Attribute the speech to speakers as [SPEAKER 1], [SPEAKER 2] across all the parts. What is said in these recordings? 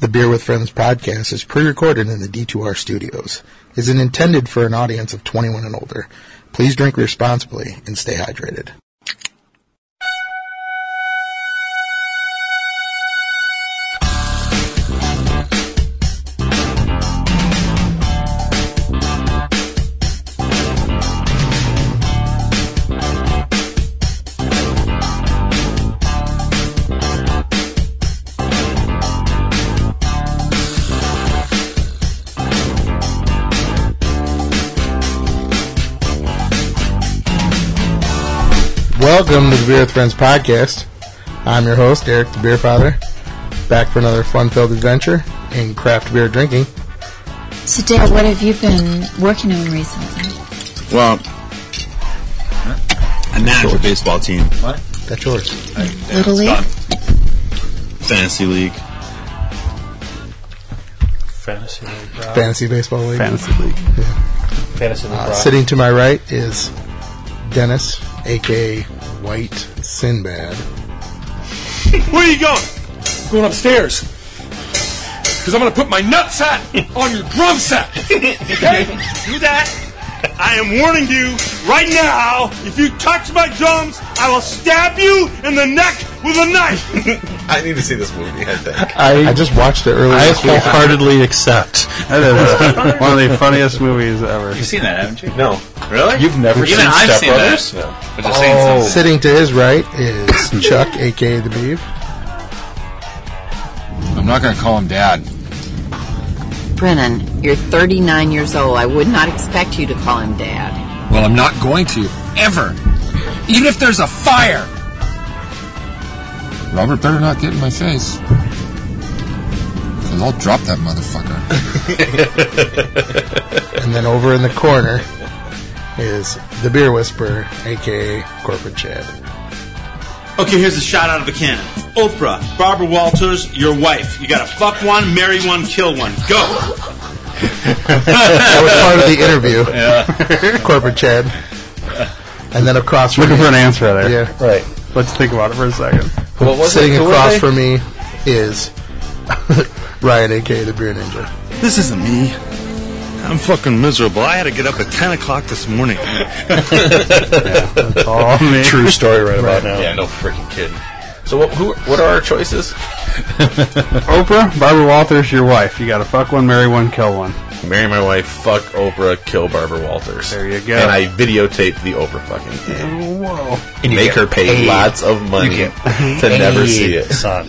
[SPEAKER 1] The Beer with Friends podcast is pre-recorded in the D2R studios. Is intended for an audience of 21 and older. Please drink responsibly and stay hydrated. Welcome to the Beer with Friends podcast. I'm your host, Eric the Beer Father, back for another fun-filled adventure in craft beer drinking.
[SPEAKER 2] So, Dale, what have you been working on recently?
[SPEAKER 3] Well, I manage a baseball team. What?
[SPEAKER 1] That's yours.
[SPEAKER 2] Little League?
[SPEAKER 3] Fantasy league.
[SPEAKER 4] Fantasy League Rock.
[SPEAKER 1] Fantasy Baseball League.
[SPEAKER 5] Uh, fantasy league.
[SPEAKER 4] Fantasy League
[SPEAKER 1] Uh,
[SPEAKER 4] Rock.
[SPEAKER 1] sitting to my right is Dennis, aka White Sinbad.
[SPEAKER 6] Where are you going? Going upstairs. Because I'm going to put my nutsack on your drum set. Okay? Do that. I am warning you right now. If you touch my drums, I will stab you in the neck with a knife.
[SPEAKER 3] I need to see this movie. I think.
[SPEAKER 1] I
[SPEAKER 5] I,
[SPEAKER 1] just watched it earlier
[SPEAKER 5] I
[SPEAKER 1] this week.
[SPEAKER 5] wholeheartedly accept. That is one of the funniest movies ever.
[SPEAKER 7] You've seen that, haven't you?
[SPEAKER 4] No.
[SPEAKER 7] Really?
[SPEAKER 5] You've never
[SPEAKER 7] Even
[SPEAKER 5] seen
[SPEAKER 7] I've
[SPEAKER 5] Step
[SPEAKER 7] seen
[SPEAKER 5] Brothers?
[SPEAKER 7] that. But just saying something.
[SPEAKER 1] Sitting to his right is Chuck, aka the Beeve.
[SPEAKER 3] I'm not going to call him dad.
[SPEAKER 8] Brennan, you're 39 years old. I would not expect you to call him Dad.
[SPEAKER 3] Well, I'm not going to ever, even if there's a fire. Robert better not get in my face. Cause I'll drop that motherfucker.
[SPEAKER 1] And then over in the corner is the Beer Whisperer, aka Corporate Chad.
[SPEAKER 9] Okay, here's a shot out of a cannon. Oprah, Barbara Walters, your wife. You gotta fuck one, marry one, kill one. Go!
[SPEAKER 1] That was part of the interview. Corporate Chad. And then across from
[SPEAKER 5] Looking
[SPEAKER 1] me,
[SPEAKER 5] for an answer there.
[SPEAKER 1] Yeah.
[SPEAKER 5] Right. Let's think about it for a second.
[SPEAKER 1] sitting across from me is Ryan, aka the Beer Ninja.
[SPEAKER 3] This isn't me.
[SPEAKER 6] I'm fucking miserable. I had to get up at 10 o'clock this morning.
[SPEAKER 5] Oh, man.
[SPEAKER 4] True story right about now.
[SPEAKER 7] Yeah, no freaking kidding. So what? Who? What are our choices?
[SPEAKER 5] Oprah, Barbara Walters, your wife. You got to fuck one, marry one, kill one.
[SPEAKER 7] Marry my wife, fuck Oprah, kill Barbara Walters.
[SPEAKER 5] There you go.
[SPEAKER 7] And I videotaped the Oprah fucking thing.
[SPEAKER 5] Whoa.
[SPEAKER 7] And Make her pay lots of money to never see it.
[SPEAKER 4] Son.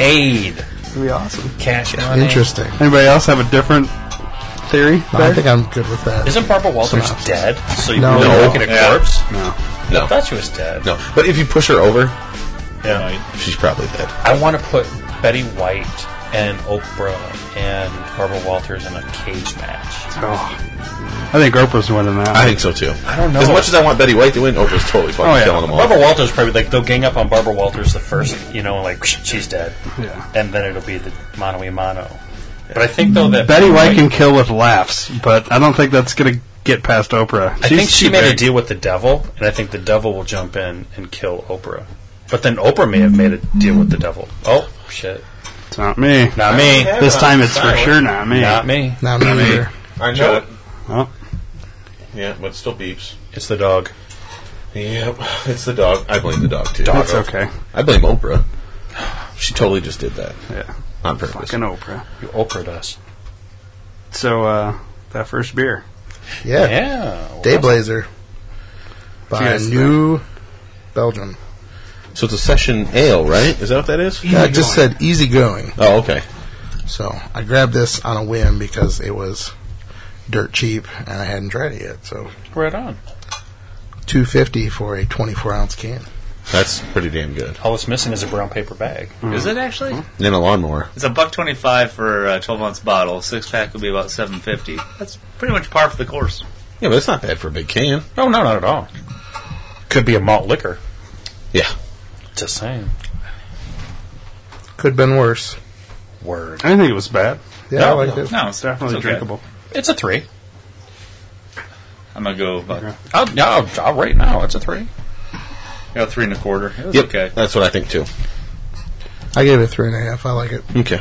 [SPEAKER 4] Aid.
[SPEAKER 5] That'd be awesome.
[SPEAKER 4] Cash money.
[SPEAKER 1] Interesting.
[SPEAKER 5] Anybody else have a different theory?
[SPEAKER 1] No, I think I'm good with that.
[SPEAKER 4] Isn't Barbara Walters
[SPEAKER 1] Synopsis.
[SPEAKER 4] dead? So you
[SPEAKER 1] No.
[SPEAKER 4] really
[SPEAKER 1] No.
[SPEAKER 4] looking at
[SPEAKER 7] Yeah.
[SPEAKER 4] corpse? I
[SPEAKER 7] No,
[SPEAKER 4] thought she was dead.
[SPEAKER 7] no. But if you push her over,
[SPEAKER 4] Yeah.
[SPEAKER 7] she's probably dead.
[SPEAKER 4] I want to put Betty White and Oprah and Barbara Walters in a cage match.
[SPEAKER 5] Oh. I think Oprah's winning that.
[SPEAKER 7] I think so too. I
[SPEAKER 4] don't know.
[SPEAKER 7] As much as I want Betty White to win, Oprah's totally fucking
[SPEAKER 5] Oh, yeah.
[SPEAKER 7] killing them all.
[SPEAKER 4] Barbara Walters probably like they'll gang up on Barbara Walters the first, you know, like she's dead,
[SPEAKER 5] Yeah.
[SPEAKER 4] and then it'll be the mano a mano. But I think though that
[SPEAKER 5] Betty White can kill with laughs, but I don't think that's going to get past Oprah.
[SPEAKER 4] I think she
[SPEAKER 5] too
[SPEAKER 4] made a
[SPEAKER 5] big.
[SPEAKER 4] deal with the devil, and I think the devil will jump in and kill Oprah. But then Oprah may have made a deal with the devil. Oh shit!
[SPEAKER 5] It's not me.
[SPEAKER 4] Not me.
[SPEAKER 5] This time it's for sure not me.
[SPEAKER 4] Not me.
[SPEAKER 1] Now I'm not sure.
[SPEAKER 7] I know it.
[SPEAKER 5] Oh.
[SPEAKER 7] Yeah, but it still beeps.
[SPEAKER 4] It's the dog.
[SPEAKER 7] Yep, it's the dog. I blame the dog too.
[SPEAKER 5] That's okay.
[SPEAKER 7] I blame Oprah. She totally just did that
[SPEAKER 5] Yeah.
[SPEAKER 7] on purpose.
[SPEAKER 5] Fucking Oprah.
[SPEAKER 4] You Oprah us.
[SPEAKER 5] So, uh, that first beer.
[SPEAKER 1] Yeah.
[SPEAKER 4] Yeah.
[SPEAKER 1] Dayblazer by
[SPEAKER 5] Yes,
[SPEAKER 1] New Belgium.
[SPEAKER 7] So it's a session ale, right? Is that what that is?
[SPEAKER 1] Yeah, it just said easygoing.
[SPEAKER 7] Oh, okay.
[SPEAKER 1] So I grabbed this on a whim because it was dirt cheap and I hadn't tried it yet. So
[SPEAKER 4] Right on.
[SPEAKER 1] 250 for a 24 ounce can.
[SPEAKER 7] That's pretty damn good.
[SPEAKER 4] All it's missing is a brown paper bag.
[SPEAKER 5] Mm.
[SPEAKER 7] Is
[SPEAKER 9] it
[SPEAKER 10] Hmm?
[SPEAKER 9] actually?
[SPEAKER 7] And then a lawnmower.
[SPEAKER 9] It's a buck twenty-five for a twelve ounce bottle. Six pack would be about seven fifty. That's pretty much par for the course.
[SPEAKER 7] Yeah, but it's not bad for a big can.
[SPEAKER 4] No, no, not at all. Could be a malt liquor.
[SPEAKER 7] Yeah.
[SPEAKER 4] Just saying.
[SPEAKER 1] Could have been worse.
[SPEAKER 4] Word.
[SPEAKER 5] I didn't think it was bad.
[SPEAKER 1] Yeah, I
[SPEAKER 4] No,
[SPEAKER 1] liked it.
[SPEAKER 9] No,
[SPEAKER 5] It's definitely
[SPEAKER 9] okay.
[SPEAKER 5] drinkable.
[SPEAKER 4] It's a three.
[SPEAKER 9] I'm gonna go about
[SPEAKER 5] Okay.
[SPEAKER 4] I'll, yeah, I'll, I'll rate now. It's a three.
[SPEAKER 9] you know, three and a quarter. It was
[SPEAKER 7] Yep.
[SPEAKER 9] okay.
[SPEAKER 7] That's what I think too.
[SPEAKER 1] I gave it three and a half. I like it.
[SPEAKER 7] Okay.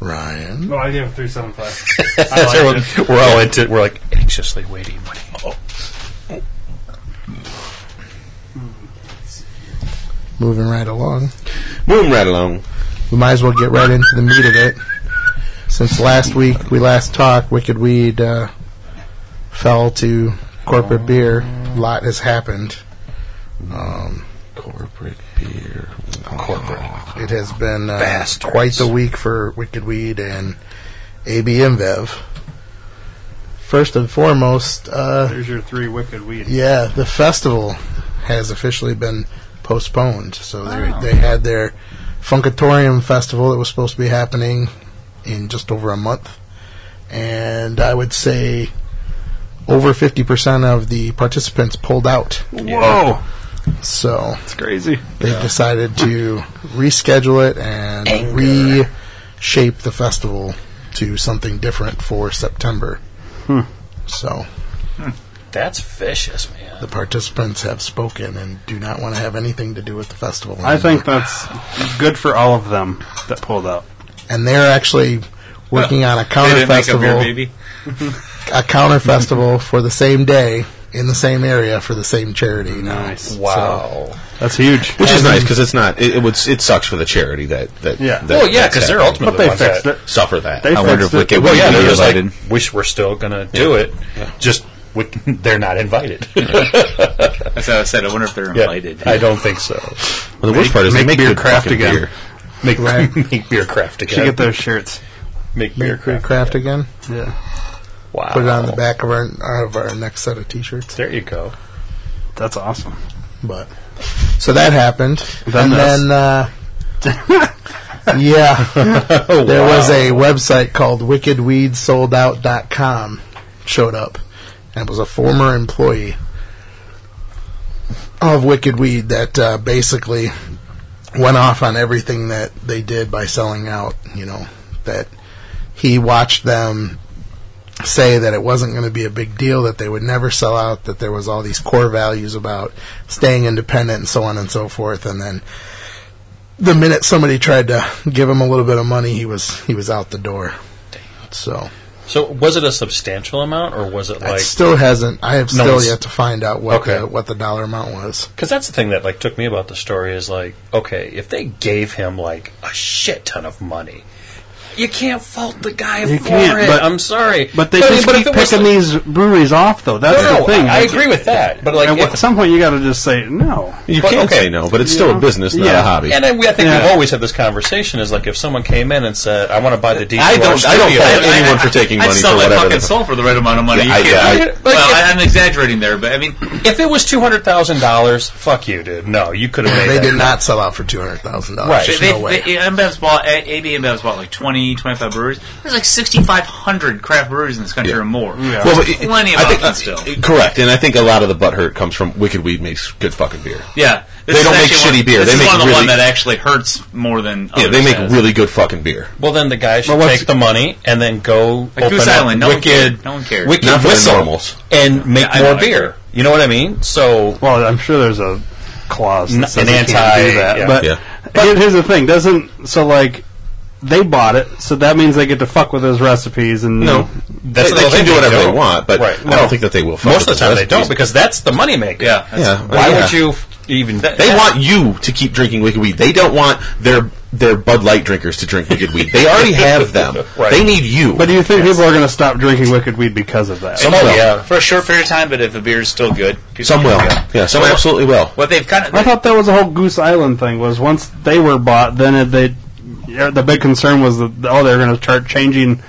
[SPEAKER 1] Ryan.
[SPEAKER 6] Oh, I gave him three seven five.
[SPEAKER 4] Everyone- we're all into. We're like anxiously waiting. oh, What do you-
[SPEAKER 1] Moving right along.
[SPEAKER 7] Moving right along.
[SPEAKER 1] we might as well get right into the meat of it. Since last week we last talked, Wicked Weed uh, fell to corporate beer. A lot has happened. Um,
[SPEAKER 7] Corporate beer.
[SPEAKER 1] corporate. It has been uh,
[SPEAKER 4] Bastards.
[SPEAKER 1] quite the week for Wicked Weed and AB InBev. First and foremost, uh,
[SPEAKER 5] There's your three wicked weed.
[SPEAKER 1] yeah, the festival has officially been postponed. So they they had their Funkatorium festival that was supposed to be happening in just over a month, and I would say over fifty percent of the participants pulled out.
[SPEAKER 5] Whoa,
[SPEAKER 1] So
[SPEAKER 5] it's crazy.
[SPEAKER 1] they decided to reschedule it and reshape the festival to something different for September.
[SPEAKER 5] Hmm.
[SPEAKER 1] So
[SPEAKER 4] That's vicious, man.
[SPEAKER 1] The participants have spoken and do not want to have anything to do with the festival.
[SPEAKER 5] I think
[SPEAKER 1] anymore.
[SPEAKER 5] that's good for all of them that pulled out.
[SPEAKER 1] and they're actually working on a
[SPEAKER 9] They
[SPEAKER 1] counter
[SPEAKER 9] didn't make up your
[SPEAKER 1] festival,
[SPEAKER 9] baby.
[SPEAKER 1] a counter festival for the same day in the same area for the same charity. Now.
[SPEAKER 5] Nice.
[SPEAKER 4] Wow.
[SPEAKER 5] That's huge.
[SPEAKER 7] Which is nice because it's not. It, it would. It sucks for the charity that. that
[SPEAKER 5] Yeah.
[SPEAKER 7] That,
[SPEAKER 4] Well, yeah,
[SPEAKER 7] that's
[SPEAKER 4] because they're
[SPEAKER 7] happening.
[SPEAKER 4] ultimately
[SPEAKER 5] But they
[SPEAKER 4] the ones that
[SPEAKER 5] fixed it.
[SPEAKER 7] suffer that.
[SPEAKER 5] They
[SPEAKER 7] I
[SPEAKER 5] fixed
[SPEAKER 7] wonder if
[SPEAKER 5] it.
[SPEAKER 7] Wicked
[SPEAKER 4] Well,
[SPEAKER 7] Weed
[SPEAKER 4] yeah, they're
[SPEAKER 7] is
[SPEAKER 4] just
[SPEAKER 7] invited.
[SPEAKER 4] like, wish we're still gonna do it. Just we, they're not invited.
[SPEAKER 10] That's what I said. I wonder if they're
[SPEAKER 4] Yeah,
[SPEAKER 10] invited.
[SPEAKER 4] I don't think so.
[SPEAKER 7] Well, the worst part is
[SPEAKER 5] make
[SPEAKER 7] they make
[SPEAKER 5] beer
[SPEAKER 7] good
[SPEAKER 5] craft
[SPEAKER 7] fucking
[SPEAKER 5] again.
[SPEAKER 7] beer.
[SPEAKER 4] Make
[SPEAKER 1] Right.
[SPEAKER 4] make beer craft again.
[SPEAKER 5] Should get those shirts.
[SPEAKER 4] make
[SPEAKER 1] Beer
[SPEAKER 4] beer
[SPEAKER 1] Creek
[SPEAKER 4] craft.
[SPEAKER 1] Craft again.
[SPEAKER 5] Yeah,
[SPEAKER 4] Wow.
[SPEAKER 1] Put it on the back of our of our next set of T-shirts.
[SPEAKER 4] There you go.
[SPEAKER 5] that's awesome.
[SPEAKER 1] But so that happened,
[SPEAKER 5] Then
[SPEAKER 1] and
[SPEAKER 5] this.
[SPEAKER 1] then uh, yeah, there was a website called wickedweedsoldout.com showed up and was a former employee of Wicked Weed that uh, basically went off on everything that they did by selling out, you know, that he watched them say that it wasn't going to be a big deal, that they would never sell out, that there was all these core values about staying independent and so on and so forth, and then the minute somebody tried to give him a little bit of money, he was he was out the door. So
[SPEAKER 4] So was it a substantial amount, or was it
[SPEAKER 1] it
[SPEAKER 4] like?
[SPEAKER 1] still hasn't. I have
[SPEAKER 4] No
[SPEAKER 1] still
[SPEAKER 4] one's-
[SPEAKER 1] yet to find out what
[SPEAKER 4] Okay.
[SPEAKER 1] the, what the dollar amount was.
[SPEAKER 4] Because that's the thing that like took me about the story is like, okay, if they gave him like a shit ton of money, you can't fault the guy
[SPEAKER 5] You
[SPEAKER 4] for
[SPEAKER 5] can't,
[SPEAKER 4] it.
[SPEAKER 5] but-
[SPEAKER 4] I'm sorry,
[SPEAKER 5] But they just
[SPEAKER 4] but if
[SPEAKER 5] keep
[SPEAKER 4] it was
[SPEAKER 5] picking
[SPEAKER 4] like-
[SPEAKER 5] these breweries off, though. That's
[SPEAKER 4] No,
[SPEAKER 5] the
[SPEAKER 4] no,
[SPEAKER 5] thing.
[SPEAKER 4] I, I agree with that, but like,
[SPEAKER 5] At
[SPEAKER 4] if-
[SPEAKER 5] what- some point, you got to just say no.
[SPEAKER 7] You
[SPEAKER 4] But,
[SPEAKER 7] can't
[SPEAKER 4] okay.
[SPEAKER 7] say no, but it's still
[SPEAKER 5] Yeah.
[SPEAKER 7] a business, not
[SPEAKER 5] Yeah.
[SPEAKER 7] a hobby.
[SPEAKER 4] and I, we- I think
[SPEAKER 5] Yeah.
[SPEAKER 4] we've always had this conversation is like if someone came in and said, "I want to buy the D2R
[SPEAKER 7] I don't- I don't
[SPEAKER 4] studio,"
[SPEAKER 7] fault anyone for taking
[SPEAKER 10] I'd
[SPEAKER 7] money
[SPEAKER 10] sell
[SPEAKER 7] for
[SPEAKER 10] my
[SPEAKER 7] whatever
[SPEAKER 10] fucking
[SPEAKER 7] the-
[SPEAKER 10] soul for the right amount of money.
[SPEAKER 7] Yeah, I-
[SPEAKER 10] you can't-
[SPEAKER 7] yeah,
[SPEAKER 4] I-
[SPEAKER 10] well,
[SPEAKER 4] Like,
[SPEAKER 10] I, I'm exaggerating there, but I mean,
[SPEAKER 4] if it was two hundred thousand dollars, fuck you, dude. No, you could have made.
[SPEAKER 1] They
[SPEAKER 4] that.
[SPEAKER 1] did not sell out for two hundred thousand
[SPEAKER 4] Right.
[SPEAKER 1] dollars. There's
[SPEAKER 10] they,
[SPEAKER 1] no way.
[SPEAKER 10] they, InBev's bought, A- AB InBev's bought like 20, 25 breweries. There's like 6,500 craft breweries in this country
[SPEAKER 7] Yeah.
[SPEAKER 10] or more.
[SPEAKER 7] Well, but it-
[SPEAKER 10] Plenty of
[SPEAKER 7] I think-
[SPEAKER 10] options still.
[SPEAKER 7] Correct, and I think a lot of the butthurt comes from Wicked Weed makes good fucking beer.
[SPEAKER 10] Yeah. This
[SPEAKER 7] They
[SPEAKER 10] is
[SPEAKER 7] don't make
[SPEAKER 10] actually
[SPEAKER 7] shitty beer.
[SPEAKER 10] This
[SPEAKER 7] They
[SPEAKER 10] is
[SPEAKER 7] make
[SPEAKER 10] one of the
[SPEAKER 7] really-
[SPEAKER 10] one that actually hurts more than
[SPEAKER 7] Yeah,
[SPEAKER 10] others
[SPEAKER 7] they make
[SPEAKER 10] has.
[SPEAKER 7] really good fucking beer.
[SPEAKER 4] Well, then the guy should
[SPEAKER 5] what's-
[SPEAKER 4] take the money and then go
[SPEAKER 10] Like
[SPEAKER 4] open
[SPEAKER 10] Goose
[SPEAKER 4] up
[SPEAKER 10] Island, no one
[SPEAKER 4] Wicked,
[SPEAKER 10] cared. No one cared.
[SPEAKER 4] Wicked
[SPEAKER 7] Not for the
[SPEAKER 4] Whistle
[SPEAKER 7] normals.
[SPEAKER 4] and make
[SPEAKER 10] Yeah, I know,
[SPEAKER 4] more
[SPEAKER 10] I
[SPEAKER 4] beer.
[SPEAKER 10] agree.
[SPEAKER 4] You know what I mean? So
[SPEAKER 5] Well, I'm sure there's a clause
[SPEAKER 4] N-
[SPEAKER 5] that says
[SPEAKER 4] an
[SPEAKER 5] you can't
[SPEAKER 4] anti-
[SPEAKER 5] do that.
[SPEAKER 4] yeah.
[SPEAKER 5] But,
[SPEAKER 7] Yeah.
[SPEAKER 5] here- here's the thing: doesn't so like they bought it, so that means they get to fuck with those recipes and
[SPEAKER 7] No,
[SPEAKER 4] That's
[SPEAKER 7] they, they
[SPEAKER 4] the thing
[SPEAKER 7] can do
[SPEAKER 4] they
[SPEAKER 7] whatever they
[SPEAKER 4] don't.
[SPEAKER 7] want, but
[SPEAKER 4] Right.
[SPEAKER 7] I
[SPEAKER 4] No.
[SPEAKER 7] don't think that they will. fuck
[SPEAKER 4] most of
[SPEAKER 7] with
[SPEAKER 4] the time
[SPEAKER 7] those
[SPEAKER 4] they don't
[SPEAKER 7] recipes.
[SPEAKER 4] because that's the moneymaker.
[SPEAKER 10] Yeah. that's-
[SPEAKER 7] Yeah,
[SPEAKER 4] Why
[SPEAKER 7] yeah.
[SPEAKER 4] would you f- even?
[SPEAKER 7] They want you to keep drinking Wicked Weed. They don't want their their Bud Light drinkers to drink Wicked Weed. They already have them.
[SPEAKER 4] Right.
[SPEAKER 7] They need you.
[SPEAKER 5] But do you think people are going to stop drinking wicked weed because of that?
[SPEAKER 4] Some
[SPEAKER 7] Well,
[SPEAKER 4] will. Yeah.
[SPEAKER 10] oh, For a short period of time, but if the beer is still good, people
[SPEAKER 7] some will.
[SPEAKER 10] drink it.
[SPEAKER 7] Yeah, some absolutely will.
[SPEAKER 10] What they've kind of
[SPEAKER 5] I thought that was the whole Goose Island thing. Was once they were bought, then it, they yeah, the big concern was that oh they're going to start changing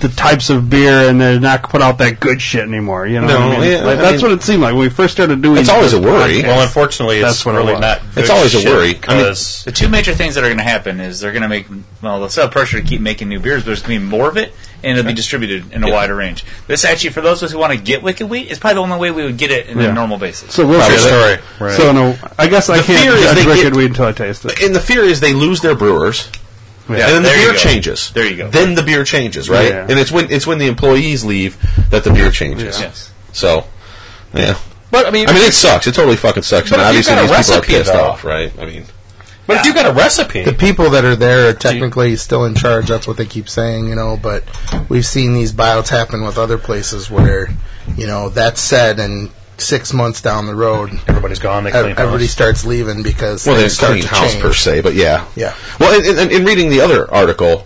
[SPEAKER 5] the types of beer and they're not put out that good shit anymore. You know,
[SPEAKER 7] No,
[SPEAKER 5] what I mean?
[SPEAKER 7] yeah,
[SPEAKER 5] Like,
[SPEAKER 7] I
[SPEAKER 5] that's
[SPEAKER 7] mean-
[SPEAKER 5] what it seemed like when we first started doing.
[SPEAKER 7] It's always
[SPEAKER 5] this
[SPEAKER 7] a worry.
[SPEAKER 5] podcast.
[SPEAKER 4] Well, unfortunately, it's
[SPEAKER 5] That's what it
[SPEAKER 4] really
[SPEAKER 5] was.
[SPEAKER 4] not.
[SPEAKER 7] It's
[SPEAKER 4] good
[SPEAKER 7] always a
[SPEAKER 4] shit
[SPEAKER 7] worry. I mean,
[SPEAKER 4] 'cause-
[SPEAKER 10] The two major things that are going to happen is they're going to make well, they'll still have pressure to keep making new beers, but there's going to be more of it, and it'll be distributed in a wider range. This actually, for those of us who want to get Wicked Wheat, is probably the only way we would get it in
[SPEAKER 5] Yeah.
[SPEAKER 10] a normal basis.
[SPEAKER 5] So we'll
[SPEAKER 7] Probably
[SPEAKER 5] figure
[SPEAKER 7] that-
[SPEAKER 5] it. So no, I guess I
[SPEAKER 7] The fear
[SPEAKER 5] can't
[SPEAKER 7] is
[SPEAKER 5] judge
[SPEAKER 7] they
[SPEAKER 5] wicked
[SPEAKER 7] get-
[SPEAKER 5] weed until I taste it.
[SPEAKER 7] and the fear is they lose their brewers.
[SPEAKER 5] Yeah,
[SPEAKER 7] and then the
[SPEAKER 10] there you
[SPEAKER 7] beer
[SPEAKER 10] go.
[SPEAKER 7] changes.
[SPEAKER 10] There you go.
[SPEAKER 7] Then the beer changes, right?
[SPEAKER 5] Yeah.
[SPEAKER 7] And it's when it's when the employees leave that the beer changes.
[SPEAKER 10] Yes.
[SPEAKER 7] So, yeah.
[SPEAKER 4] But I mean,
[SPEAKER 7] I mean, it sucks. It totally fucking sucks.
[SPEAKER 4] But
[SPEAKER 7] and
[SPEAKER 4] if you've
[SPEAKER 7] obviously,
[SPEAKER 4] got
[SPEAKER 7] these
[SPEAKER 4] a
[SPEAKER 7] people are
[SPEAKER 4] recipe,
[SPEAKER 7] pissed
[SPEAKER 4] though-
[SPEAKER 7] off, right? I mean,
[SPEAKER 4] But if you got a recipe,
[SPEAKER 1] The people that are there are technically still in charge. That's what they keep saying, you know. But we've seen these buyouts happen with other places where, you know, that's said, and six months down the road,
[SPEAKER 4] everybody's gone. They
[SPEAKER 1] ev-
[SPEAKER 4] clean
[SPEAKER 1] everybody
[SPEAKER 4] house.
[SPEAKER 1] starts leaving because
[SPEAKER 7] well, they
[SPEAKER 1] they
[SPEAKER 7] didn't
[SPEAKER 1] start
[SPEAKER 7] clean
[SPEAKER 1] to
[SPEAKER 7] house
[SPEAKER 1] change.
[SPEAKER 7] per se, but yeah,
[SPEAKER 1] Yeah.
[SPEAKER 7] Well, in, in, in reading the other article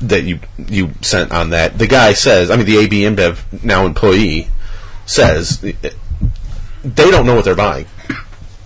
[SPEAKER 7] that you you sent on that, the guy says, I mean, the AB InBev now employee says they don't know what they're buying.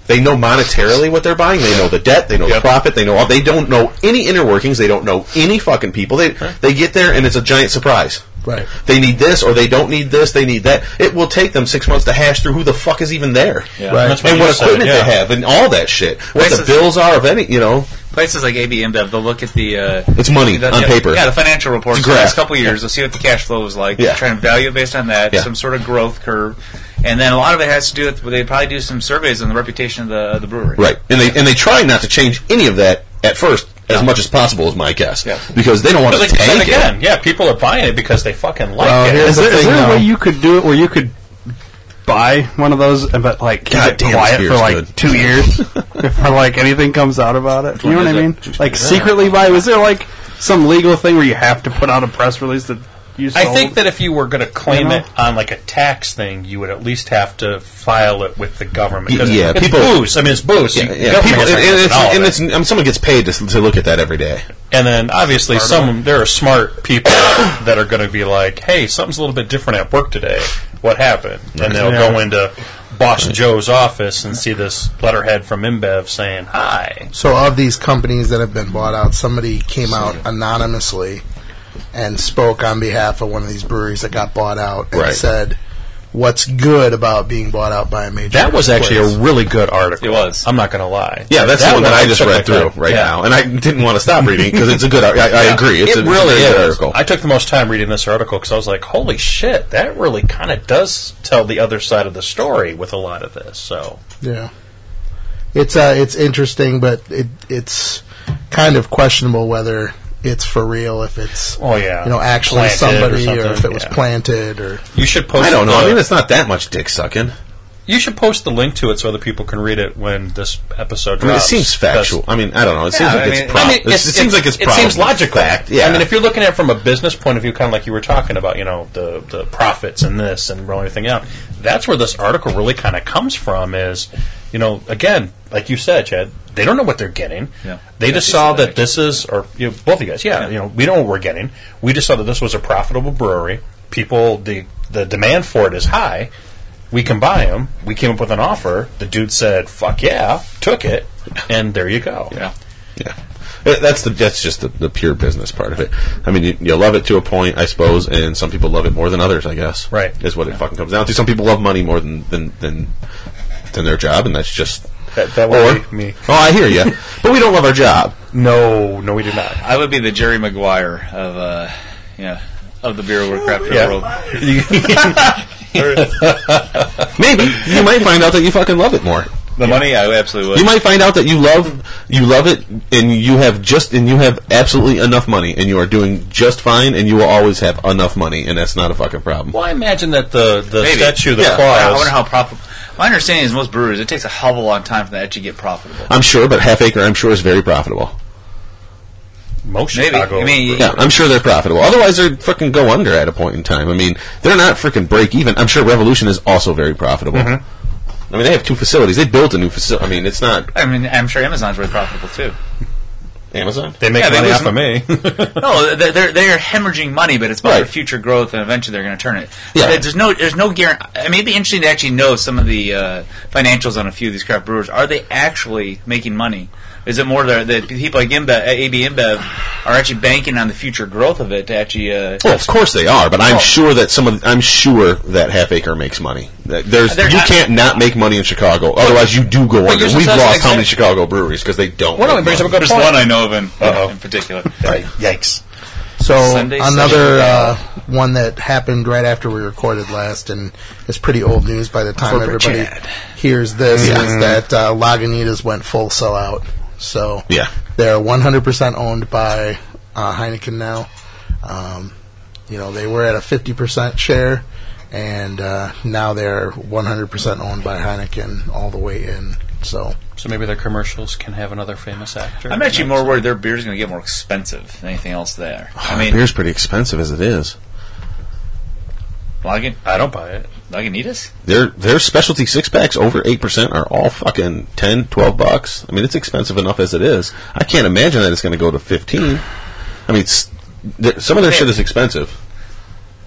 [SPEAKER 7] They know monetarily what they're buying. They know the debt. They know the profit. They know all. They don't know any inner workings. They don't know any fucking people. They they get there and it's a giant surprise.
[SPEAKER 1] Right.
[SPEAKER 7] They need this or they don't need this. They need that. It will take them six months to hash through who the fuck is even there.
[SPEAKER 1] Right.
[SPEAKER 4] That's
[SPEAKER 7] And what
[SPEAKER 4] you said,
[SPEAKER 7] equipment
[SPEAKER 4] yeah.
[SPEAKER 7] they have and all that shit. What the
[SPEAKER 10] Prices-
[SPEAKER 7] bills are of any, you know.
[SPEAKER 10] Places like AB InBev, they'll look at the. Uh,
[SPEAKER 7] It's money
[SPEAKER 10] the-
[SPEAKER 7] on
[SPEAKER 10] yeah,
[SPEAKER 7] paper.
[SPEAKER 10] Yeah, the financial reports
[SPEAKER 7] It's
[SPEAKER 10] for the
[SPEAKER 7] graph.
[SPEAKER 10] next couple of years. They'll see what the cash flow is like.
[SPEAKER 7] Yeah.
[SPEAKER 10] Try and value it based on that,
[SPEAKER 7] Yeah.
[SPEAKER 10] some sort of growth curve. And then a lot of it has to do with they probably do some surveys on the reputation of the, of the brewery.
[SPEAKER 7] Right. And they and they try not to change any of that at first as much as possible is my guess.
[SPEAKER 10] Yeah.
[SPEAKER 7] Because they don't want
[SPEAKER 4] But
[SPEAKER 7] to
[SPEAKER 4] like you said
[SPEAKER 7] tank
[SPEAKER 4] again,
[SPEAKER 7] it.
[SPEAKER 4] yeah, people are buying it because they fucking like
[SPEAKER 1] Well,
[SPEAKER 4] it.
[SPEAKER 1] here's
[SPEAKER 5] Is
[SPEAKER 1] the
[SPEAKER 5] there, is
[SPEAKER 1] thing,
[SPEAKER 5] there a
[SPEAKER 1] though.
[SPEAKER 5] way you could do it where you could buy one of those and but like keep
[SPEAKER 7] God
[SPEAKER 5] it
[SPEAKER 7] damn, this
[SPEAKER 5] quiet
[SPEAKER 7] beer's
[SPEAKER 5] for like
[SPEAKER 7] good.
[SPEAKER 5] two years before like anything comes out about it? You know what I mean? Like
[SPEAKER 7] Yeah.
[SPEAKER 5] secretly buy. Was there like some legal thing where you have to put out a press release that you
[SPEAKER 4] I
[SPEAKER 5] sold?
[SPEAKER 4] think that if you were going to claim
[SPEAKER 5] You know?
[SPEAKER 4] it on like a tax thing, you would at least have to file it with the government. Because
[SPEAKER 7] Yeah,
[SPEAKER 4] it's
[SPEAKER 7] people-
[SPEAKER 4] booze. I mean, it's booze.
[SPEAKER 7] Yeah,
[SPEAKER 4] You-
[SPEAKER 7] yeah.
[SPEAKER 4] government
[SPEAKER 7] People, and,
[SPEAKER 4] has to
[SPEAKER 7] and
[SPEAKER 4] look at
[SPEAKER 7] it's,
[SPEAKER 4] all of
[SPEAKER 7] and
[SPEAKER 4] it.
[SPEAKER 7] it's, um, someone gets paid to, to look at that every day.
[SPEAKER 4] And then obviously some there are smart people that are going to be like, "Hey, something's a little bit different at work today. What happened?" And they'll go into Boss Joe's office and see this letterhead from InBev saying, "Hi."
[SPEAKER 1] So, of these companies that have been bought out, somebody came out anonymously and spoke on behalf of one of these breweries that got bought out and
[SPEAKER 7] Right.
[SPEAKER 1] said what's good about being bought out by a major.
[SPEAKER 4] That was actually
[SPEAKER 1] place.
[SPEAKER 4] a really good article.
[SPEAKER 10] It was.
[SPEAKER 4] I'm not going to lie.
[SPEAKER 7] Yeah, that's the one that I just
[SPEAKER 4] took
[SPEAKER 7] read
[SPEAKER 4] like
[SPEAKER 7] through
[SPEAKER 4] that.
[SPEAKER 7] right
[SPEAKER 4] Yeah.
[SPEAKER 7] now, and I didn't want to stop reading because it's a good. ar- I, I agree. It's
[SPEAKER 4] it
[SPEAKER 7] a, it's a
[SPEAKER 4] really
[SPEAKER 7] very good
[SPEAKER 4] is.
[SPEAKER 7] article.
[SPEAKER 4] I took the most time reading this article because I was like, "Holy shit, that really kind of does tell the other side of the story with a lot of this." So
[SPEAKER 1] Yeah, it's uh, it's interesting, but it it's kind of questionable whether it's for real if it's
[SPEAKER 4] Oh, yeah.
[SPEAKER 1] you know actually
[SPEAKER 4] Planted or
[SPEAKER 1] somebody or,
[SPEAKER 4] something,
[SPEAKER 1] if it was
[SPEAKER 4] yeah.
[SPEAKER 1] planted or
[SPEAKER 4] you should post.
[SPEAKER 7] I don't know.
[SPEAKER 4] the-
[SPEAKER 7] I mean, it's not that much dick sucking.
[SPEAKER 4] you should post the link to it so other people can read it when this episode drops.
[SPEAKER 7] I mean, it seems
[SPEAKER 4] That's-
[SPEAKER 7] factual. I mean, I don't know. It seems
[SPEAKER 10] Yeah,
[SPEAKER 7] like
[SPEAKER 10] I mean-
[SPEAKER 7] it's. Prob-
[SPEAKER 4] I mean,
[SPEAKER 7] it seems like it's.
[SPEAKER 4] it seems
[SPEAKER 7] probable.
[SPEAKER 4] logical.
[SPEAKER 7] Fact. Yeah.
[SPEAKER 4] I mean, if you're looking at it from a business point of view, kind of like you were talking about, you know, the the profits and this and rolling everything out. That's where this article really kind of comes from. Is you know, again, like you said, Chad, they don't know what they're getting.
[SPEAKER 10] Yeah.
[SPEAKER 4] They just
[SPEAKER 10] That's
[SPEAKER 4] saw
[SPEAKER 10] easy to
[SPEAKER 4] that this is, or you know, both of you guys, yeah,
[SPEAKER 10] Yeah.
[SPEAKER 4] you know, we don't know what we're getting. We just saw that this was a profitable brewery. People, the the demand for it is high. We can buy them. We came up with an offer. The dude said, "Fuck yeah," took it, and there you go.
[SPEAKER 10] Yeah.
[SPEAKER 7] Yeah, Uh, that's the that's just the, the pure business part of it. I mean, you, you love it to a point, I suppose, and some people love it more than others. I guess
[SPEAKER 4] Right.
[SPEAKER 7] is what it fucking comes down to. Some people love money more than than than, than their job, and that's just
[SPEAKER 4] That- that would
[SPEAKER 7] or,
[SPEAKER 4] be me.
[SPEAKER 7] Oh, I hear you, but we don't love our job.
[SPEAKER 4] No, no, we do not.
[SPEAKER 10] I would be the Jerry Maguire of, uh, you know, of the beer we're crafting
[SPEAKER 4] Yeah.
[SPEAKER 10] world.
[SPEAKER 7] Maybe you might find out that you fucking love it more.
[SPEAKER 10] The money, I absolutely would.
[SPEAKER 7] You might find out that you love you love it, and you have just and you have absolutely enough money, and you are doing just fine, and you will always have enough money, and that's not a fucking problem.
[SPEAKER 4] Well, I imagine that the, the
[SPEAKER 10] Maybe.
[SPEAKER 4] statue, the
[SPEAKER 7] Yeah.
[SPEAKER 10] I
[SPEAKER 4] claws.
[SPEAKER 10] wonder how profitable. My understanding is most breweries, it takes a hell of a long time for that to get profitable.
[SPEAKER 7] I'm sure, but Half Acre, I'm sure, is very profitable.
[SPEAKER 4] most
[SPEAKER 10] Maybe.
[SPEAKER 4] Chicago.
[SPEAKER 10] I mean,
[SPEAKER 7] Yeah, I'm sure they're profitable. Otherwise, they'd fucking go under at a point in time. I mean, they're not freaking break even. I'm sure Revolution is also very profitable. I mean, they have two facilities. They built a new facility. I mean, it's not
[SPEAKER 10] I mean, I'm sure Amazon's really profitable too.
[SPEAKER 7] Amazon.
[SPEAKER 4] they make
[SPEAKER 10] Yeah, they
[SPEAKER 4] money
[SPEAKER 10] lose
[SPEAKER 4] off of me.
[SPEAKER 10] No, they're, they're they're hemorrhaging money, but it's about
[SPEAKER 7] Right.
[SPEAKER 10] their future growth, and eventually they're going to turn it.
[SPEAKER 7] Yeah.
[SPEAKER 10] There- There's no there's no guarantee. I mean, it'd be interesting to actually know some of the uh, financials on a few of these craft brewers. Are they actually making money? Is it more that that people like InBev, AB InBev are actually banking on the future growth of it to actually? Uh,
[SPEAKER 7] Well, of course they are, but I'm
[SPEAKER 10] Oh.
[SPEAKER 7] sure that some of I'm sure that Half Acre makes money. That There's
[SPEAKER 10] They're
[SPEAKER 7] you
[SPEAKER 10] not-
[SPEAKER 7] can't not make money in Chicago. Otherwise, you do go under.
[SPEAKER 10] yours
[SPEAKER 7] We've
[SPEAKER 10] is not
[SPEAKER 7] lost
[SPEAKER 10] like
[SPEAKER 7] how
[SPEAKER 10] that.
[SPEAKER 7] many Chicago breweries because they don't.
[SPEAKER 4] Well, no,
[SPEAKER 7] make
[SPEAKER 4] it brings up
[SPEAKER 7] money.
[SPEAKER 4] a good
[SPEAKER 10] there's
[SPEAKER 4] point.
[SPEAKER 10] one I know of in,
[SPEAKER 4] Uh-oh.
[SPEAKER 10] in particular.
[SPEAKER 4] Right. Yikes.
[SPEAKER 1] So
[SPEAKER 10] Sunday,
[SPEAKER 1] another
[SPEAKER 10] Sunday.
[SPEAKER 1] uh, one that happened right after we recorded last, and it's pretty old news by the time
[SPEAKER 4] Corporate
[SPEAKER 1] everybody
[SPEAKER 4] Chad.
[SPEAKER 1] hears this, is that uh, Lagunitas went full sellout. So
[SPEAKER 7] Yeah.
[SPEAKER 1] they're 100% owned by uh, Heineken now. Um, you know, they were at a 50% share, and uh, now they're 100% owned by Heineken all the way in. So
[SPEAKER 4] So maybe their commercials can have another famous actor.
[SPEAKER 10] I'm actually more worried their beer's going to get more expensive than anything else there. I mean,
[SPEAKER 7] beer's pretty expensive as it is.
[SPEAKER 10] Logan,
[SPEAKER 4] I don't buy it.
[SPEAKER 10] Lagunitas?
[SPEAKER 7] Their their specialty six packs over eight percent are all fucking 10, 12 bucks. I mean, it's expensive enough as it is. I can't imagine that it's going to go to fifteen. I mean, it's, th- some of their shit is expensive.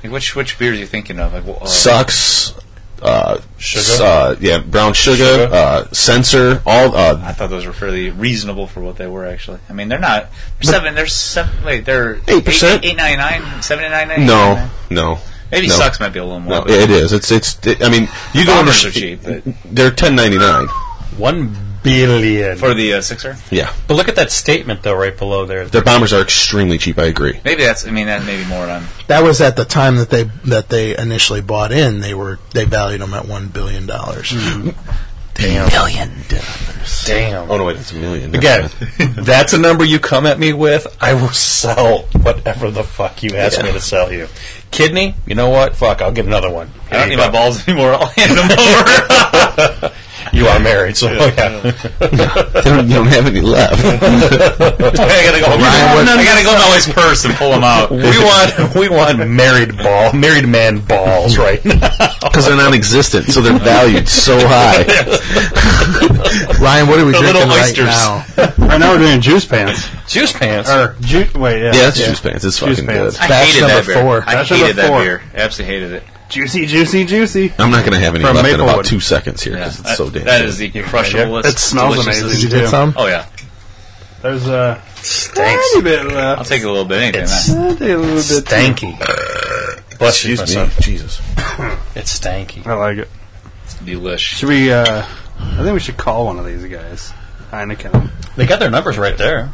[SPEAKER 10] Like, which which beers are you thinking of? Like, wh- uh,
[SPEAKER 7] Sucks. Uh,
[SPEAKER 4] Sugar?
[SPEAKER 7] s- uh, yeah, brown sugar.
[SPEAKER 4] Sugar?
[SPEAKER 7] Uh, sensor. All. Uh,
[SPEAKER 10] I thought those were fairly reasonable for what they were. Actually, I mean, they're not they're seven. They're seven. Wait, they're
[SPEAKER 7] 8%?
[SPEAKER 10] eight nine nine, seven nine nine.
[SPEAKER 7] no, no.
[SPEAKER 10] maybe
[SPEAKER 7] no.
[SPEAKER 10] sucks might be a little more.
[SPEAKER 7] No,
[SPEAKER 10] but-
[SPEAKER 7] it is. It's it's. It, I mean, you go
[SPEAKER 10] Bombers
[SPEAKER 7] under-
[SPEAKER 10] are cheap, but-
[SPEAKER 7] They're ten ninety nine.
[SPEAKER 4] One billion.
[SPEAKER 10] for the uh, sixer.
[SPEAKER 7] Yeah,
[SPEAKER 4] but look at that statement though, right below there.
[SPEAKER 7] their bombers are extremely cheap. I agree.
[SPEAKER 10] Maybe that's. I mean, that may be more on.
[SPEAKER 1] that was at the time that they that they initially bought in. They were they valued them at one billion dollars.
[SPEAKER 4] Damn.
[SPEAKER 1] Billion.
[SPEAKER 4] Damn.
[SPEAKER 7] Oh no, wait, it's a million.
[SPEAKER 4] Again, that's a number you come at me with. I will sell whatever the fuck you ask me to sell you. Kidney? You know what? Fuck, I'll get another one.
[SPEAKER 10] I don't
[SPEAKER 4] Here you
[SPEAKER 10] need
[SPEAKER 4] go.
[SPEAKER 10] my balls anymore. I'll hand them over.
[SPEAKER 4] You are married, so yeah.
[SPEAKER 7] They don't, you don't have any left.
[SPEAKER 10] I gotta go.
[SPEAKER 7] Ryan, what-
[SPEAKER 10] I gotta go in my wife's purse and pull them out.
[SPEAKER 4] we want we want married ball, married man balls right now.
[SPEAKER 7] Because they're non-existent, so they're valued so high.
[SPEAKER 1] Ryan, what are we
[SPEAKER 10] The little
[SPEAKER 1] drinking right
[SPEAKER 10] oysters.
[SPEAKER 1] now?
[SPEAKER 5] Right now we're doing juice pants.
[SPEAKER 4] Juice pants.
[SPEAKER 5] Or ju- wait, yeah.
[SPEAKER 7] Yeah, that's juice pants. It's fucking
[SPEAKER 5] pants.
[SPEAKER 7] good.
[SPEAKER 10] I
[SPEAKER 1] Batch
[SPEAKER 10] hated
[SPEAKER 1] number
[SPEAKER 10] that beer.
[SPEAKER 1] four.
[SPEAKER 10] I
[SPEAKER 5] Batch number
[SPEAKER 10] hated that
[SPEAKER 5] four.
[SPEAKER 10] beer. Absolutely hated it.
[SPEAKER 5] Juicy, juicy, juicy.
[SPEAKER 7] I'm not going to have any
[SPEAKER 5] From
[SPEAKER 7] left in about
[SPEAKER 5] Maplewood.
[SPEAKER 7] two seconds here
[SPEAKER 10] Yeah,
[SPEAKER 7] because
[SPEAKER 10] that-
[SPEAKER 7] it's so damn.
[SPEAKER 10] that
[SPEAKER 7] good.
[SPEAKER 10] is the crushable.
[SPEAKER 5] It smells
[SPEAKER 1] Did you
[SPEAKER 5] amazing.
[SPEAKER 1] get
[SPEAKER 5] Yeah.
[SPEAKER 1] some?
[SPEAKER 10] Oh yeah,
[SPEAKER 5] There's a
[SPEAKER 4] Stinks.
[SPEAKER 5] tiny bit
[SPEAKER 10] I'll
[SPEAKER 5] left.
[SPEAKER 10] take a little bit. Anything.
[SPEAKER 4] It's
[SPEAKER 10] man.
[SPEAKER 5] I'll take a little bit.
[SPEAKER 4] stanky. Bless you,
[SPEAKER 7] Excuse
[SPEAKER 4] my
[SPEAKER 7] me,
[SPEAKER 4] son.
[SPEAKER 7] Jesus.
[SPEAKER 4] It's stanky.
[SPEAKER 5] I like it.
[SPEAKER 10] Delish.
[SPEAKER 5] Should we? uh I think we should call one of these guys. Heineken.
[SPEAKER 4] They got their numbers right there.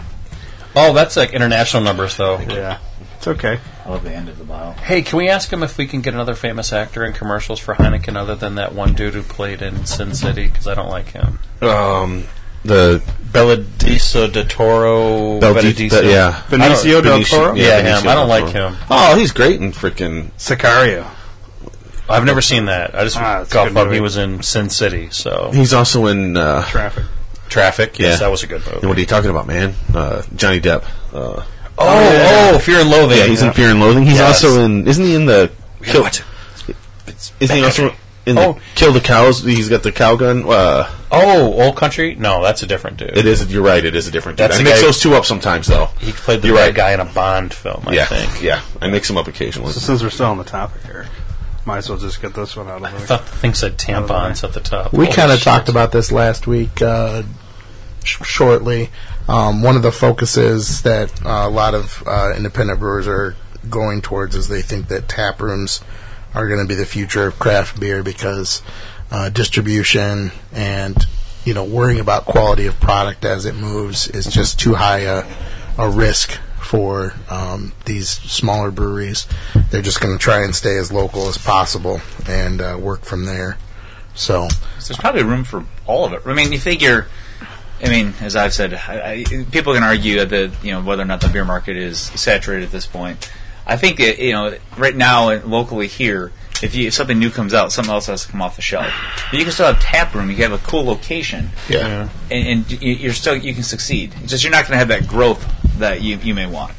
[SPEAKER 4] Oh, that's like international numbers though.
[SPEAKER 5] Yeah, it's okay.
[SPEAKER 10] I love the end of the bottle.
[SPEAKER 4] Hey, can we ask him if we can get another famous actor in commercials for Heineken other than that one dude who played in Sin City? Because I don't like him.
[SPEAKER 7] Um, the
[SPEAKER 4] Belladisa de Toro.
[SPEAKER 7] Bel- the- yeah,
[SPEAKER 5] Benicio del
[SPEAKER 7] Benicio-
[SPEAKER 5] Toro?
[SPEAKER 4] Yeah, him.
[SPEAKER 7] Benicio
[SPEAKER 4] I
[SPEAKER 7] del
[SPEAKER 4] don't like
[SPEAKER 7] Toro.
[SPEAKER 4] him.
[SPEAKER 7] Oh, he's great in freaking.
[SPEAKER 5] Sicario.
[SPEAKER 4] I've never seen that. I just
[SPEAKER 5] Ah, that's a
[SPEAKER 4] got
[SPEAKER 5] good
[SPEAKER 4] off
[SPEAKER 5] movie.
[SPEAKER 4] he was in Sin City. So
[SPEAKER 7] He's also in. Uh,
[SPEAKER 5] Traffic.
[SPEAKER 4] Traffic. Yes,
[SPEAKER 7] Yeah.
[SPEAKER 4] that was a good movie.
[SPEAKER 7] what are you talking about, man? Uh, Johnny Depp. Uh,
[SPEAKER 4] Oh, oh, Fear and Loathing.
[SPEAKER 7] yeah, he's in Fear and Loathing. He's
[SPEAKER 4] Yes.
[SPEAKER 7] also in. Isn't he in the? Kill, Isn't he also in the
[SPEAKER 4] Oh.
[SPEAKER 7] Kill the Cows? He's got the cow gun. Uh,
[SPEAKER 4] Oh, Old Country. No, that's a different dude.
[SPEAKER 7] It is. You're right. It is a different. Dude.
[SPEAKER 4] That's
[SPEAKER 7] I
[SPEAKER 4] the
[SPEAKER 7] mix
[SPEAKER 4] guy-
[SPEAKER 7] those two up sometimes, though.
[SPEAKER 4] He played the
[SPEAKER 7] You're
[SPEAKER 4] bad
[SPEAKER 7] right.
[SPEAKER 4] guy in a Bond film. I
[SPEAKER 7] yeah,
[SPEAKER 4] think.
[SPEAKER 7] yeah. I mix them up occasionally.
[SPEAKER 5] So since we're still on the topic here, might as well just get this one out of the
[SPEAKER 4] I
[SPEAKER 5] way.
[SPEAKER 4] thought the thing said tampons at the top.
[SPEAKER 1] We
[SPEAKER 4] Holy
[SPEAKER 1] kind of
[SPEAKER 4] shit.
[SPEAKER 1] talked about this last week uh, sh- shortly. Um, one of the focuses that uh, a lot of uh, independent brewers are going towards is they think that tap rooms are going to be the future of craft beer because uh, distribution and you know worrying about quality of product as it moves is just too high a, a risk for um, these smaller breweries. They're just going to try and stay as local as possible and uh, work from there. So
[SPEAKER 10] So there's probably room for all of it. I mean, you figure. I mean, as I've said, I, I, people can argue that the you know whether or not the beer market is saturated at this point. I think that you know right now and locally here, if, you, if something new comes out, something else has to come off the shelf. But you can still have tap room. You can have a cool location,
[SPEAKER 1] Yeah.
[SPEAKER 10] and, and you- you're still you can succeed. It's just you're not going to have that growth that you you may want.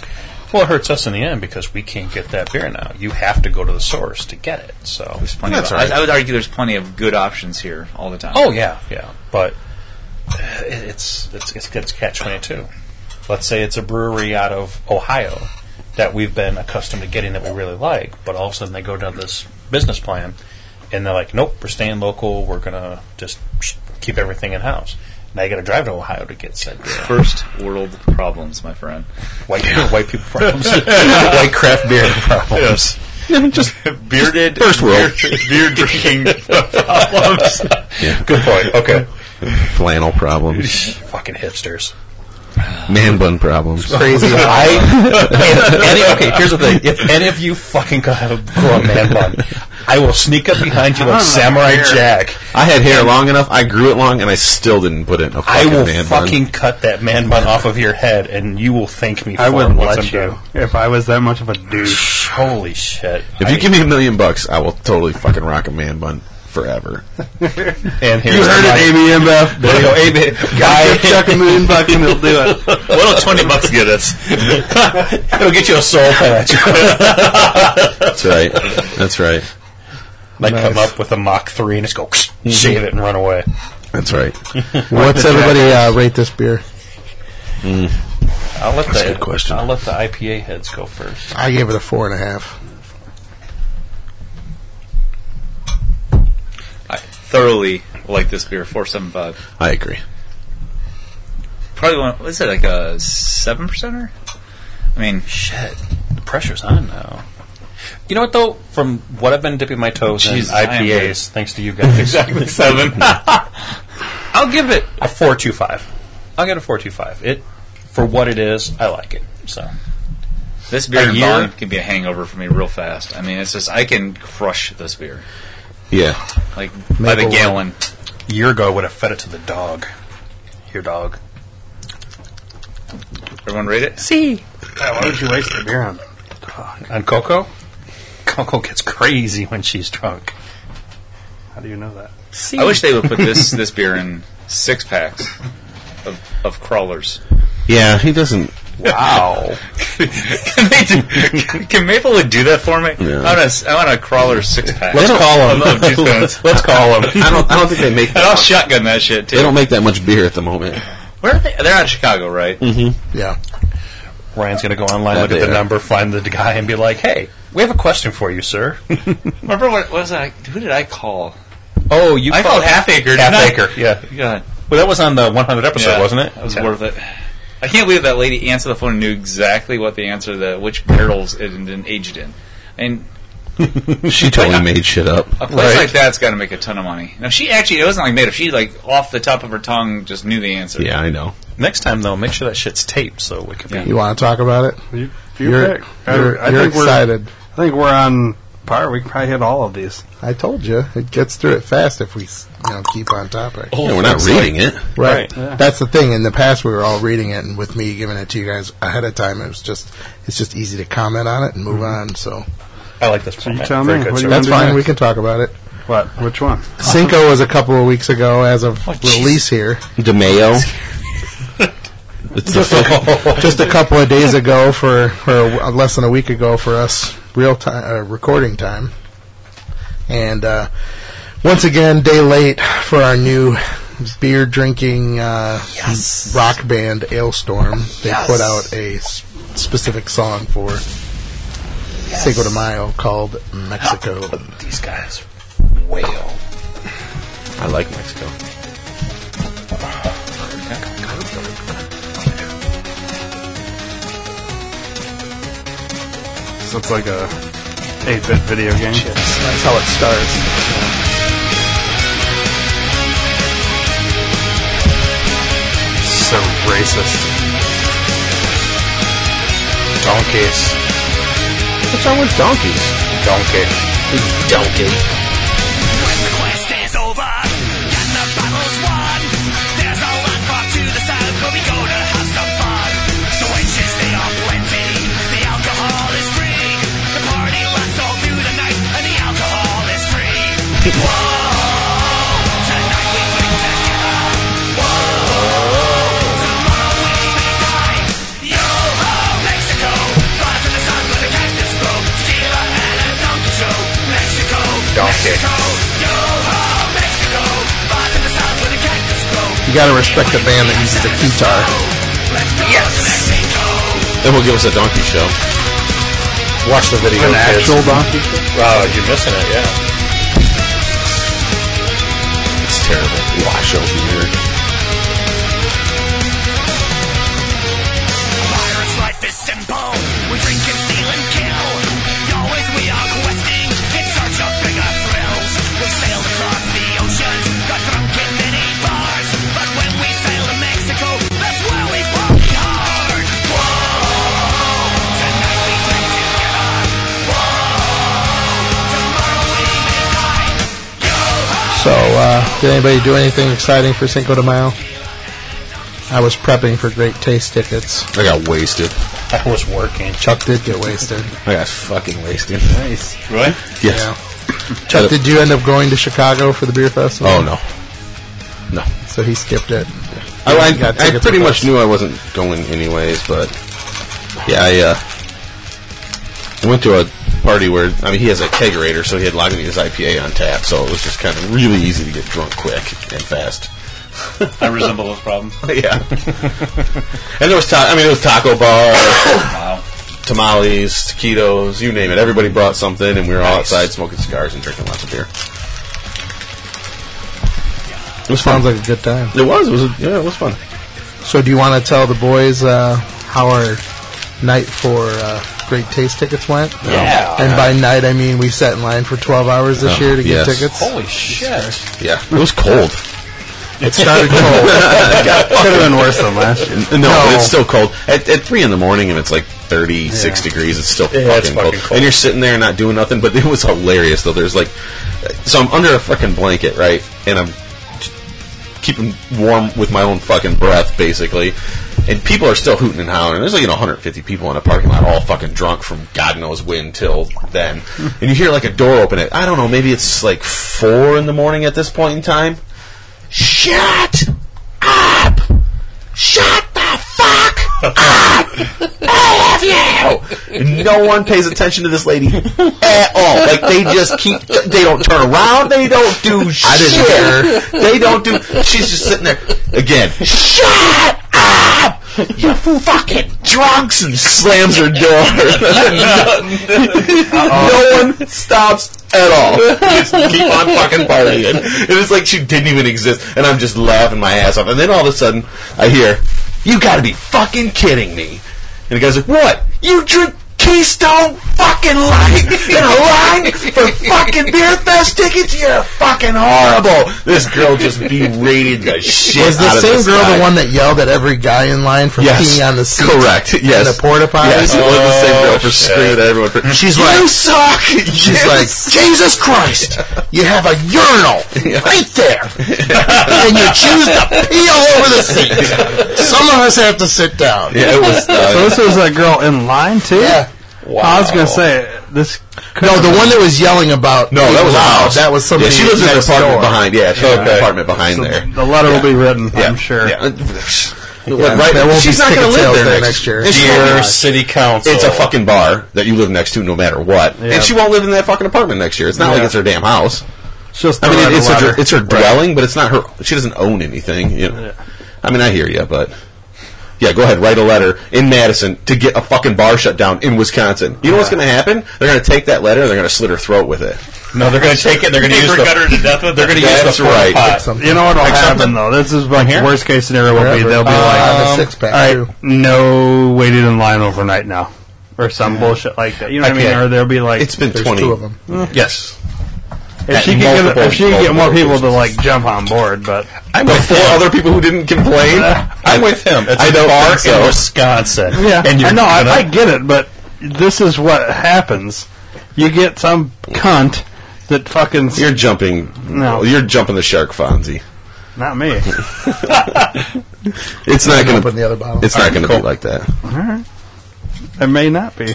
[SPEAKER 4] Well, it hurts us in the end because we can't get that beer now. You have to go to the source to get it. So.
[SPEAKER 10] There's plenty.
[SPEAKER 7] That's
[SPEAKER 10] of,
[SPEAKER 7] all right.
[SPEAKER 10] I, I would argue there's plenty of good options here all the time.
[SPEAKER 4] Oh yeah, yeah. But uh, it- it's it's it's, it's catch twenty two. Let's say it's a brewery out of Ohio that we've been accustomed to getting that we really like, but all of a sudden they go down this business plan and they're like, nope, we're staying local. We're gonna just keep everything in house. Now you got to drive to Ohio to get said beer.
[SPEAKER 10] First world problems, my friend.
[SPEAKER 4] white white people problems, white craft beer problems.
[SPEAKER 7] just
[SPEAKER 10] Bearded
[SPEAKER 7] First world.
[SPEAKER 10] beer, beer drinking problems.
[SPEAKER 4] Good point. Okay,
[SPEAKER 7] flannel problems,
[SPEAKER 4] fucking hipsters.
[SPEAKER 7] man bun problems.
[SPEAKER 1] crazy.
[SPEAKER 4] I if any, okay. Here's the thing: if any of you fucking go have a grow a man bun, I will sneak up behind you like Samurai Jack.
[SPEAKER 7] I had hair long enough. I grew it long, and I still didn't put it in a fucking
[SPEAKER 4] I will
[SPEAKER 7] man
[SPEAKER 4] fucking
[SPEAKER 7] bun.
[SPEAKER 4] cut that man bun off of your head, and you will thank me.
[SPEAKER 5] I
[SPEAKER 4] for
[SPEAKER 5] wouldn't
[SPEAKER 4] it once
[SPEAKER 5] let
[SPEAKER 4] I'm
[SPEAKER 5] you
[SPEAKER 4] done.
[SPEAKER 5] if I was that much of a douche.
[SPEAKER 4] Holy shit!
[SPEAKER 7] If
[SPEAKER 4] I-
[SPEAKER 7] you give me a million bucks, I will totally fucking rock a man bun. forever.
[SPEAKER 4] And here's
[SPEAKER 5] You heard
[SPEAKER 4] the
[SPEAKER 5] it,
[SPEAKER 4] money.
[SPEAKER 5] AB InBev.
[SPEAKER 4] There you go, Abe.
[SPEAKER 5] Chuck,
[SPEAKER 4] Buy-
[SPEAKER 5] chuck a million bucks and they'll do it.
[SPEAKER 4] What'll twenty bucks get us? It'll get you a soul patch.
[SPEAKER 7] That's right. That's right.
[SPEAKER 4] Like come up with a Mach three and just go shave it and run away.
[SPEAKER 7] That's right.
[SPEAKER 1] What's everybody uh, rate this beer?
[SPEAKER 4] I'll let
[SPEAKER 7] That's
[SPEAKER 4] the
[SPEAKER 7] a good question.
[SPEAKER 4] I'll let the IPA heads go first.
[SPEAKER 1] I gave it a four and a half.
[SPEAKER 10] I thoroughly like this beer. Four seven five.
[SPEAKER 7] I agree.
[SPEAKER 10] Probably one. What is it like a seven percenter? I mean,
[SPEAKER 4] Shit, the pressure's on now. You know what though? From what I've been dipping my toes
[SPEAKER 10] Jesus,
[SPEAKER 4] in
[SPEAKER 10] I am
[SPEAKER 4] IPAs, thanks to you guys, exactly seven. I'll give it a four two five. I'll give it a four two five. It for what it is, I like it. So
[SPEAKER 10] this beer
[SPEAKER 4] A
[SPEAKER 10] in
[SPEAKER 4] year?
[SPEAKER 10] volume can be a hangover for me real fast. I mean, it's just I can crush this beer
[SPEAKER 7] Yeah.
[SPEAKER 10] like by the
[SPEAKER 1] Maple
[SPEAKER 10] gallon.
[SPEAKER 4] a year ago, I would have fed it to the dog. Your dog.
[SPEAKER 10] Everyone rate it.
[SPEAKER 5] Why would you waste the beer on?
[SPEAKER 4] On Coco, Coco gets crazy when she's drunk.
[SPEAKER 5] How do you know that?
[SPEAKER 10] I wish they would put this this beer in six packs of of crawlers.
[SPEAKER 7] Yeah, he doesn't.
[SPEAKER 4] Wow.
[SPEAKER 10] can, they do, can Maplewood do that for me?
[SPEAKER 7] Yeah.
[SPEAKER 10] I want a, I want a crawler six pack.
[SPEAKER 7] Let's call him.
[SPEAKER 10] I love Juice Bones.
[SPEAKER 7] Let's call him. I don't. I don't think they make.
[SPEAKER 10] And I'll
[SPEAKER 7] That much,
[SPEAKER 10] shotgun that shit too.
[SPEAKER 7] they don't make that much beer at the moment.
[SPEAKER 10] Where are they? They're out of Chicago, right?
[SPEAKER 1] Yeah.
[SPEAKER 4] Ryan's gonna go online,
[SPEAKER 7] Yeah,
[SPEAKER 4] look at
[SPEAKER 7] they
[SPEAKER 4] the
[SPEAKER 7] are.
[SPEAKER 4] number, find the guy, and be like, "Hey, we have a question for you, sir."
[SPEAKER 10] Remember what was I? Who did I call?
[SPEAKER 4] oh, you
[SPEAKER 10] I called Half Acre.
[SPEAKER 4] half
[SPEAKER 10] didn't I?
[SPEAKER 4] acre. Yeah.
[SPEAKER 10] God,
[SPEAKER 4] Well, that was on the 100 episode,
[SPEAKER 10] Yeah,
[SPEAKER 4] wasn't it?
[SPEAKER 10] That was
[SPEAKER 4] Yeah.
[SPEAKER 10] worth it. I can't believe that lady answered the phone and knew exactly what the answer to which barrels it had been aged in. And
[SPEAKER 7] She totally made shit up.
[SPEAKER 10] a place
[SPEAKER 4] Right.
[SPEAKER 10] like that's got to make a ton of money. Now she actually it wasn't like made up. She like off the top of her tongue just knew the answer.
[SPEAKER 7] Yeah, I know.
[SPEAKER 4] Next time, though, make sure that shit's taped so we can be.
[SPEAKER 1] You want to talk about it?
[SPEAKER 5] You, you
[SPEAKER 1] are
[SPEAKER 5] pick.
[SPEAKER 1] you're,
[SPEAKER 5] I, I
[SPEAKER 1] you're
[SPEAKER 5] think
[SPEAKER 1] excited.
[SPEAKER 5] We're, I think we're on par. We can probably hit all of these.
[SPEAKER 1] I told you it gets through it fast if we s- you know keep on topic.
[SPEAKER 7] Yeah, we're not reading it.
[SPEAKER 1] Oh, Right.
[SPEAKER 5] Right, yeah.
[SPEAKER 1] That's the thing. In the past, we were all reading it, and with me giving it to you guys ahead of time, it was just it's just easy to comment on it and move on. So
[SPEAKER 4] I like this format.
[SPEAKER 5] tell
[SPEAKER 4] Very
[SPEAKER 5] me,
[SPEAKER 4] good,
[SPEAKER 5] what do
[SPEAKER 4] sir.
[SPEAKER 5] you
[SPEAKER 1] that's
[SPEAKER 5] do
[SPEAKER 1] fine.
[SPEAKER 5] next?
[SPEAKER 1] We can talk about it.
[SPEAKER 5] What? Which one?
[SPEAKER 1] Cinco was a couple of weeks ago, as
[SPEAKER 5] Oh,
[SPEAKER 1] of release here,
[SPEAKER 7] DeMayo. it's the fuck-
[SPEAKER 1] just a couple of days ago for or less than a week ago for us real time uh, recording time, and uh, once again day late for our new beer drinking uh, rock band Ailstorm. They put out a s- specific song for Cinco de Mayo called Mexico.
[SPEAKER 4] These guys wail.
[SPEAKER 7] I like Mexico.
[SPEAKER 5] This looks like a 8-bit video game.
[SPEAKER 1] That's how it starts.
[SPEAKER 5] So racist.
[SPEAKER 4] Donkeys.
[SPEAKER 1] What's wrong with donkeys?
[SPEAKER 4] Donkey. Donkey. Donkey.
[SPEAKER 1] You gotta respect a band that uses a guitar.
[SPEAKER 7] Then we'll give us a donkey show.
[SPEAKER 4] Watch the video.
[SPEAKER 1] An
[SPEAKER 4] kids.
[SPEAKER 1] actual donkey.
[SPEAKER 4] Wow, you're missing it, yeah.
[SPEAKER 7] It's terrible. Wash over here.
[SPEAKER 1] So, uh, did anybody do anything exciting for Cinco de Mayo? I was prepping for great taste tickets.
[SPEAKER 7] I got wasted.
[SPEAKER 4] I was working.
[SPEAKER 1] Chuck did get wasted.
[SPEAKER 7] I got fucking wasted.
[SPEAKER 5] Nice.
[SPEAKER 10] Right?
[SPEAKER 7] Yes.
[SPEAKER 1] Yeah. Chuck, did you end up going to Chicago for the beer festival?
[SPEAKER 7] Oh no, no.
[SPEAKER 1] So he skipped it.
[SPEAKER 7] Oh, I,
[SPEAKER 1] He got
[SPEAKER 7] I, I
[SPEAKER 1] tickets
[SPEAKER 7] pretty
[SPEAKER 1] with
[SPEAKER 7] much
[SPEAKER 1] us.
[SPEAKER 7] knew I wasn't going anyways, but yeah, I uh, went to a party where I mean he has a kegerator, so he had Lagunitas IPA on tap, so it was just kind of really easy to get drunk quick and fast.
[SPEAKER 10] I resemble those problems.
[SPEAKER 7] yeah, and there was ta- I mean it was taco bar,
[SPEAKER 10] Wow.
[SPEAKER 7] tamales, taquitos, you name it. Everybody brought something, and we were all outside smoking cigars and drinking lots of beer. It was fun.
[SPEAKER 1] Sounds like a good time.
[SPEAKER 7] it was. It was. Yeah, it was fun.
[SPEAKER 1] So, do you want to tell the boys uh, how our night for uh, Great Taste tickets went?
[SPEAKER 7] Uh,
[SPEAKER 4] Yeah.
[SPEAKER 1] And by night, I mean we sat in line for 12 hours this
[SPEAKER 7] Oh,
[SPEAKER 1] year to get
[SPEAKER 7] yes.
[SPEAKER 1] tickets.
[SPEAKER 4] Holy shit.
[SPEAKER 7] Yeah, it was cold.
[SPEAKER 1] It started cold.
[SPEAKER 5] Could have been worse than last year.
[SPEAKER 7] No, but it's still cold. At, at 3 in the morning, and it's like 36 degrees, it's still fucking,
[SPEAKER 4] Yeah, it's
[SPEAKER 7] cold.
[SPEAKER 4] fucking cold.
[SPEAKER 7] And you're sitting there not doing nothing, but it was hilarious, though. There's like. So I'm under a fucking blanket, right? And I'm keeping warm with my own fucking breath, basically. And people are still hooting and hollering. There's like you know 150 people in a parking lot, all fucking drunk from God knows when till then. And you hear like a door open at I don't know, maybe it's like four in the morning at this point in time. Shut up! Shut the fuck up! I love you! No one pays attention to this lady at all. Like they just keep. They don't turn around. They don't do shit. They don't do. She's just sitting there again. Shut up! Ah, You fucking drunks! And slams her door. no one stops at all. Just keep on fucking partying. And it's like she didn't even exist, and I'm just laughing my ass off. And then all of a sudden, I hear, "You got to be fucking kidding me!" And the guy's like, "What? You drink?" Keystone fucking light in a line for fucking beer fest tickets. You're fucking horrible. This girl just berated the shit
[SPEAKER 1] Was the
[SPEAKER 7] out of
[SPEAKER 1] same
[SPEAKER 7] this
[SPEAKER 1] girl
[SPEAKER 7] guy.
[SPEAKER 1] the one that yelled at every guy in line for
[SPEAKER 7] Yes,
[SPEAKER 1] peeing on the seat?
[SPEAKER 7] Correct. Yes.
[SPEAKER 1] In the porta potty?
[SPEAKER 7] Yes, it was the same girl for
[SPEAKER 4] Oh, shit.
[SPEAKER 7] screaming at everyone. For,
[SPEAKER 1] She's
[SPEAKER 7] you
[SPEAKER 1] like-
[SPEAKER 7] suck. She's
[SPEAKER 1] like,
[SPEAKER 7] Jesus Christ.
[SPEAKER 1] You have a urinal right there, and you choose to pee all over the seat. Some of us have to sit down.
[SPEAKER 7] Yeah, it was.
[SPEAKER 5] So
[SPEAKER 7] Uh,
[SPEAKER 5] this was that girl in line too.
[SPEAKER 1] Yeah.
[SPEAKER 5] I was gonna say this. could
[SPEAKER 1] No,
[SPEAKER 5] have
[SPEAKER 1] the one that was yelling about.
[SPEAKER 7] no, that was
[SPEAKER 1] Wow,
[SPEAKER 7] ours.
[SPEAKER 1] That was somebody.
[SPEAKER 7] Yeah, she lives in the
[SPEAKER 1] next
[SPEAKER 7] apartment
[SPEAKER 1] door.
[SPEAKER 7] behind. Yeah, she lives in the
[SPEAKER 4] Okay.
[SPEAKER 7] apartment behind
[SPEAKER 5] So
[SPEAKER 7] there.
[SPEAKER 5] The letter will be written,
[SPEAKER 7] Yeah.
[SPEAKER 5] I'm sure.
[SPEAKER 7] Yeah.
[SPEAKER 1] Yeah,
[SPEAKER 7] right.
[SPEAKER 1] there won't
[SPEAKER 7] She's
[SPEAKER 1] be
[SPEAKER 7] not going
[SPEAKER 1] ticket
[SPEAKER 7] to live
[SPEAKER 1] sales
[SPEAKER 7] there
[SPEAKER 1] there
[SPEAKER 7] next,
[SPEAKER 1] next year.
[SPEAKER 7] And she won't
[SPEAKER 4] Dear
[SPEAKER 7] live-
[SPEAKER 4] City Council.
[SPEAKER 7] It's a fucking bar that you live next to, no matter what,
[SPEAKER 5] Yeah.
[SPEAKER 7] and she won't live in that fucking apartment next year. It's not like it's her damn house.
[SPEAKER 5] It's just
[SPEAKER 7] I
[SPEAKER 5] the
[SPEAKER 7] mean,
[SPEAKER 5] letter
[SPEAKER 7] it- it's
[SPEAKER 5] letter.
[SPEAKER 7] her, it's her dwelling, but it's not her. She doesn't own anything. You know? I mean, I hear you, but yeah, go ahead, write a letter in Madison to get a fucking bar shut down in Wisconsin. You know what's going to happen? They're going to take that letter and they're going to slit her throat with it.
[SPEAKER 4] No, they're going to take it. They're going to use
[SPEAKER 9] Paper
[SPEAKER 4] the.
[SPEAKER 9] gutter to death with
[SPEAKER 4] They're going to use
[SPEAKER 7] That's
[SPEAKER 4] the porta
[SPEAKER 7] right.
[SPEAKER 4] pot.
[SPEAKER 1] Something.
[SPEAKER 5] You know what will
[SPEAKER 4] something-
[SPEAKER 5] happen though? This is like
[SPEAKER 4] here?
[SPEAKER 5] worst case scenario will be they'll be
[SPEAKER 1] on
[SPEAKER 5] like, um,
[SPEAKER 1] the six pack.
[SPEAKER 5] all
[SPEAKER 1] too.
[SPEAKER 5] right, no waiting in line overnight now, or some bullshit like that. You know what I mean?
[SPEAKER 7] can't.
[SPEAKER 5] Or they'll be like,
[SPEAKER 7] It's been
[SPEAKER 1] There's
[SPEAKER 7] twenty.
[SPEAKER 1] two of them.
[SPEAKER 7] Yes,
[SPEAKER 5] if she can get
[SPEAKER 7] multiple-
[SPEAKER 5] if she can get more
[SPEAKER 7] multiple
[SPEAKER 5] people to like jump on board, but
[SPEAKER 7] I'm with four other people who didn't complain.
[SPEAKER 4] I'm with him. It's
[SPEAKER 7] I
[SPEAKER 4] a
[SPEAKER 7] don't
[SPEAKER 4] bar
[SPEAKER 7] think so.
[SPEAKER 4] in Wisconsin.
[SPEAKER 5] yeah,
[SPEAKER 4] And you're
[SPEAKER 5] I know I,
[SPEAKER 4] gonna-
[SPEAKER 5] I get it, but this is what happens. You get some cunt that fucking
[SPEAKER 7] You're jumping.
[SPEAKER 5] No.
[SPEAKER 7] you're jumping the shark, Fonzie.
[SPEAKER 5] not me.
[SPEAKER 7] It's not going
[SPEAKER 1] Open
[SPEAKER 7] to.
[SPEAKER 1] the other bottle.
[SPEAKER 7] It's not going to be like that.
[SPEAKER 5] It may not be.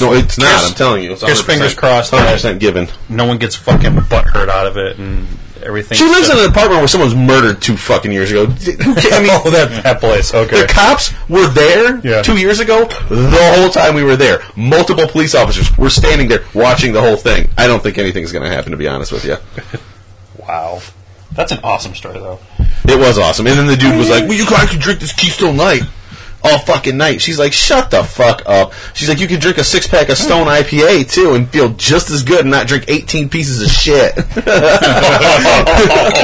[SPEAKER 7] No, it's not.
[SPEAKER 4] Here's-
[SPEAKER 7] I'm telling you. It's
[SPEAKER 4] here's
[SPEAKER 7] 100%,
[SPEAKER 4] fingers crossed that-
[SPEAKER 7] 100% given.
[SPEAKER 4] no one gets fucking butt hurt out of it and everything.
[SPEAKER 7] She lives in an apartment where someone was murdered two fucking years ago. Who ca- I mean,
[SPEAKER 4] oh, that, that place. Okay.
[SPEAKER 7] The cops were there
[SPEAKER 4] Yeah.
[SPEAKER 7] two years ago. The whole time we were there, multiple police officers were standing there watching the whole thing. I don't think anything's going to happen, to be honest with you.
[SPEAKER 4] Wow. That's an awesome story, though.
[SPEAKER 7] It was awesome. And then the dude was like, "Well, you guys can drink this Keystone Light all fucking night." She's like, "Shut the fuck up." She's like, "You can drink a six pack of Stone IPA too and feel just as good and not drink eighteen pieces of shit."
[SPEAKER 4] she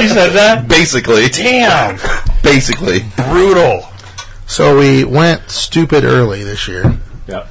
[SPEAKER 4] said that?
[SPEAKER 7] basically,
[SPEAKER 4] Damn.
[SPEAKER 7] basically,
[SPEAKER 4] Brutal.
[SPEAKER 1] So we went stupid early this year.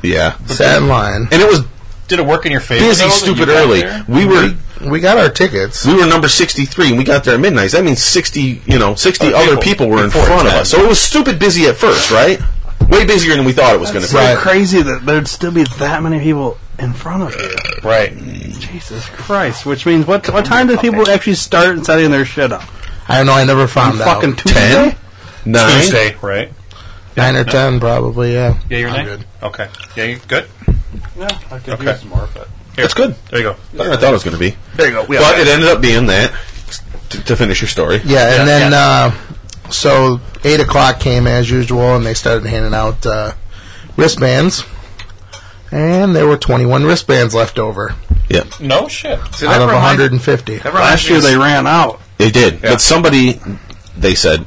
[SPEAKER 7] yeah.
[SPEAKER 1] Sat in line.
[SPEAKER 7] And it was
[SPEAKER 4] Did it work in your favor?
[SPEAKER 7] busy,
[SPEAKER 4] though, that you
[SPEAKER 7] stupid
[SPEAKER 4] got
[SPEAKER 7] early.
[SPEAKER 4] there?
[SPEAKER 7] We were
[SPEAKER 1] We got our tickets.
[SPEAKER 7] we were number 63 and we got there at midnight. That means 60, you know, 60
[SPEAKER 4] Other
[SPEAKER 7] other
[SPEAKER 4] people
[SPEAKER 7] people were in
[SPEAKER 4] before
[SPEAKER 7] front of
[SPEAKER 4] 10.
[SPEAKER 7] us. So it was stupid busy at first, right? Way busier than we thought it was going to
[SPEAKER 5] So
[SPEAKER 7] be.
[SPEAKER 5] crazy that there'd still be that many people in front of you.
[SPEAKER 4] Right.
[SPEAKER 5] Jesus Christ! Which means what? What time do people actually start setting their shit up?
[SPEAKER 1] I don't know. I never found out.
[SPEAKER 5] Fucking Tuesday.
[SPEAKER 7] Ten, nine.
[SPEAKER 4] Tuesday, right?
[SPEAKER 1] Nine or ten, probably. Yeah.
[SPEAKER 4] Yeah, you're
[SPEAKER 1] I'm
[SPEAKER 4] nine?
[SPEAKER 1] good.
[SPEAKER 4] Okay. Yeah, you good?
[SPEAKER 5] No, I could
[SPEAKER 4] Okay. use
[SPEAKER 5] more, but
[SPEAKER 7] That's good.
[SPEAKER 4] There you go.
[SPEAKER 7] That's what I thought it was going to be.
[SPEAKER 5] There you go. We
[SPEAKER 7] but it ended up being that. To, to finish your story,
[SPEAKER 1] Yeah, and then Uh, so eight o'clock came as usual, and they started handing out uh, wristbands, and there were twenty-one wristbands left over
[SPEAKER 7] yeah,
[SPEAKER 4] No shit.
[SPEAKER 10] See, that
[SPEAKER 1] out of one
[SPEAKER 10] reminds-
[SPEAKER 1] hundred and fifty.
[SPEAKER 10] that reminds
[SPEAKER 5] Last
[SPEAKER 10] me
[SPEAKER 5] year
[SPEAKER 10] of-
[SPEAKER 5] they ran out.
[SPEAKER 7] They did. But somebody, they said,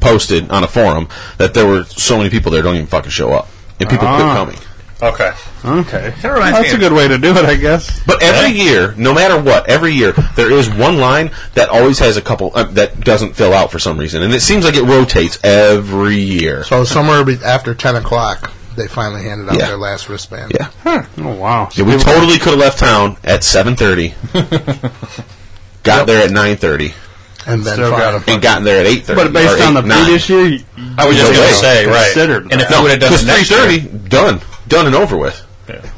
[SPEAKER 7] posted on a forum that there were so many people there don't even fucking show up. And people quit
[SPEAKER 5] Ah.
[SPEAKER 7] coming.
[SPEAKER 4] Okay.
[SPEAKER 5] Okay.
[SPEAKER 10] That reminds
[SPEAKER 5] That's
[SPEAKER 10] me
[SPEAKER 5] a good way to do it, I guess.
[SPEAKER 7] But every year, no matter what, every year, there is one line that always has a couple uh, that doesn't fill out for some reason. And it seems like it rotates every year.
[SPEAKER 1] So somewhere be- after ten o'clock, they finally handed out
[SPEAKER 7] Yeah.
[SPEAKER 1] their last wristband.
[SPEAKER 7] Yeah.
[SPEAKER 5] Oh wow.
[SPEAKER 7] Yeah, we totally could have left town at 7.30, got there at 9.30,
[SPEAKER 1] and then
[SPEAKER 5] Still got
[SPEAKER 1] finally,
[SPEAKER 7] and gotten there at 8.30.
[SPEAKER 5] But based
[SPEAKER 7] or
[SPEAKER 5] on
[SPEAKER 7] 8,
[SPEAKER 5] the
[SPEAKER 7] 9.
[SPEAKER 5] previous year,
[SPEAKER 4] I was just
[SPEAKER 7] No
[SPEAKER 4] going
[SPEAKER 7] way.
[SPEAKER 4] to say, right.
[SPEAKER 5] Considered
[SPEAKER 4] and if
[SPEAKER 7] No,
[SPEAKER 4] you would have done
[SPEAKER 7] because
[SPEAKER 4] the next year,
[SPEAKER 7] 3.30, done. Done and over with.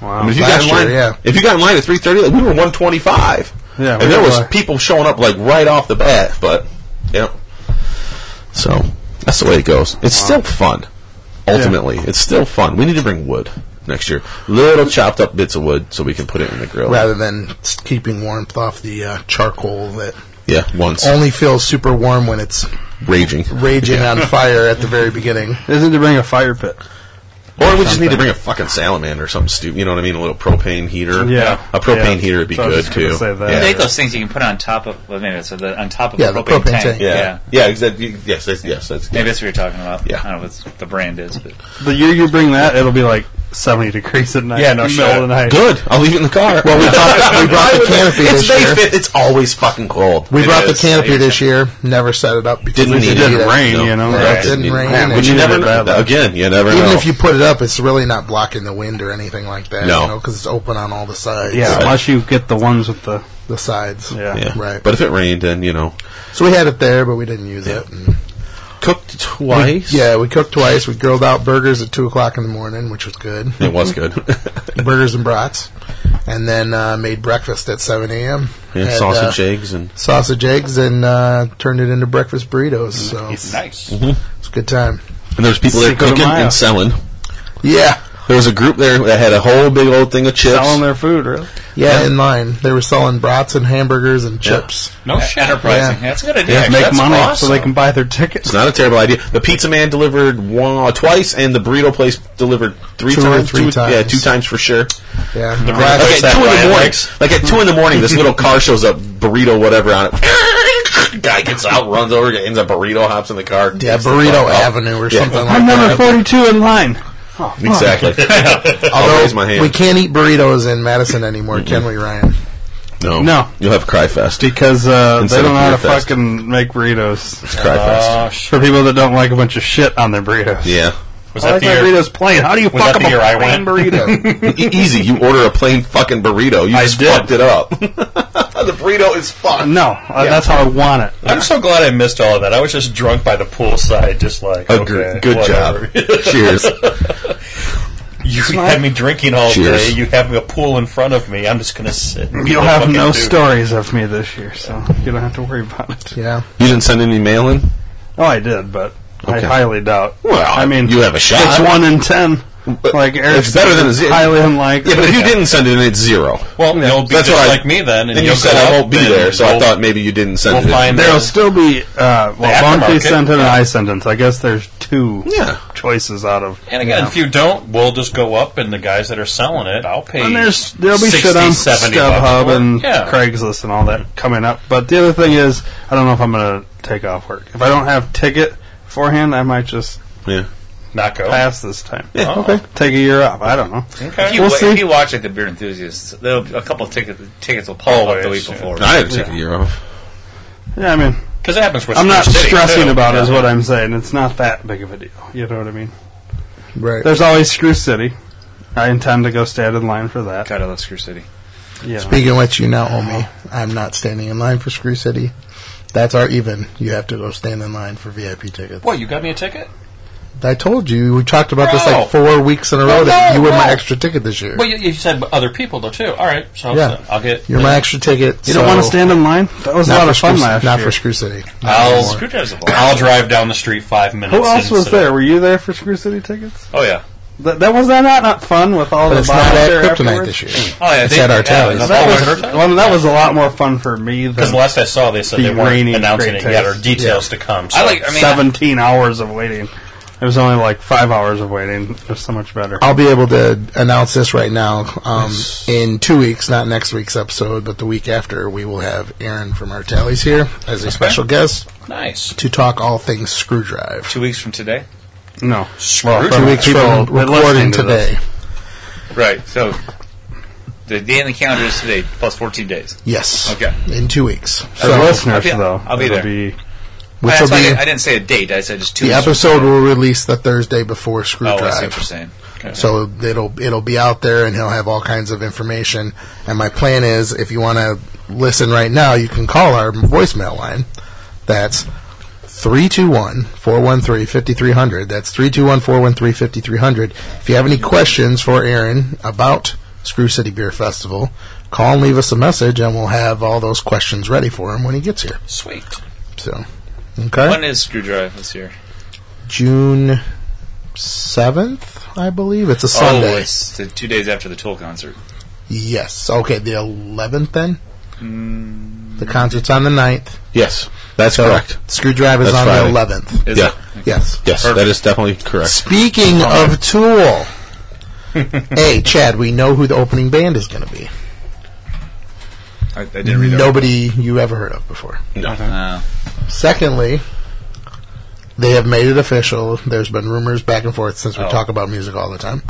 [SPEAKER 5] wow.
[SPEAKER 7] I mean, if you
[SPEAKER 1] Last
[SPEAKER 7] got in line,
[SPEAKER 1] year, yeah.
[SPEAKER 7] if you got in line at three thirty, like, we were one twenty five.
[SPEAKER 5] Yeah,
[SPEAKER 7] and
[SPEAKER 5] we
[SPEAKER 7] there
[SPEAKER 5] were.
[SPEAKER 7] was people showing up like right off the bat, but yeah. So that's the way it goes. It's still fun. Ultimately, it's still fun. We need to bring wood next year. Little chopped up bits of wood so we can put it in the grill.
[SPEAKER 1] rather than s- keeping warmth off the uh, charcoal that
[SPEAKER 7] Yeah, once
[SPEAKER 1] only feels super warm when it's
[SPEAKER 7] raging.
[SPEAKER 1] raging on fire at the very beginning.
[SPEAKER 5] Isn't to bring a fire pit?
[SPEAKER 7] Or we just need to bring a fucking salamander or something stupid. You know what I mean? A little propane heater.
[SPEAKER 5] Yeah.
[SPEAKER 7] a propane
[SPEAKER 5] Yeah.
[SPEAKER 7] heater would be
[SPEAKER 5] So I was
[SPEAKER 7] good
[SPEAKER 5] just gonna
[SPEAKER 7] too.
[SPEAKER 5] say that.
[SPEAKER 7] Yeah.
[SPEAKER 10] They make those things you can put on top of well, maybe that's the, on top of
[SPEAKER 1] Yeah,
[SPEAKER 10] a
[SPEAKER 1] the
[SPEAKER 10] propane,
[SPEAKER 1] propane
[SPEAKER 10] tank.
[SPEAKER 1] tank.
[SPEAKER 7] Yeah, yeah, exactly. Yes, that's, yes, that's
[SPEAKER 10] Maybe that's what you're talking about.
[SPEAKER 7] Yeah.
[SPEAKER 10] I don't know what the brand is, but
[SPEAKER 5] The year you bring that, it'll be like seventy degrees at night.
[SPEAKER 4] Yeah, no
[SPEAKER 5] in the middle of
[SPEAKER 4] shit.
[SPEAKER 5] the night.
[SPEAKER 7] Good. I'll leave it in the car. Well,
[SPEAKER 1] we brought- we brought the canopy this
[SPEAKER 7] It's May
[SPEAKER 1] year.
[SPEAKER 7] 5th. It's always fucking cold.
[SPEAKER 1] We
[SPEAKER 7] It
[SPEAKER 1] brought
[SPEAKER 7] is.
[SPEAKER 1] the canopy this year. Never set it up because
[SPEAKER 7] Didn't
[SPEAKER 1] we
[SPEAKER 7] need
[SPEAKER 1] didn't
[SPEAKER 7] it.
[SPEAKER 1] need
[SPEAKER 5] Didn't rain, you know?
[SPEAKER 1] Yeah,
[SPEAKER 5] Right.
[SPEAKER 1] it didn't
[SPEAKER 7] Didn't-
[SPEAKER 1] rain.
[SPEAKER 5] Yeah,
[SPEAKER 1] and
[SPEAKER 5] we
[SPEAKER 7] But you
[SPEAKER 5] needed
[SPEAKER 7] never
[SPEAKER 5] it
[SPEAKER 7] know.
[SPEAKER 5] badly.
[SPEAKER 7] Again, you never
[SPEAKER 1] even
[SPEAKER 7] know.
[SPEAKER 1] if you put it up, it's really not blocking the wind or anything like that.
[SPEAKER 7] No.
[SPEAKER 1] you know, because it's open on all the sides.
[SPEAKER 5] Yeah,
[SPEAKER 7] Right.
[SPEAKER 5] unless you get the ones with the
[SPEAKER 1] the sides.
[SPEAKER 5] Yeah.
[SPEAKER 7] yeah.
[SPEAKER 1] Right.
[SPEAKER 7] But if it rained, then you know,
[SPEAKER 1] So we had it there, but we didn't use it. And
[SPEAKER 7] cooked twice.
[SPEAKER 1] yeah, we cooked twice. We grilled out burgers at two o'clock in the morning, which was good.
[SPEAKER 7] it was good.
[SPEAKER 1] burgers and brats, and then uh, made breakfast at seven a.m.
[SPEAKER 7] yeah,
[SPEAKER 1] Had,
[SPEAKER 7] sausage
[SPEAKER 1] uh,
[SPEAKER 7] eggs and
[SPEAKER 1] sausage eggs, and uh, turned it into breakfast burritos. So it's
[SPEAKER 10] nice.
[SPEAKER 1] a good time.
[SPEAKER 7] and there's people there
[SPEAKER 5] Cinco de
[SPEAKER 7] cooking
[SPEAKER 5] Mayo.
[SPEAKER 7] and selling.
[SPEAKER 1] Yeah,
[SPEAKER 7] There was a group there that had a whole big old thing of chips.
[SPEAKER 5] selling their food, really.
[SPEAKER 1] yeah. In line, they were selling brats and hamburgers and chips.
[SPEAKER 4] no shit.
[SPEAKER 10] Enterprising.
[SPEAKER 1] Yeah.
[SPEAKER 10] That's a good idea. actually.
[SPEAKER 5] Make
[SPEAKER 10] That's
[SPEAKER 5] money
[SPEAKER 10] awesome.
[SPEAKER 5] so they can buy their tickets.
[SPEAKER 7] It's not a terrible idea. The pizza man delivered one, uh, twice, and the burrito place delivered three
[SPEAKER 1] Two or
[SPEAKER 7] times.
[SPEAKER 1] three
[SPEAKER 7] two, Yeah,
[SPEAKER 1] times.
[SPEAKER 7] two times for sure.
[SPEAKER 1] Yeah,
[SPEAKER 7] Like
[SPEAKER 1] Brats-
[SPEAKER 7] at two in the
[SPEAKER 4] Ryan
[SPEAKER 7] morning,
[SPEAKER 4] likes.
[SPEAKER 7] like at two in the morning, this little car shows up, burrito, whatever on it. Guy gets out, runs over, ends a burrito, hops in the car. Oh,
[SPEAKER 1] yeah,
[SPEAKER 7] takes the
[SPEAKER 1] Burrito
[SPEAKER 7] fuck off.
[SPEAKER 1] Avenue or
[SPEAKER 7] Yeah.
[SPEAKER 1] something like
[SPEAKER 5] I'm number
[SPEAKER 1] that.
[SPEAKER 5] forty-two in line.
[SPEAKER 7] Exactly. I'll raise my hand.
[SPEAKER 1] We can't eat burritos in Madison anymore, can we, Ryan?
[SPEAKER 7] no,
[SPEAKER 5] No.
[SPEAKER 7] you'll have cry fest.
[SPEAKER 5] Because uh, they
[SPEAKER 7] Instead
[SPEAKER 5] don't
[SPEAKER 7] of
[SPEAKER 5] know how to
[SPEAKER 7] Beer Fest.
[SPEAKER 5] fucking make burritos.
[SPEAKER 7] It's cry fest.
[SPEAKER 4] Oh, shit.
[SPEAKER 5] For people that don't like a bunch of shit on their burritos.
[SPEAKER 7] Yeah,
[SPEAKER 4] Was
[SPEAKER 5] I
[SPEAKER 4] that
[SPEAKER 5] like
[SPEAKER 4] the
[SPEAKER 5] my
[SPEAKER 4] year?
[SPEAKER 5] burritos plain. How do you
[SPEAKER 4] Was
[SPEAKER 5] fuck
[SPEAKER 4] that the
[SPEAKER 5] up
[SPEAKER 4] year
[SPEAKER 5] a
[SPEAKER 4] I
[SPEAKER 5] plain
[SPEAKER 4] went?
[SPEAKER 5] burrito?
[SPEAKER 7] E- easy. You order a plain fucking burrito. You
[SPEAKER 5] I
[SPEAKER 7] just
[SPEAKER 5] did.
[SPEAKER 7] fucked it up. the burrito is fucked.
[SPEAKER 5] no, uh, that's how I want it.
[SPEAKER 4] I'm so glad I missed all of that. I was just drunk by the poolside, just like,
[SPEAKER 7] A gr-
[SPEAKER 4] okay,
[SPEAKER 7] good
[SPEAKER 4] whatever.
[SPEAKER 7] job. Cheers.
[SPEAKER 4] You had me drinking all
[SPEAKER 7] Cheers.
[SPEAKER 4] day. You have a pool in front of me. I'm just gonna sit. and be
[SPEAKER 5] You'll
[SPEAKER 4] the
[SPEAKER 5] have
[SPEAKER 4] fucking
[SPEAKER 5] no
[SPEAKER 4] dude.
[SPEAKER 5] stories of me this year, so you don't have to worry about it.
[SPEAKER 1] Yeah.
[SPEAKER 7] You didn't send any mail in.
[SPEAKER 5] Oh, I did, but I
[SPEAKER 7] Okay.
[SPEAKER 5] highly doubt.
[SPEAKER 7] Well,
[SPEAKER 5] I mean,
[SPEAKER 7] you have a shot.
[SPEAKER 5] It's one in ten.
[SPEAKER 7] But
[SPEAKER 5] like Eric's
[SPEAKER 7] it's better than a
[SPEAKER 5] it's
[SPEAKER 7] zero.
[SPEAKER 5] highly unlikely.
[SPEAKER 7] Yeah, but if you didn't send it in, it's zero.
[SPEAKER 4] Well, you'll be
[SPEAKER 7] That's
[SPEAKER 4] just
[SPEAKER 7] what I-
[SPEAKER 4] like me then, and
[SPEAKER 7] And you
[SPEAKER 4] you'll
[SPEAKER 7] said
[SPEAKER 4] go
[SPEAKER 7] I
[SPEAKER 4] up
[SPEAKER 7] won't be
[SPEAKER 4] and
[SPEAKER 7] there, so I
[SPEAKER 4] we'll-
[SPEAKER 7] thought maybe you didn't send
[SPEAKER 4] we'll
[SPEAKER 7] it. in.
[SPEAKER 4] find
[SPEAKER 5] There'll
[SPEAKER 4] out.
[SPEAKER 5] still be uh, well, Bonfi
[SPEAKER 4] aftermarket,
[SPEAKER 5] sent it and I sent it. So I guess there's two
[SPEAKER 7] Yeah.
[SPEAKER 5] choices out of.
[SPEAKER 4] And again, if you don't, we'll just go up, and the guys that are selling it, I'll pay.
[SPEAKER 5] And there's there'll be
[SPEAKER 4] 60,
[SPEAKER 5] shit on
[SPEAKER 4] 70 bucks for
[SPEAKER 5] StubHub
[SPEAKER 4] it.
[SPEAKER 5] and
[SPEAKER 4] yeah.
[SPEAKER 5] Craigslist and all that coming up. But the other thing is, I don't know if I'm gonna take off work. If I don't have ticket beforehand, I might just
[SPEAKER 7] Yeah.
[SPEAKER 4] Not go.
[SPEAKER 5] pass this time. Oh.
[SPEAKER 7] Yeah.
[SPEAKER 4] Okay.
[SPEAKER 5] Take a year off. I don't know.
[SPEAKER 4] Okay.
[SPEAKER 10] If you,
[SPEAKER 5] We'll
[SPEAKER 10] wa-
[SPEAKER 5] see.
[SPEAKER 10] if you watch like the beer enthusiasts, they'll, a couple of ticket, tickets will pop up the
[SPEAKER 4] Always,
[SPEAKER 10] week
[SPEAKER 4] yeah.
[SPEAKER 10] before.
[SPEAKER 7] No, I had to take a year off.
[SPEAKER 5] Yeah, I mean,
[SPEAKER 4] Because it happens with
[SPEAKER 5] I'm not
[SPEAKER 4] Spruce City,
[SPEAKER 5] stressing
[SPEAKER 4] too.
[SPEAKER 5] about it. Is
[SPEAKER 4] Yeah.
[SPEAKER 5] what I'm saying. It's not that big of a deal. You know what I mean?
[SPEAKER 1] Right.
[SPEAKER 5] There's always Screw City. I intend to go stand in line for that.
[SPEAKER 10] God, I love Screw City.
[SPEAKER 5] Yeah.
[SPEAKER 1] Speaking of which, you now owe me. I'm not standing in line for Screw City. That's our even. You have to go stand in line for VIP tickets.
[SPEAKER 4] What Oh, you got me a ticket?
[SPEAKER 1] I told you. We talked about this
[SPEAKER 4] Bro.
[SPEAKER 1] like four weeks in a row. that
[SPEAKER 4] no,
[SPEAKER 1] you were my
[SPEAKER 4] no.
[SPEAKER 1] extra ticket this year.
[SPEAKER 4] Well, you, you said other people though too. All right, so
[SPEAKER 1] Yeah.
[SPEAKER 4] I'll get.
[SPEAKER 1] You're my extra ticket.
[SPEAKER 5] You don't want to stand in line? That was a lot of fun last
[SPEAKER 1] Not
[SPEAKER 5] year.
[SPEAKER 1] for Screw City. Not
[SPEAKER 4] I'll
[SPEAKER 1] anymore.
[SPEAKER 10] Screwdriver's a blast.
[SPEAKER 4] I'll drive down the street five minutes.
[SPEAKER 5] Who else
[SPEAKER 4] and
[SPEAKER 5] was
[SPEAKER 4] sit up.
[SPEAKER 5] there? Were you there for Screw City tickets?
[SPEAKER 10] Oh yeah,
[SPEAKER 5] That, that was that not, not fun with all
[SPEAKER 1] But
[SPEAKER 5] the
[SPEAKER 1] it's
[SPEAKER 5] bottles
[SPEAKER 1] not at
[SPEAKER 5] there
[SPEAKER 1] Kryptonite
[SPEAKER 5] afterwards?
[SPEAKER 1] this year.
[SPEAKER 10] Oh, yeah,
[SPEAKER 1] it's
[SPEAKER 10] they-
[SPEAKER 1] at
[SPEAKER 10] yeah,
[SPEAKER 1] Artelli's.
[SPEAKER 4] Oh,
[SPEAKER 10] it's
[SPEAKER 5] That
[SPEAKER 10] all
[SPEAKER 5] was,
[SPEAKER 10] at
[SPEAKER 4] Artelli's.
[SPEAKER 5] well, that was a lot more fun for me
[SPEAKER 4] Because
[SPEAKER 5] than
[SPEAKER 4] last I saw, they said
[SPEAKER 5] The
[SPEAKER 4] they weren't
[SPEAKER 5] reigning
[SPEAKER 4] announcing it
[SPEAKER 5] great
[SPEAKER 4] yet or
[SPEAKER 5] taste.
[SPEAKER 4] details to come. So
[SPEAKER 10] I like. I mean, I-
[SPEAKER 5] seventeen hours of waiting. It was only like five hours of waiting. It was so much better.
[SPEAKER 1] I'll be able to announce this right now. Um, In two weeks, not next week's episode, but the week after, we will have Aaron from Artelli's here as a special guest
[SPEAKER 10] nice.
[SPEAKER 1] to talk all things Screwdrive.
[SPEAKER 10] Two weeks from today.
[SPEAKER 5] No,
[SPEAKER 1] Well, two weeks
[SPEAKER 5] people
[SPEAKER 1] from
[SPEAKER 5] that listening
[SPEAKER 1] recording
[SPEAKER 5] to this.
[SPEAKER 1] today.
[SPEAKER 10] Right. So the day in the calendar is today, plus 14 days.
[SPEAKER 1] Yes.
[SPEAKER 10] Okay.
[SPEAKER 1] In two weeks.
[SPEAKER 5] For listeners
[SPEAKER 10] I'll be-
[SPEAKER 5] though,
[SPEAKER 10] I'll be
[SPEAKER 5] it'll
[SPEAKER 10] there.
[SPEAKER 5] Be,
[SPEAKER 1] Which
[SPEAKER 10] That's
[SPEAKER 1] will
[SPEAKER 10] why I,
[SPEAKER 1] be
[SPEAKER 10] didn't- I didn't say a date. I said just two
[SPEAKER 1] the
[SPEAKER 10] weeks from
[SPEAKER 1] episode will release the Thursday before
[SPEAKER 10] Oh, I see what
[SPEAKER 1] Screwdrive.
[SPEAKER 10] you're saying. Okay.
[SPEAKER 1] So it'll it'll be out there, and he'll have all kinds of information. And my plan is, if you want to listen right now, you can call our voicemail line. That's 321-413-5300. That's 321-413-5300. If you have any questions for Aaron about Screw City Beer Festival, call and leave us a message, and we'll have all those questions ready for him when he gets here.
[SPEAKER 10] Sweet.
[SPEAKER 1] So, okay,
[SPEAKER 10] When is Screwdrive this year?
[SPEAKER 1] June seventh, I believe it's a Sunday.
[SPEAKER 10] Oh, it's the two days after the Tool concert.
[SPEAKER 1] Yes. Okay, the 11th then? The concert's on the 9th.
[SPEAKER 7] Yes, that's
[SPEAKER 1] So
[SPEAKER 7] correct.
[SPEAKER 1] Screwdrive is
[SPEAKER 7] That's
[SPEAKER 1] on
[SPEAKER 7] Friday.
[SPEAKER 1] the 11th.
[SPEAKER 10] Is
[SPEAKER 7] Yeah.
[SPEAKER 10] it?
[SPEAKER 1] Yes.
[SPEAKER 7] Yes, that is definitely correct.
[SPEAKER 1] Speaking of Tool. hey, Chad, we know who the opening band is going to be.
[SPEAKER 10] I, I didn't read it.
[SPEAKER 1] Nobody you ever heard of before.
[SPEAKER 10] Uh,
[SPEAKER 1] Secondly, they have made it official. There's been rumors back and forth since we
[SPEAKER 10] Oh.
[SPEAKER 1] talk about music all the time.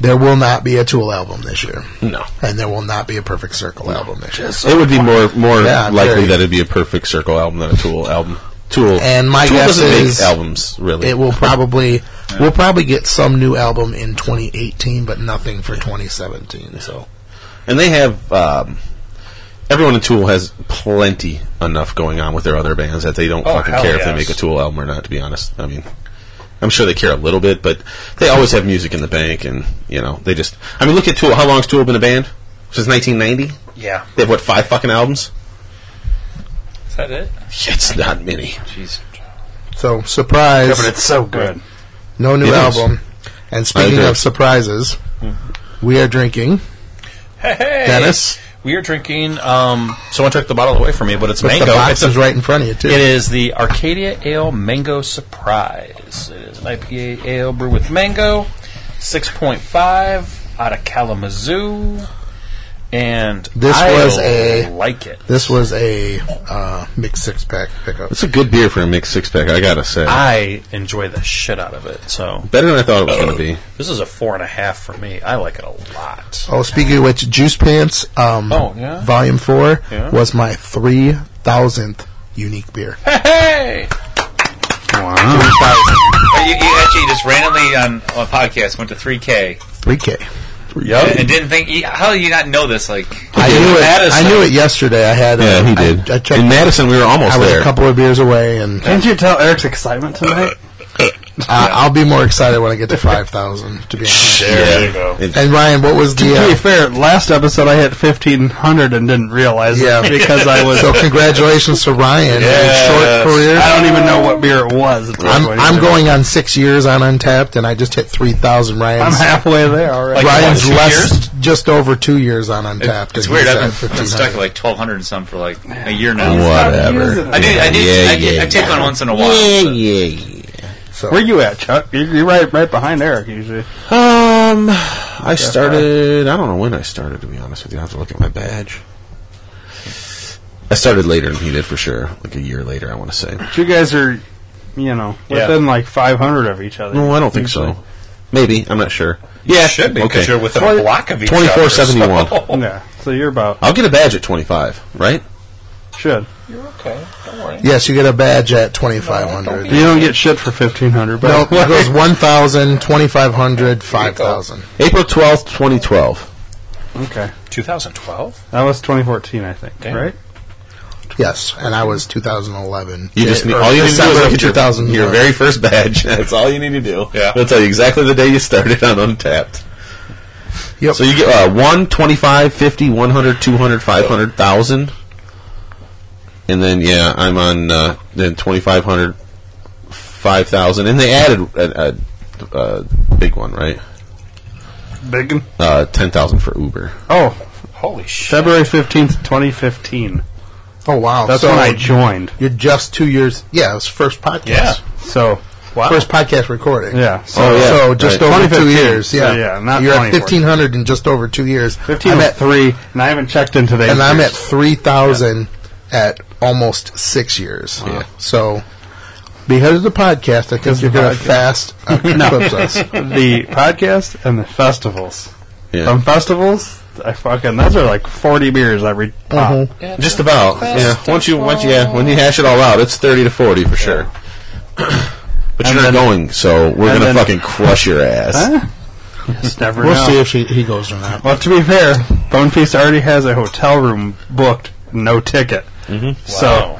[SPEAKER 1] There will not be a Tool album this year.
[SPEAKER 7] No.
[SPEAKER 1] And there will not be a Perfect Circle album this year.
[SPEAKER 7] It would be more more
[SPEAKER 1] Yeah,
[SPEAKER 7] likely
[SPEAKER 1] very.
[SPEAKER 7] that it'd be a Perfect Circle album than a Tool album. Tool
[SPEAKER 1] And my
[SPEAKER 7] Tool
[SPEAKER 1] guess
[SPEAKER 7] doesn't
[SPEAKER 1] is
[SPEAKER 7] make albums really.
[SPEAKER 1] It will probably we'll probably get some new album in 2018, but nothing for 2017. So
[SPEAKER 7] and they have um, everyone in Tool has plenty enough going on with their other bands that they don't
[SPEAKER 4] Oh,
[SPEAKER 7] fucking
[SPEAKER 4] hell
[SPEAKER 7] care if they
[SPEAKER 4] yes.
[SPEAKER 7] make a Tool album or not. To be honest, I mean, I'm sure they care a little bit, but they always have music in the bank, and you know they just. I mean, look at Tool. How long's Tool been a band? Since 1990,
[SPEAKER 4] yeah.
[SPEAKER 7] they have what five fucking albums?
[SPEAKER 10] is that it?
[SPEAKER 7] It's not many.
[SPEAKER 10] Jeez.
[SPEAKER 1] so surprise,
[SPEAKER 5] but it's so good.
[SPEAKER 1] no new
[SPEAKER 7] It is.
[SPEAKER 1] album. And speaking
[SPEAKER 7] agree.
[SPEAKER 1] of surprises, we are drinking
[SPEAKER 4] Hey, hey.
[SPEAKER 1] Dennis.
[SPEAKER 4] We are drinking. Um, someone took the bottle away from me, but it's
[SPEAKER 1] But
[SPEAKER 4] mango.
[SPEAKER 1] the box
[SPEAKER 4] It's a-
[SPEAKER 1] is right in front of you too.
[SPEAKER 4] It is the Arcadia Ale Mango Surprise. It is an IPA ale brewed with mango, 6.5 out of Kalamazoo. And
[SPEAKER 1] This
[SPEAKER 4] I
[SPEAKER 1] was a-
[SPEAKER 4] like it.
[SPEAKER 1] This was a uh, mixed six pack pickup.
[SPEAKER 7] It's a good beer for a mixed six pack. I gotta say,
[SPEAKER 4] I enjoy the shit out of it. So
[SPEAKER 7] better than I thought it was gonna be.
[SPEAKER 4] this is a four and a half for me. I like it a lot.
[SPEAKER 1] Oh, speaking of which, Juice Pants, um,
[SPEAKER 4] Oh, yeah?
[SPEAKER 1] Volume Four
[SPEAKER 4] Yeah.
[SPEAKER 1] was my three thousandth unique beer.
[SPEAKER 4] Hey,
[SPEAKER 10] Or You, you actually just randomly on, on a podcast went to 3K
[SPEAKER 1] Three K.
[SPEAKER 10] and, and didn't think. you- How do you not know this? Like,
[SPEAKER 1] I
[SPEAKER 7] did.
[SPEAKER 1] knew it.
[SPEAKER 7] Madison.
[SPEAKER 1] I knew it yesterday. I had. uh,
[SPEAKER 7] Yeah, he
[SPEAKER 1] I-
[SPEAKER 7] did.
[SPEAKER 1] I, checked.
[SPEAKER 7] in Madison, we were almost
[SPEAKER 1] I was
[SPEAKER 7] there.
[SPEAKER 1] a couple of beers away, and
[SPEAKER 5] Can't you tell Eric's excitement tonight?
[SPEAKER 1] Uh, I'll be more excited when I get to 5,000, to be honest.
[SPEAKER 7] yeah.
[SPEAKER 4] you go.
[SPEAKER 7] It-
[SPEAKER 1] And Ryan, what was the.
[SPEAKER 5] To be
[SPEAKER 1] Uh,
[SPEAKER 5] fair, last episode I hit fifteen hundred and didn't realize
[SPEAKER 1] Yeah.
[SPEAKER 5] it because I was.
[SPEAKER 1] so, congratulations to Ryan.
[SPEAKER 7] Yes.
[SPEAKER 1] His short career.
[SPEAKER 5] I don't even know what beer it was. It's
[SPEAKER 1] I'm,
[SPEAKER 5] like-
[SPEAKER 1] I'm going on six years on Untapped, and I just hit 3,000.
[SPEAKER 5] I'm
[SPEAKER 1] Ryan's,
[SPEAKER 5] halfway there already.
[SPEAKER 1] Ryan's
[SPEAKER 4] what, two
[SPEAKER 1] less, just over two years on
[SPEAKER 10] it-
[SPEAKER 1] Untapped.
[SPEAKER 10] it's
[SPEAKER 1] and
[SPEAKER 10] weird.
[SPEAKER 1] he's
[SPEAKER 10] I've
[SPEAKER 1] at
[SPEAKER 10] been, been
[SPEAKER 1] 1500.
[SPEAKER 10] stuck at like 1,200 and some for like a year now.
[SPEAKER 7] Whatever.
[SPEAKER 10] I do. I do.
[SPEAKER 7] Yeah,
[SPEAKER 10] I, do-
[SPEAKER 7] yeah,
[SPEAKER 10] I take one once in a while.
[SPEAKER 7] Yeah,
[SPEAKER 10] but-
[SPEAKER 7] yeah,
[SPEAKER 1] So,
[SPEAKER 5] Where you at, Chuck? You're, you're right, right behind Eric usually.
[SPEAKER 7] yeah. Um, I started. I don't know when I started. To be honest with you, I have to look at my badge. I started later than he did for sure, like a year later. I want to say.
[SPEAKER 5] But you guys are, you know,
[SPEAKER 4] Yeah.
[SPEAKER 5] within like five hundred of each other.
[SPEAKER 7] No, I don't think so. Maybe I'm not sure.
[SPEAKER 4] Yeah, should be because
[SPEAKER 7] Okay.
[SPEAKER 4] you're within a block of each other.
[SPEAKER 7] 2471.
[SPEAKER 4] so-
[SPEAKER 5] Yeah, so you're about
[SPEAKER 7] I'll get a badge at 25, right?
[SPEAKER 5] should.
[SPEAKER 4] You're okay. Don't worry.
[SPEAKER 1] yes, you get a badge at 2,500.
[SPEAKER 5] You don't get shit for fifteen hundred, but
[SPEAKER 1] no, it goes 1,000, 2,500, 5,000.
[SPEAKER 7] April 12th, 2012.
[SPEAKER 5] okay.
[SPEAKER 4] 2012.
[SPEAKER 5] That was 2014, I think.
[SPEAKER 4] Damn.
[SPEAKER 5] Right?
[SPEAKER 1] Yes, and I was 2011.
[SPEAKER 7] You just need,
[SPEAKER 1] Or
[SPEAKER 7] all you need to do
[SPEAKER 1] December
[SPEAKER 7] is
[SPEAKER 1] of
[SPEAKER 7] look at your,
[SPEAKER 1] 2011.
[SPEAKER 7] your very first badge. That's all you need to do.
[SPEAKER 4] Yeah.
[SPEAKER 7] It'll tell you exactly the day you started on Untapped.
[SPEAKER 1] Yep.
[SPEAKER 7] So you get uh, 1, 25, 50, 100, 200, 500, 1,000. And then, yeah, I'm on uh, then 2,500, 5,000. And they added a, a, a uh, big one, right?
[SPEAKER 5] Big.
[SPEAKER 7] Uh, ten thousand for Uber.
[SPEAKER 5] Oh,
[SPEAKER 4] Holy shit.
[SPEAKER 5] February fifteenth, twenty fifteen.
[SPEAKER 1] Oh wow!
[SPEAKER 5] That's
[SPEAKER 1] So
[SPEAKER 5] when I joined.
[SPEAKER 1] You're just two years. Yeah, it's first podcast.
[SPEAKER 4] Yeah.
[SPEAKER 5] So wow.
[SPEAKER 1] First podcast recording.
[SPEAKER 5] yeah. So
[SPEAKER 7] Oh, yeah.
[SPEAKER 1] So just
[SPEAKER 7] Right.
[SPEAKER 1] over two
[SPEAKER 5] 2015.
[SPEAKER 1] years. Yeah.
[SPEAKER 5] So, yeah, not
[SPEAKER 1] You're at
[SPEAKER 5] 2014.
[SPEAKER 1] fifteen hundred in just over two years.
[SPEAKER 5] 15
[SPEAKER 1] I'm
[SPEAKER 5] was
[SPEAKER 1] at
[SPEAKER 5] three, and I haven't checked in today.
[SPEAKER 1] and I'm at three thousand at almost six years. Yeah. So because of the podcast, I think you're going to fast uh, eclipse us.
[SPEAKER 5] the podcast and the festivals.
[SPEAKER 7] Yeah.
[SPEAKER 5] Some festivals, I fucking those are like forty beers every pop.
[SPEAKER 1] Mm-hmm.
[SPEAKER 7] Just about. Yeah. Once you once you, yeah, when you hash it all out, it's thirty to forty for sure. but you're not going, so we're gonna
[SPEAKER 5] and then-
[SPEAKER 7] fucking crush your ass.
[SPEAKER 5] Huh? Just never
[SPEAKER 1] We'll
[SPEAKER 5] know.
[SPEAKER 1] see if she, he goes or not.
[SPEAKER 5] Well, to be fair, Bone Feast already has a hotel room booked, no ticket. Mm-hmm. So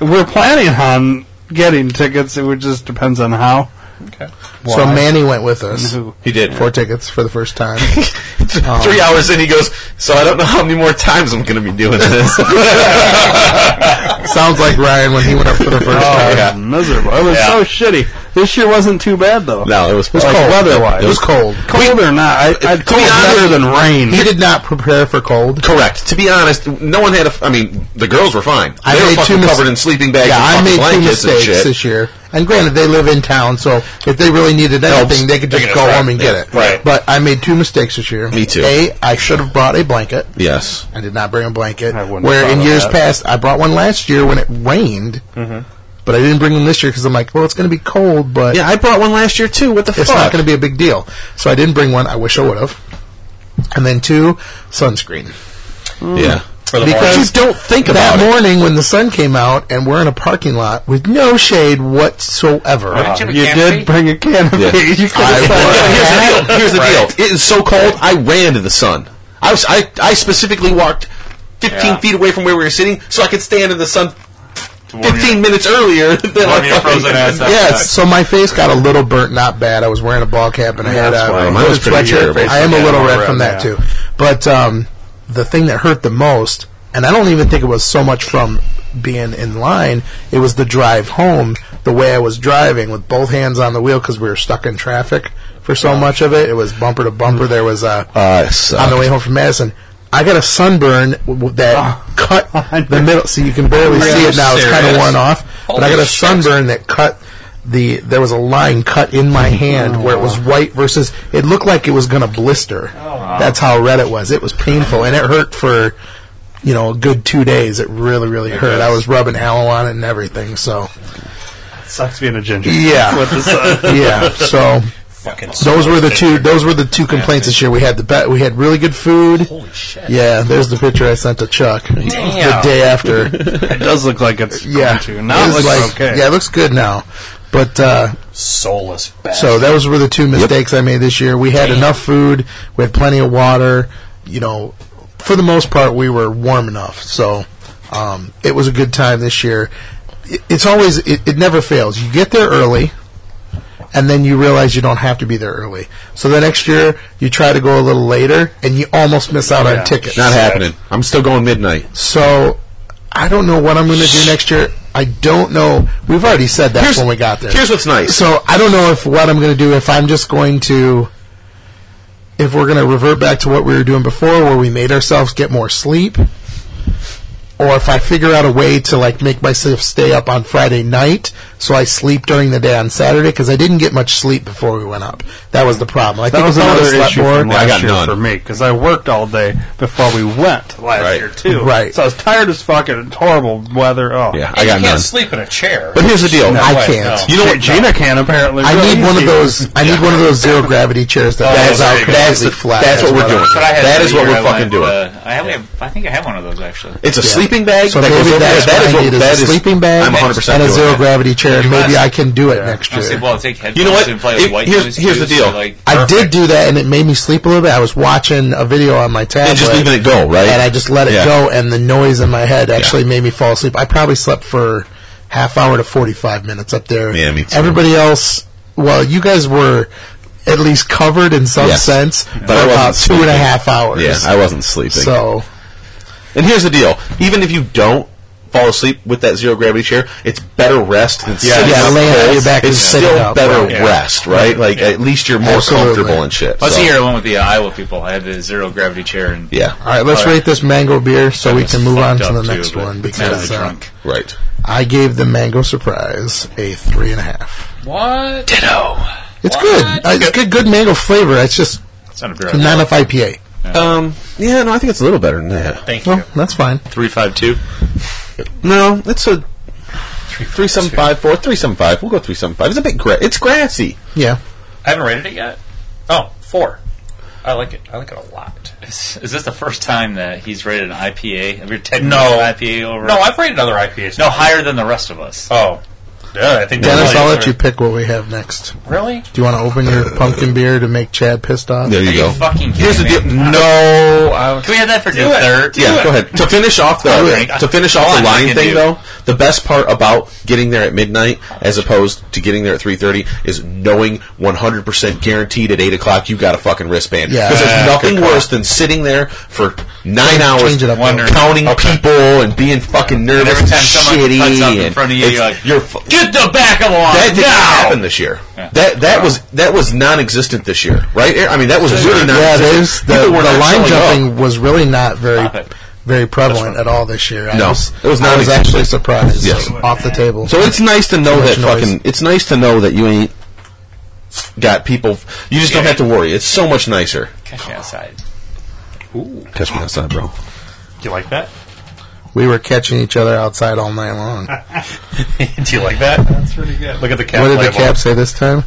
[SPEAKER 5] we're planning on getting tickets. It would just depends on how.
[SPEAKER 4] Okay.
[SPEAKER 1] So Manny went with us.
[SPEAKER 5] Who.
[SPEAKER 7] He did
[SPEAKER 1] Four tickets for the first time.
[SPEAKER 7] Three
[SPEAKER 1] Um,
[SPEAKER 7] hours in, he goes. So I don't know how many more times I'm going to be doing this.
[SPEAKER 1] Sounds like Ryan when he went up for the first
[SPEAKER 5] Oh,
[SPEAKER 1] time.
[SPEAKER 5] it was miserable. It was
[SPEAKER 7] Yeah.
[SPEAKER 5] so shitty. This year wasn't too bad though.
[SPEAKER 7] no, it was,
[SPEAKER 1] It was
[SPEAKER 7] like,
[SPEAKER 1] cold
[SPEAKER 5] weather-wise.
[SPEAKER 1] It was cold.
[SPEAKER 5] Cold or not, I, I'd call it better than rain.
[SPEAKER 1] He did not prepare for cold.
[SPEAKER 7] Correct. To be honest, no one had a. F- I mean, the girls were fine.
[SPEAKER 1] I
[SPEAKER 7] they were
[SPEAKER 1] made
[SPEAKER 7] fucking
[SPEAKER 1] two mis-
[SPEAKER 7] covered in sleeping bags
[SPEAKER 1] Yeah, I
[SPEAKER 7] and fucking
[SPEAKER 1] made two
[SPEAKER 7] blankets and
[SPEAKER 1] mistakes
[SPEAKER 7] shit.
[SPEAKER 1] this year. And granted, they live in town, so if they really needed
[SPEAKER 7] Helps.
[SPEAKER 1] anything, they could
[SPEAKER 7] They
[SPEAKER 1] just
[SPEAKER 7] can
[SPEAKER 1] go
[SPEAKER 7] just
[SPEAKER 1] home and
[SPEAKER 7] grab-
[SPEAKER 1] get it.
[SPEAKER 7] yeah, right.
[SPEAKER 1] But I made two mistakes this year.
[SPEAKER 7] Me too.
[SPEAKER 1] A, I should have brought a blanket.
[SPEAKER 7] Yes.
[SPEAKER 1] I did not bring a blanket.
[SPEAKER 5] I wouldn't
[SPEAKER 1] Where
[SPEAKER 5] have
[SPEAKER 1] in
[SPEAKER 5] thought of
[SPEAKER 1] years
[SPEAKER 5] that. Mm-hmm.
[SPEAKER 1] past, I brought one last year when it rained. But I didn't bring them this year because I'm like, well, it's going to be cold, but
[SPEAKER 7] Yeah, I brought one last year too. What the
[SPEAKER 1] it's
[SPEAKER 7] fuck?
[SPEAKER 1] not going to be a big deal. So I didn't bring one. I wish I would have. And then two, sunscreen.
[SPEAKER 7] Yeah.
[SPEAKER 4] For the
[SPEAKER 1] Mm. Because
[SPEAKER 4] morning.
[SPEAKER 1] you don't think that morning when the sun came out and we're in a parking lot with no shade whatsoever.
[SPEAKER 10] you have a
[SPEAKER 5] you
[SPEAKER 10] canopy?
[SPEAKER 5] did bring a canopy.
[SPEAKER 7] Yeah.
[SPEAKER 5] You could have
[SPEAKER 7] Well,
[SPEAKER 5] said-
[SPEAKER 7] here's the deal. Here's the deal. It is so cold. I ran to the sun. I was. I, I specifically walked 15
[SPEAKER 10] Yeah.
[SPEAKER 7] feet away from where we were sitting so I could stand in the sun
[SPEAKER 10] To warm
[SPEAKER 7] 15
[SPEAKER 10] your-
[SPEAKER 7] minutes earlier than
[SPEAKER 10] warm
[SPEAKER 7] I
[SPEAKER 10] your
[SPEAKER 7] fucking-
[SPEAKER 10] frozen ass up.
[SPEAKER 1] Yes, so my face got a little burnt, not bad. I was wearing a ball cap and I had
[SPEAKER 7] that's
[SPEAKER 1] a
[SPEAKER 7] why. Mine
[SPEAKER 1] hooded
[SPEAKER 7] was pretty
[SPEAKER 1] sweatshirt.
[SPEAKER 7] terrible.
[SPEAKER 1] I am a
[SPEAKER 5] Yeah,
[SPEAKER 1] little
[SPEAKER 5] all
[SPEAKER 1] red
[SPEAKER 5] around,
[SPEAKER 1] from that
[SPEAKER 5] yeah.
[SPEAKER 1] too. But um, the thing that hurt the most, and I don't even think it was so much from being in line, it was the drive home. The way I was driving with both hands on the wheel because we were stuck in traffic for so much of it. It was bumper to bumper. There was a
[SPEAKER 7] Uh, it sucked.
[SPEAKER 1] on the way home from Madison. I got a sunburn w- w- that cut the middle, so you can barely see it now. It's kind of
[SPEAKER 10] serious?
[SPEAKER 1] worn off, but I got a sunburn that cut the. There was a line cut in my hand where it was white versus. It looked like it was going to blister. That's how red it was. It was painful and it hurt for, you know, a good two days. It really, really hurt. I was rubbing aloe on it and everything. So
[SPEAKER 5] Sucks being a ginger.
[SPEAKER 1] yeah,
[SPEAKER 5] With the sun.
[SPEAKER 1] yeah. So
[SPEAKER 4] Fucking
[SPEAKER 1] those were the two. Those were the two complaints this year. We had the bet. We had really good food.
[SPEAKER 4] Holy shit.
[SPEAKER 1] Yeah, there's the picture I sent to Chuck the day after.
[SPEAKER 5] It does look like it's
[SPEAKER 1] Yeah,
[SPEAKER 5] going to. Now it
[SPEAKER 1] was
[SPEAKER 5] looks
[SPEAKER 1] like-
[SPEAKER 5] okay.
[SPEAKER 1] Yeah, it looks good now. But uh,
[SPEAKER 4] Soulless bastard.
[SPEAKER 1] so those were the two mistakes I made this year. We had enough food. We had plenty of water. You know, for the most part, we were warm enough. So um, it was a good time this year. It, it's always it, it never fails. You get there early. And then you realize you don't have to be there early. So the next year, you try to go a little later, and you almost miss out
[SPEAKER 5] Yeah.
[SPEAKER 1] on tickets.
[SPEAKER 7] Not happening. I'm still going midnight.
[SPEAKER 1] So I don't know what I'm going to do next year. I don't know. We've already said that
[SPEAKER 7] Here's-
[SPEAKER 1] when we got there.
[SPEAKER 7] here's what's nice.
[SPEAKER 1] So I don't know if what I'm going to do. If I'm just going to, if we're going to revert back to what we were doing before, where we made ourselves get more sleep, or if I figure out a way to like make myself stay up on Friday night so I sleep during the day on Saturday because I didn't get much sleep before we went up. That was the problem. I
[SPEAKER 5] That
[SPEAKER 1] think
[SPEAKER 5] was
[SPEAKER 1] if I would've
[SPEAKER 5] another
[SPEAKER 1] slept
[SPEAKER 5] issue
[SPEAKER 1] more-
[SPEAKER 5] from
[SPEAKER 7] Yeah, I
[SPEAKER 5] last
[SPEAKER 7] got
[SPEAKER 5] year
[SPEAKER 7] none.
[SPEAKER 5] for me because I worked all day before we went last
[SPEAKER 7] Right.
[SPEAKER 5] year too.
[SPEAKER 1] Right.
[SPEAKER 5] So I was tired as fuck and it's horrible weather. Oh,
[SPEAKER 7] Yeah, I
[SPEAKER 4] And
[SPEAKER 7] got
[SPEAKER 4] you can't
[SPEAKER 7] none.
[SPEAKER 4] sleep in a chair.
[SPEAKER 7] But here's the deal.
[SPEAKER 1] No
[SPEAKER 7] I
[SPEAKER 1] way,
[SPEAKER 7] can't.
[SPEAKER 1] no.
[SPEAKER 7] You know what?
[SPEAKER 5] Gina can apparently.
[SPEAKER 1] I
[SPEAKER 5] really
[SPEAKER 1] need one of
[SPEAKER 5] easy.
[SPEAKER 1] those. I need one of those zero gravity chairs that
[SPEAKER 7] Oh, That's,
[SPEAKER 1] that's out
[SPEAKER 7] that's,
[SPEAKER 1] completely
[SPEAKER 7] the-
[SPEAKER 1] flat.
[SPEAKER 7] that's what we're doing.
[SPEAKER 10] That's what I had
[SPEAKER 7] That
[SPEAKER 10] the
[SPEAKER 7] is what
[SPEAKER 10] year
[SPEAKER 7] we're
[SPEAKER 10] I
[SPEAKER 7] fucking
[SPEAKER 10] went,
[SPEAKER 7] doing.
[SPEAKER 10] Uh, I, have, I think I have one of those actually.
[SPEAKER 7] It's a
[SPEAKER 1] Yeah.
[SPEAKER 7] sleeping bag.
[SPEAKER 1] So
[SPEAKER 7] that goes
[SPEAKER 1] maybe
[SPEAKER 7] over-
[SPEAKER 1] that's
[SPEAKER 7] that is
[SPEAKER 1] what I
[SPEAKER 7] what-
[SPEAKER 1] need is
[SPEAKER 7] that
[SPEAKER 1] a
[SPEAKER 7] is-
[SPEAKER 1] sleeping bag
[SPEAKER 7] I'm 100%
[SPEAKER 1] and a
[SPEAKER 7] doing
[SPEAKER 1] zero
[SPEAKER 7] that.
[SPEAKER 1] gravity chair. and Maybe I can do it next
[SPEAKER 10] I
[SPEAKER 1] year.
[SPEAKER 10] said, well, take headphones
[SPEAKER 7] You know what?
[SPEAKER 10] and play
[SPEAKER 7] It-
[SPEAKER 10] with white
[SPEAKER 7] here's-
[SPEAKER 10] noise
[SPEAKER 7] here's the
[SPEAKER 10] too,
[SPEAKER 7] deal.
[SPEAKER 10] so, Like,
[SPEAKER 1] I did do that, and it made me sleep a little bit. I was watching a video on my tablet,
[SPEAKER 7] And just leaving it go, right?
[SPEAKER 1] and I just let it
[SPEAKER 7] Yeah.
[SPEAKER 1] go, and the noise in my head actually made me fall asleep. I probably slept for half hour to forty five minutes up there.
[SPEAKER 7] Yeah, me too.
[SPEAKER 1] Everybody else, well, you guys were at least covered in some
[SPEAKER 7] Yes.
[SPEAKER 1] sense
[SPEAKER 7] But I
[SPEAKER 1] for
[SPEAKER 7] wasn't
[SPEAKER 1] about two and a
[SPEAKER 7] sleeping.
[SPEAKER 1] half hours.
[SPEAKER 7] Yeah, I wasn't sleeping.
[SPEAKER 1] so
[SPEAKER 7] And here's the deal: even if you don't fall asleep with that zero gravity chair, it's better rest than sitting
[SPEAKER 1] Yeah,
[SPEAKER 7] up
[SPEAKER 1] laying on
[SPEAKER 7] cold.
[SPEAKER 1] your back
[SPEAKER 7] It's
[SPEAKER 1] and sitting
[SPEAKER 7] still
[SPEAKER 1] up,
[SPEAKER 7] better
[SPEAKER 1] right.
[SPEAKER 10] Yeah.
[SPEAKER 7] rest, right? Like at least you're more
[SPEAKER 1] Absolutely.
[SPEAKER 7] comfortable and shit.
[SPEAKER 10] I was
[SPEAKER 7] so.
[SPEAKER 10] here one with the uh, Iowa people. I had the zero gravity chair and
[SPEAKER 7] Yeah,
[SPEAKER 1] All right, let's
[SPEAKER 10] All right.
[SPEAKER 1] rate this mango beer so
[SPEAKER 10] That
[SPEAKER 1] we
[SPEAKER 10] was
[SPEAKER 1] can move on
[SPEAKER 10] fucked
[SPEAKER 1] to the
[SPEAKER 10] up, too,
[SPEAKER 1] next
[SPEAKER 10] but
[SPEAKER 1] one
[SPEAKER 10] now
[SPEAKER 1] because
[SPEAKER 10] they're
[SPEAKER 1] uh,
[SPEAKER 10] drunk.
[SPEAKER 7] right.
[SPEAKER 1] I gave the mango surprise a three and a half.
[SPEAKER 4] What?
[SPEAKER 1] It's good. Uh, It's good, good mango flavor. It's just
[SPEAKER 10] it's not a beer.
[SPEAKER 1] not enough IPA.
[SPEAKER 7] Um, yeah, no, I think it's a little better than that.
[SPEAKER 4] Thank
[SPEAKER 1] Well, that's fine.
[SPEAKER 9] Three five two.
[SPEAKER 7] No, it's a three seven five four three seven five. We'll go three seven five. It's a bit gra- it's grassy.
[SPEAKER 1] Yeah.
[SPEAKER 4] I haven't rated it yet. Oh, four. I like it. I like it a lot.
[SPEAKER 10] Is, is this the first time that he's rated an IPA? Have you taken
[SPEAKER 4] No.
[SPEAKER 10] an IPA over?
[SPEAKER 4] No, I've rated other IPAs.
[SPEAKER 10] no higher than the rest of us.
[SPEAKER 4] Oh. Yeah, I think
[SPEAKER 1] Dennis,
[SPEAKER 4] that's
[SPEAKER 1] I'll let you pick what we have next.
[SPEAKER 4] Really?
[SPEAKER 1] Do you want to open your pumpkin beer to make Chad pissed off?
[SPEAKER 7] There you
[SPEAKER 10] Are
[SPEAKER 7] go.
[SPEAKER 10] you fucking kidding
[SPEAKER 7] Here's the
[SPEAKER 10] me?
[SPEAKER 7] deal. No, I,
[SPEAKER 10] Can we have that for dessert?
[SPEAKER 7] yeah, go ahead. To finish off the
[SPEAKER 10] Drink.
[SPEAKER 7] to finish
[SPEAKER 10] All
[SPEAKER 7] off
[SPEAKER 10] I
[SPEAKER 7] the line
[SPEAKER 10] can
[SPEAKER 7] thing
[SPEAKER 10] do.
[SPEAKER 7] though, the best part about getting there at midnight as opposed to getting there at three thirty is knowing one hundred percent guaranteed at eight o'clock you got a fucking wristband.
[SPEAKER 1] Yeah.
[SPEAKER 7] because
[SPEAKER 1] Yeah,
[SPEAKER 7] there's nothing worse than sitting there for nine hours
[SPEAKER 1] change it up.
[SPEAKER 10] Wondering.
[SPEAKER 7] counting people and being fucking nervous.
[SPEAKER 10] every time
[SPEAKER 7] and
[SPEAKER 10] someone
[SPEAKER 7] shitty
[SPEAKER 10] cuts up in
[SPEAKER 7] and
[SPEAKER 10] front of you,
[SPEAKER 7] it's-
[SPEAKER 10] you're like,
[SPEAKER 7] you're fu-
[SPEAKER 10] Get the back of the line
[SPEAKER 7] that didn't
[SPEAKER 10] now.
[SPEAKER 7] happen this year.
[SPEAKER 10] Yeah.
[SPEAKER 7] That that was that was non-existent this year, right? I mean, that was really non.
[SPEAKER 1] Yeah, there's the,
[SPEAKER 7] People were
[SPEAKER 1] the
[SPEAKER 7] not
[SPEAKER 1] line
[SPEAKER 7] showing up.
[SPEAKER 1] jumping was really not very
[SPEAKER 10] Stop it.
[SPEAKER 1] very prevalent at all this year. I
[SPEAKER 7] No,
[SPEAKER 1] was,
[SPEAKER 7] it was
[SPEAKER 1] I was
[SPEAKER 7] non-existent.
[SPEAKER 1] actually surprised.
[SPEAKER 7] Yes.
[SPEAKER 1] Off the table.
[SPEAKER 7] So it's nice to know
[SPEAKER 1] Too much
[SPEAKER 7] that
[SPEAKER 1] noise.
[SPEAKER 7] fucking. It's nice to know that you ain't got people. You just don't have to worry. It's so much nicer.
[SPEAKER 10] Catch me outside.
[SPEAKER 7] Catch me outside, bro.
[SPEAKER 4] Do you like that?
[SPEAKER 1] we were catching each other outside all night long.
[SPEAKER 4] Do you like that? That's pretty good. Look at the cap.
[SPEAKER 1] what did the
[SPEAKER 4] label.
[SPEAKER 1] cap say this time?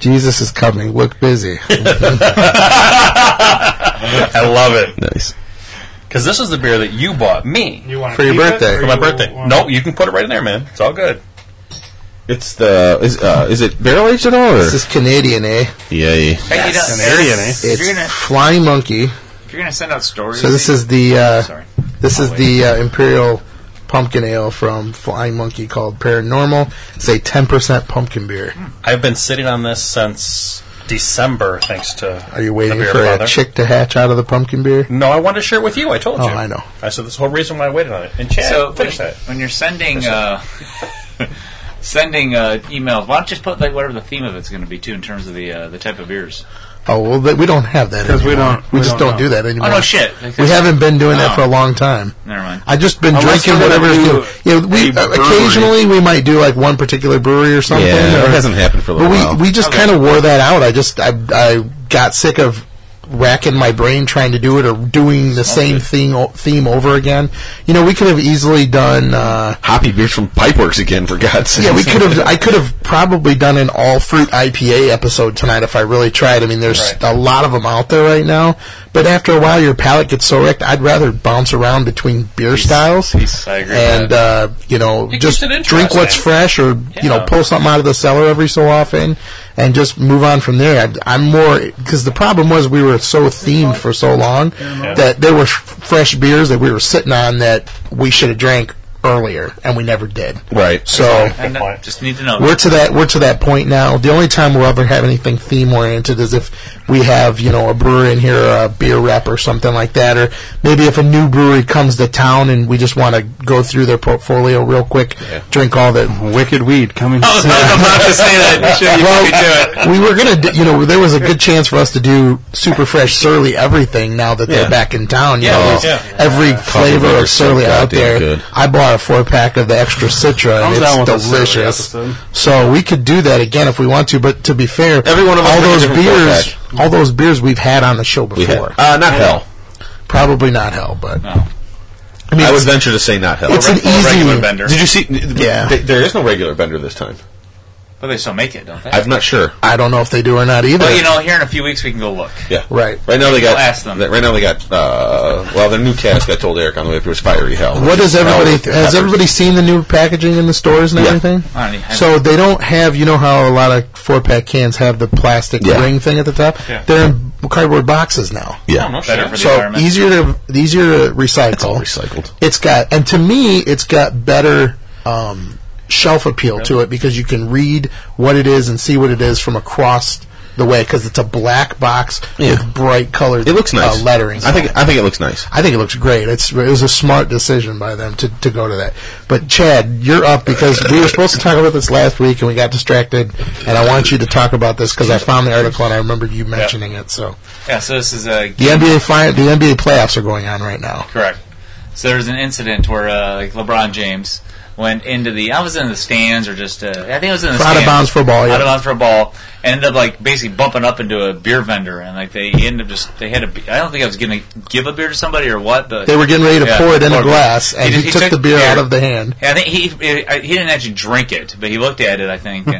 [SPEAKER 1] Jesus is coming. Look busy.
[SPEAKER 4] I love it
[SPEAKER 7] Nice.
[SPEAKER 4] because this is the beer that you bought me
[SPEAKER 5] You want
[SPEAKER 1] For your birthday.
[SPEAKER 4] for my birthday. No, you can put it right in there, man. It's all good.
[SPEAKER 7] It's the is uh, is it barrel aged at all? Or?
[SPEAKER 1] this is Canadian, eh?
[SPEAKER 7] Yay.
[SPEAKER 10] Hey, you
[SPEAKER 4] Yes.
[SPEAKER 10] don't-
[SPEAKER 4] An area, eh?
[SPEAKER 10] If
[SPEAKER 1] It's
[SPEAKER 10] you're gonna
[SPEAKER 1] Flying Monkey.
[SPEAKER 10] if you're gonna send out stories,
[SPEAKER 1] So this is the uh,
[SPEAKER 10] sorry.
[SPEAKER 1] this is the uh, Imperial Pumpkin Ale from Flying Monkey called Paranormal. It's a ten percent pumpkin beer.
[SPEAKER 4] I've been sitting on this since December, thanks to.
[SPEAKER 1] Are you
[SPEAKER 4] the
[SPEAKER 1] waiting
[SPEAKER 4] beer
[SPEAKER 1] for
[SPEAKER 4] father.
[SPEAKER 1] a chick to hatch out of the pumpkin beer?
[SPEAKER 4] No, I wanted to share it with you. I told
[SPEAKER 1] Oh,
[SPEAKER 4] you.
[SPEAKER 1] I know.
[SPEAKER 4] I said this whole reason why I waited on it. And Chad,
[SPEAKER 10] So when,
[SPEAKER 4] finish that.
[SPEAKER 10] when you're sending uh, sending uh, emails, why don't you just put like whatever the theme of it's going to be too in terms of the uh, the type of beers?
[SPEAKER 1] Oh well, th- we don't have that because
[SPEAKER 5] we don't-
[SPEAKER 1] We,
[SPEAKER 5] we
[SPEAKER 1] just don't
[SPEAKER 5] don't know.
[SPEAKER 1] do that anymore.
[SPEAKER 10] Oh no, shit!
[SPEAKER 1] We haven't been doing that for a long time.
[SPEAKER 10] Never mind.
[SPEAKER 1] I just been
[SPEAKER 5] Unless
[SPEAKER 1] drinking
[SPEAKER 5] we're gonna
[SPEAKER 1] whatever.
[SPEAKER 5] do
[SPEAKER 1] You know, we
[SPEAKER 5] a
[SPEAKER 1] uh,
[SPEAKER 5] brewery.
[SPEAKER 1] occasionally we might do like one particular brewery or something.
[SPEAKER 7] Yeah,
[SPEAKER 1] or,
[SPEAKER 7] it hasn't happened for a
[SPEAKER 1] but
[SPEAKER 7] little
[SPEAKER 1] we
[SPEAKER 7] while.
[SPEAKER 1] we just kind of wore that out. I just I I got sick of racking my brain trying to do it or doing the same thing o- theme over again. You know, we could have easily done. Uh,
[SPEAKER 7] Hoppy beers from Pipeworks again, for God's sake.
[SPEAKER 1] yeah, we could have. I could have probably done an all fruit IPA episode tonight if I really tried. I mean, there's a lot of them out there right now. But after a while, your palate gets so wrecked. I'd rather bounce around between beer styles.
[SPEAKER 10] Peace. I agree.
[SPEAKER 1] and
[SPEAKER 10] with
[SPEAKER 1] uh, you know,
[SPEAKER 4] It
[SPEAKER 1] just
[SPEAKER 4] keeps it
[SPEAKER 1] drink what's
[SPEAKER 4] interesting.
[SPEAKER 1] fresh, or you know,
[SPEAKER 4] Yeah.
[SPEAKER 1] pull something out of the cellar every so often, and just move on from there. I, I'm more because the problem was we were so themed for so long that there were f- fresh beers that we were sitting on that we should have drank earlier, and we never did.
[SPEAKER 7] Right.
[SPEAKER 1] So
[SPEAKER 10] that. And, uh, just need to know.
[SPEAKER 1] we're to that we're to that point now. The only time we'll ever have anything theme oriented is if we have you know a brewer in here, or a beer rep, or something like that, or maybe if a new brewery comes to town and we just want to go through their portfolio real quick, drink all the
[SPEAKER 5] Wicked weed coming
[SPEAKER 10] I was about to say that. You should- you
[SPEAKER 1] Well,
[SPEAKER 10] beat me to it.
[SPEAKER 1] we were gonna, do, you know, there was a good chance for us to do super fresh surly everything. Now that
[SPEAKER 7] Yeah.
[SPEAKER 1] they're back in town, you
[SPEAKER 7] Yeah,
[SPEAKER 1] know,
[SPEAKER 7] yeah.
[SPEAKER 1] there's every flavor
[SPEAKER 7] beer
[SPEAKER 1] of
[SPEAKER 7] is so
[SPEAKER 1] surly out
[SPEAKER 7] goddamn
[SPEAKER 1] there.
[SPEAKER 7] good.
[SPEAKER 1] I bought a four pack of the extra citra,
[SPEAKER 5] I'm down
[SPEAKER 1] and
[SPEAKER 5] with the
[SPEAKER 1] it's
[SPEAKER 5] surly
[SPEAKER 1] delicious.
[SPEAKER 5] episode.
[SPEAKER 1] So we could do that again if we want to. But to be fair,
[SPEAKER 7] Every one of us
[SPEAKER 1] all
[SPEAKER 7] make a
[SPEAKER 1] those
[SPEAKER 7] different four
[SPEAKER 1] beers, all those beers we've had on the show
[SPEAKER 7] We had,
[SPEAKER 1] before,
[SPEAKER 7] uh, not hell.
[SPEAKER 1] probably not hell, but
[SPEAKER 10] No.
[SPEAKER 1] I mean,
[SPEAKER 7] I would
[SPEAKER 1] it's,
[SPEAKER 7] venture to say not hell.
[SPEAKER 1] it's an
[SPEAKER 10] Or regular
[SPEAKER 1] easy.
[SPEAKER 10] bender,
[SPEAKER 7] Did you see?
[SPEAKER 1] Yeah.
[SPEAKER 7] th- there is no regular bender this time.
[SPEAKER 10] but they still make it, don't they?
[SPEAKER 7] I'm not sure.
[SPEAKER 1] I don't know if they do or not either.
[SPEAKER 10] Well, you know, here in a few weeks we can go look.
[SPEAKER 7] Yeah.
[SPEAKER 1] Right.
[SPEAKER 7] Right now they got.
[SPEAKER 10] We'll ask them.
[SPEAKER 7] that- Right now they got. Uh, well, their new cask. I told Eric on the way up. It was fiery hell.
[SPEAKER 1] What does everybody?
[SPEAKER 7] Hell,
[SPEAKER 1] has
[SPEAKER 7] peppers.
[SPEAKER 1] everybody seen the new packaging in the stores and
[SPEAKER 7] Yeah.
[SPEAKER 1] everything?
[SPEAKER 10] I don't even-
[SPEAKER 1] So they don't have. You know how a lot of four pack cans have the plastic
[SPEAKER 7] Yeah.
[SPEAKER 1] ring thing at the top. They're in cardboard boxes now.
[SPEAKER 7] Yeah.
[SPEAKER 10] better for the
[SPEAKER 1] So
[SPEAKER 10] environment.
[SPEAKER 1] easier to easier to recycle.
[SPEAKER 7] It's all recycled.
[SPEAKER 1] It's got, and to me, it's got better um, shelf appeal to it because you can read what it is and see what it is from across the way because it's a black box
[SPEAKER 7] Yeah.
[SPEAKER 1] with bright colored
[SPEAKER 7] It looks nice.
[SPEAKER 1] uh, lettering.
[SPEAKER 7] I think I think it looks nice.
[SPEAKER 1] I think it looks great. It's it was a smart decision by them to, to go to that. But Chad, you're up because we were supposed to talk about this last week and we got distracted, and I want you to talk about this because I found the article and I remembered you mentioning it. So
[SPEAKER 10] Yeah, so this is a
[SPEAKER 1] the NBA fi- the NBA playoffs are going on right now.
[SPEAKER 10] Correct. So there was an incident where uh, like LeBron James went into the. I was in the stands or just. Uh, I think I was in the
[SPEAKER 1] For out of
[SPEAKER 10] stands.
[SPEAKER 1] bounds for a ball, yeah.
[SPEAKER 10] Out of bounds for a ball. Ended up like basically bumping up into a beer vendor and like they ended up just they had a. be- I don't think I was going to give a beer to somebody or what. But
[SPEAKER 1] They were getting ready to
[SPEAKER 10] Yeah,
[SPEAKER 1] pour it in
[SPEAKER 10] pour
[SPEAKER 1] a
[SPEAKER 10] it.
[SPEAKER 1] glass, and
[SPEAKER 10] He
[SPEAKER 1] he,
[SPEAKER 10] did- he
[SPEAKER 1] took,
[SPEAKER 10] took
[SPEAKER 1] the beer
[SPEAKER 10] beer.
[SPEAKER 1] out of the hand.
[SPEAKER 10] I think he he didn't actually drink it, but he looked at it. I think.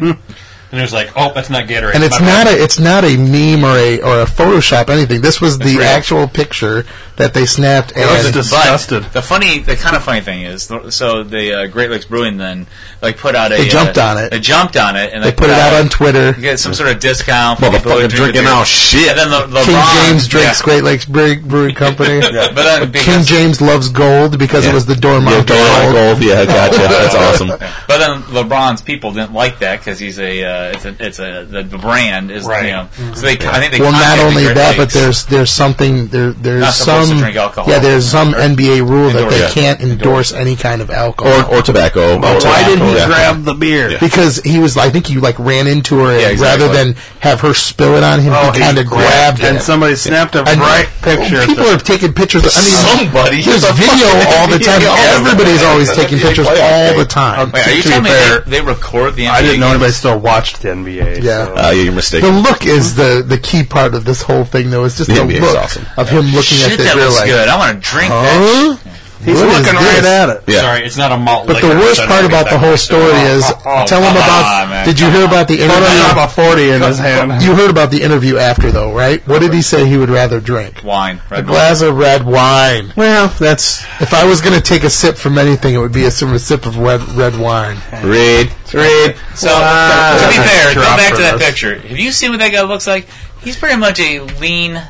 [SPEAKER 4] And
[SPEAKER 10] And,
[SPEAKER 4] it was like, oh, that's not Gatorade.
[SPEAKER 1] And it's
[SPEAKER 4] My
[SPEAKER 1] not
[SPEAKER 4] bad.
[SPEAKER 1] a it's not a meme or a or a Photoshop anything. This was the
[SPEAKER 10] real.
[SPEAKER 1] actual picture that they snapped. And
[SPEAKER 10] But
[SPEAKER 5] disgusted.
[SPEAKER 10] The funny, the kind of funny thing is, th- so the uh, Great Lakes Brewing then like put out a
[SPEAKER 1] They jumped
[SPEAKER 10] uh,
[SPEAKER 1] on it.
[SPEAKER 10] They jumped on it and
[SPEAKER 1] they put it out on Twitter.
[SPEAKER 10] You get some sort of discount. for people
[SPEAKER 7] Motherfucker
[SPEAKER 10] who drink the
[SPEAKER 7] drinking
[SPEAKER 10] beer.
[SPEAKER 7] all shit.
[SPEAKER 10] And then the,
[SPEAKER 1] King
[SPEAKER 10] LeBron-
[SPEAKER 1] James drinks
[SPEAKER 10] yeah.
[SPEAKER 1] Great Lakes Brewing, Brewing Company.
[SPEAKER 10] But then
[SPEAKER 1] King
[SPEAKER 10] because,
[SPEAKER 1] James loves gold because
[SPEAKER 7] Yeah.
[SPEAKER 1] it was the Dormont
[SPEAKER 7] Yeah,
[SPEAKER 1] of
[SPEAKER 7] Dormont
[SPEAKER 1] gold.
[SPEAKER 7] gold. Yeah, gotcha. That's awesome.
[SPEAKER 10] but then LeBron's people didn't like that because he's a uh, it's a it's a the the brand is
[SPEAKER 4] Right.
[SPEAKER 10] you know so they I think they
[SPEAKER 1] Well, not
[SPEAKER 10] contacted
[SPEAKER 1] only
[SPEAKER 10] Great
[SPEAKER 1] that, but
[SPEAKER 10] Lakes.
[SPEAKER 1] there's there's something there there's
[SPEAKER 10] Not supposed to
[SPEAKER 1] some
[SPEAKER 10] drink alcohol.
[SPEAKER 1] yeah there's some NBA rule that
[SPEAKER 10] Endorse,
[SPEAKER 1] they
[SPEAKER 10] yeah.
[SPEAKER 1] can't endorse any kind of alcohol.
[SPEAKER 7] Or or tobacco. Or-
[SPEAKER 5] Why didn't he
[SPEAKER 7] yeah.
[SPEAKER 5] grab the beer?
[SPEAKER 1] because he was, I think, he like ran into her, and
[SPEAKER 10] Yeah, exactly. Oh,
[SPEAKER 1] rather than have her spill it on him, he kind of grabbed
[SPEAKER 5] and
[SPEAKER 1] it.
[SPEAKER 5] somebody snapped a
[SPEAKER 1] And
[SPEAKER 5] bright picture. at
[SPEAKER 1] People
[SPEAKER 5] the-
[SPEAKER 1] are taking pictures. Of, I mean,
[SPEAKER 7] Somebody.
[SPEAKER 1] there's video all the time. Everybody's always taking pictures all the time.
[SPEAKER 10] Wait, are you
[SPEAKER 5] to be
[SPEAKER 10] telling me
[SPEAKER 5] fair,
[SPEAKER 10] they, they record the NBA
[SPEAKER 5] I didn't know anybody
[SPEAKER 10] games?
[SPEAKER 5] still watched the NBA.
[SPEAKER 1] Yeah.
[SPEAKER 5] so-
[SPEAKER 7] Uh, you're
[SPEAKER 1] The
[SPEAKER 7] mistaken.
[SPEAKER 1] look is the the key part of this whole thing, though. Is just
[SPEAKER 7] The
[SPEAKER 1] the
[SPEAKER 7] NBA is
[SPEAKER 1] look
[SPEAKER 7] awesome.
[SPEAKER 1] of him looking
[SPEAKER 10] Shit,
[SPEAKER 1] at this.
[SPEAKER 10] that
[SPEAKER 1] You're
[SPEAKER 10] looks
[SPEAKER 1] like,
[SPEAKER 10] good. I want to drink that.
[SPEAKER 1] huh?
[SPEAKER 5] He's
[SPEAKER 1] What is
[SPEAKER 5] looking
[SPEAKER 1] this?
[SPEAKER 5] right at it.
[SPEAKER 7] Yeah.
[SPEAKER 4] Sorry, it's not a malt
[SPEAKER 1] But
[SPEAKER 4] liquor.
[SPEAKER 1] the worst
[SPEAKER 4] so I
[SPEAKER 1] part
[SPEAKER 4] don't
[SPEAKER 1] about
[SPEAKER 4] get
[SPEAKER 1] the
[SPEAKER 4] that
[SPEAKER 1] whole
[SPEAKER 4] much.
[SPEAKER 1] story is tell him
[SPEAKER 10] Oh, come
[SPEAKER 1] about.
[SPEAKER 10] on, oh, man.
[SPEAKER 1] did you hear about the
[SPEAKER 5] Photoshop
[SPEAKER 1] interview?
[SPEAKER 5] a forty in his hand.
[SPEAKER 1] You heard about the interview after, though, right? What did he say he would rather drink?
[SPEAKER 10] Wine,
[SPEAKER 1] A
[SPEAKER 10] red wine.
[SPEAKER 1] glass of red wine. Well, that's if I was going to take a sip from anything, it would be a sim- sip of red red wine.
[SPEAKER 7] Read. Read.
[SPEAKER 10] So to be fair, go
[SPEAKER 5] Drop
[SPEAKER 10] back
[SPEAKER 5] for
[SPEAKER 10] to that
[SPEAKER 5] this.
[SPEAKER 10] picture. Have you seen what that guy looks like? He's pretty much a lean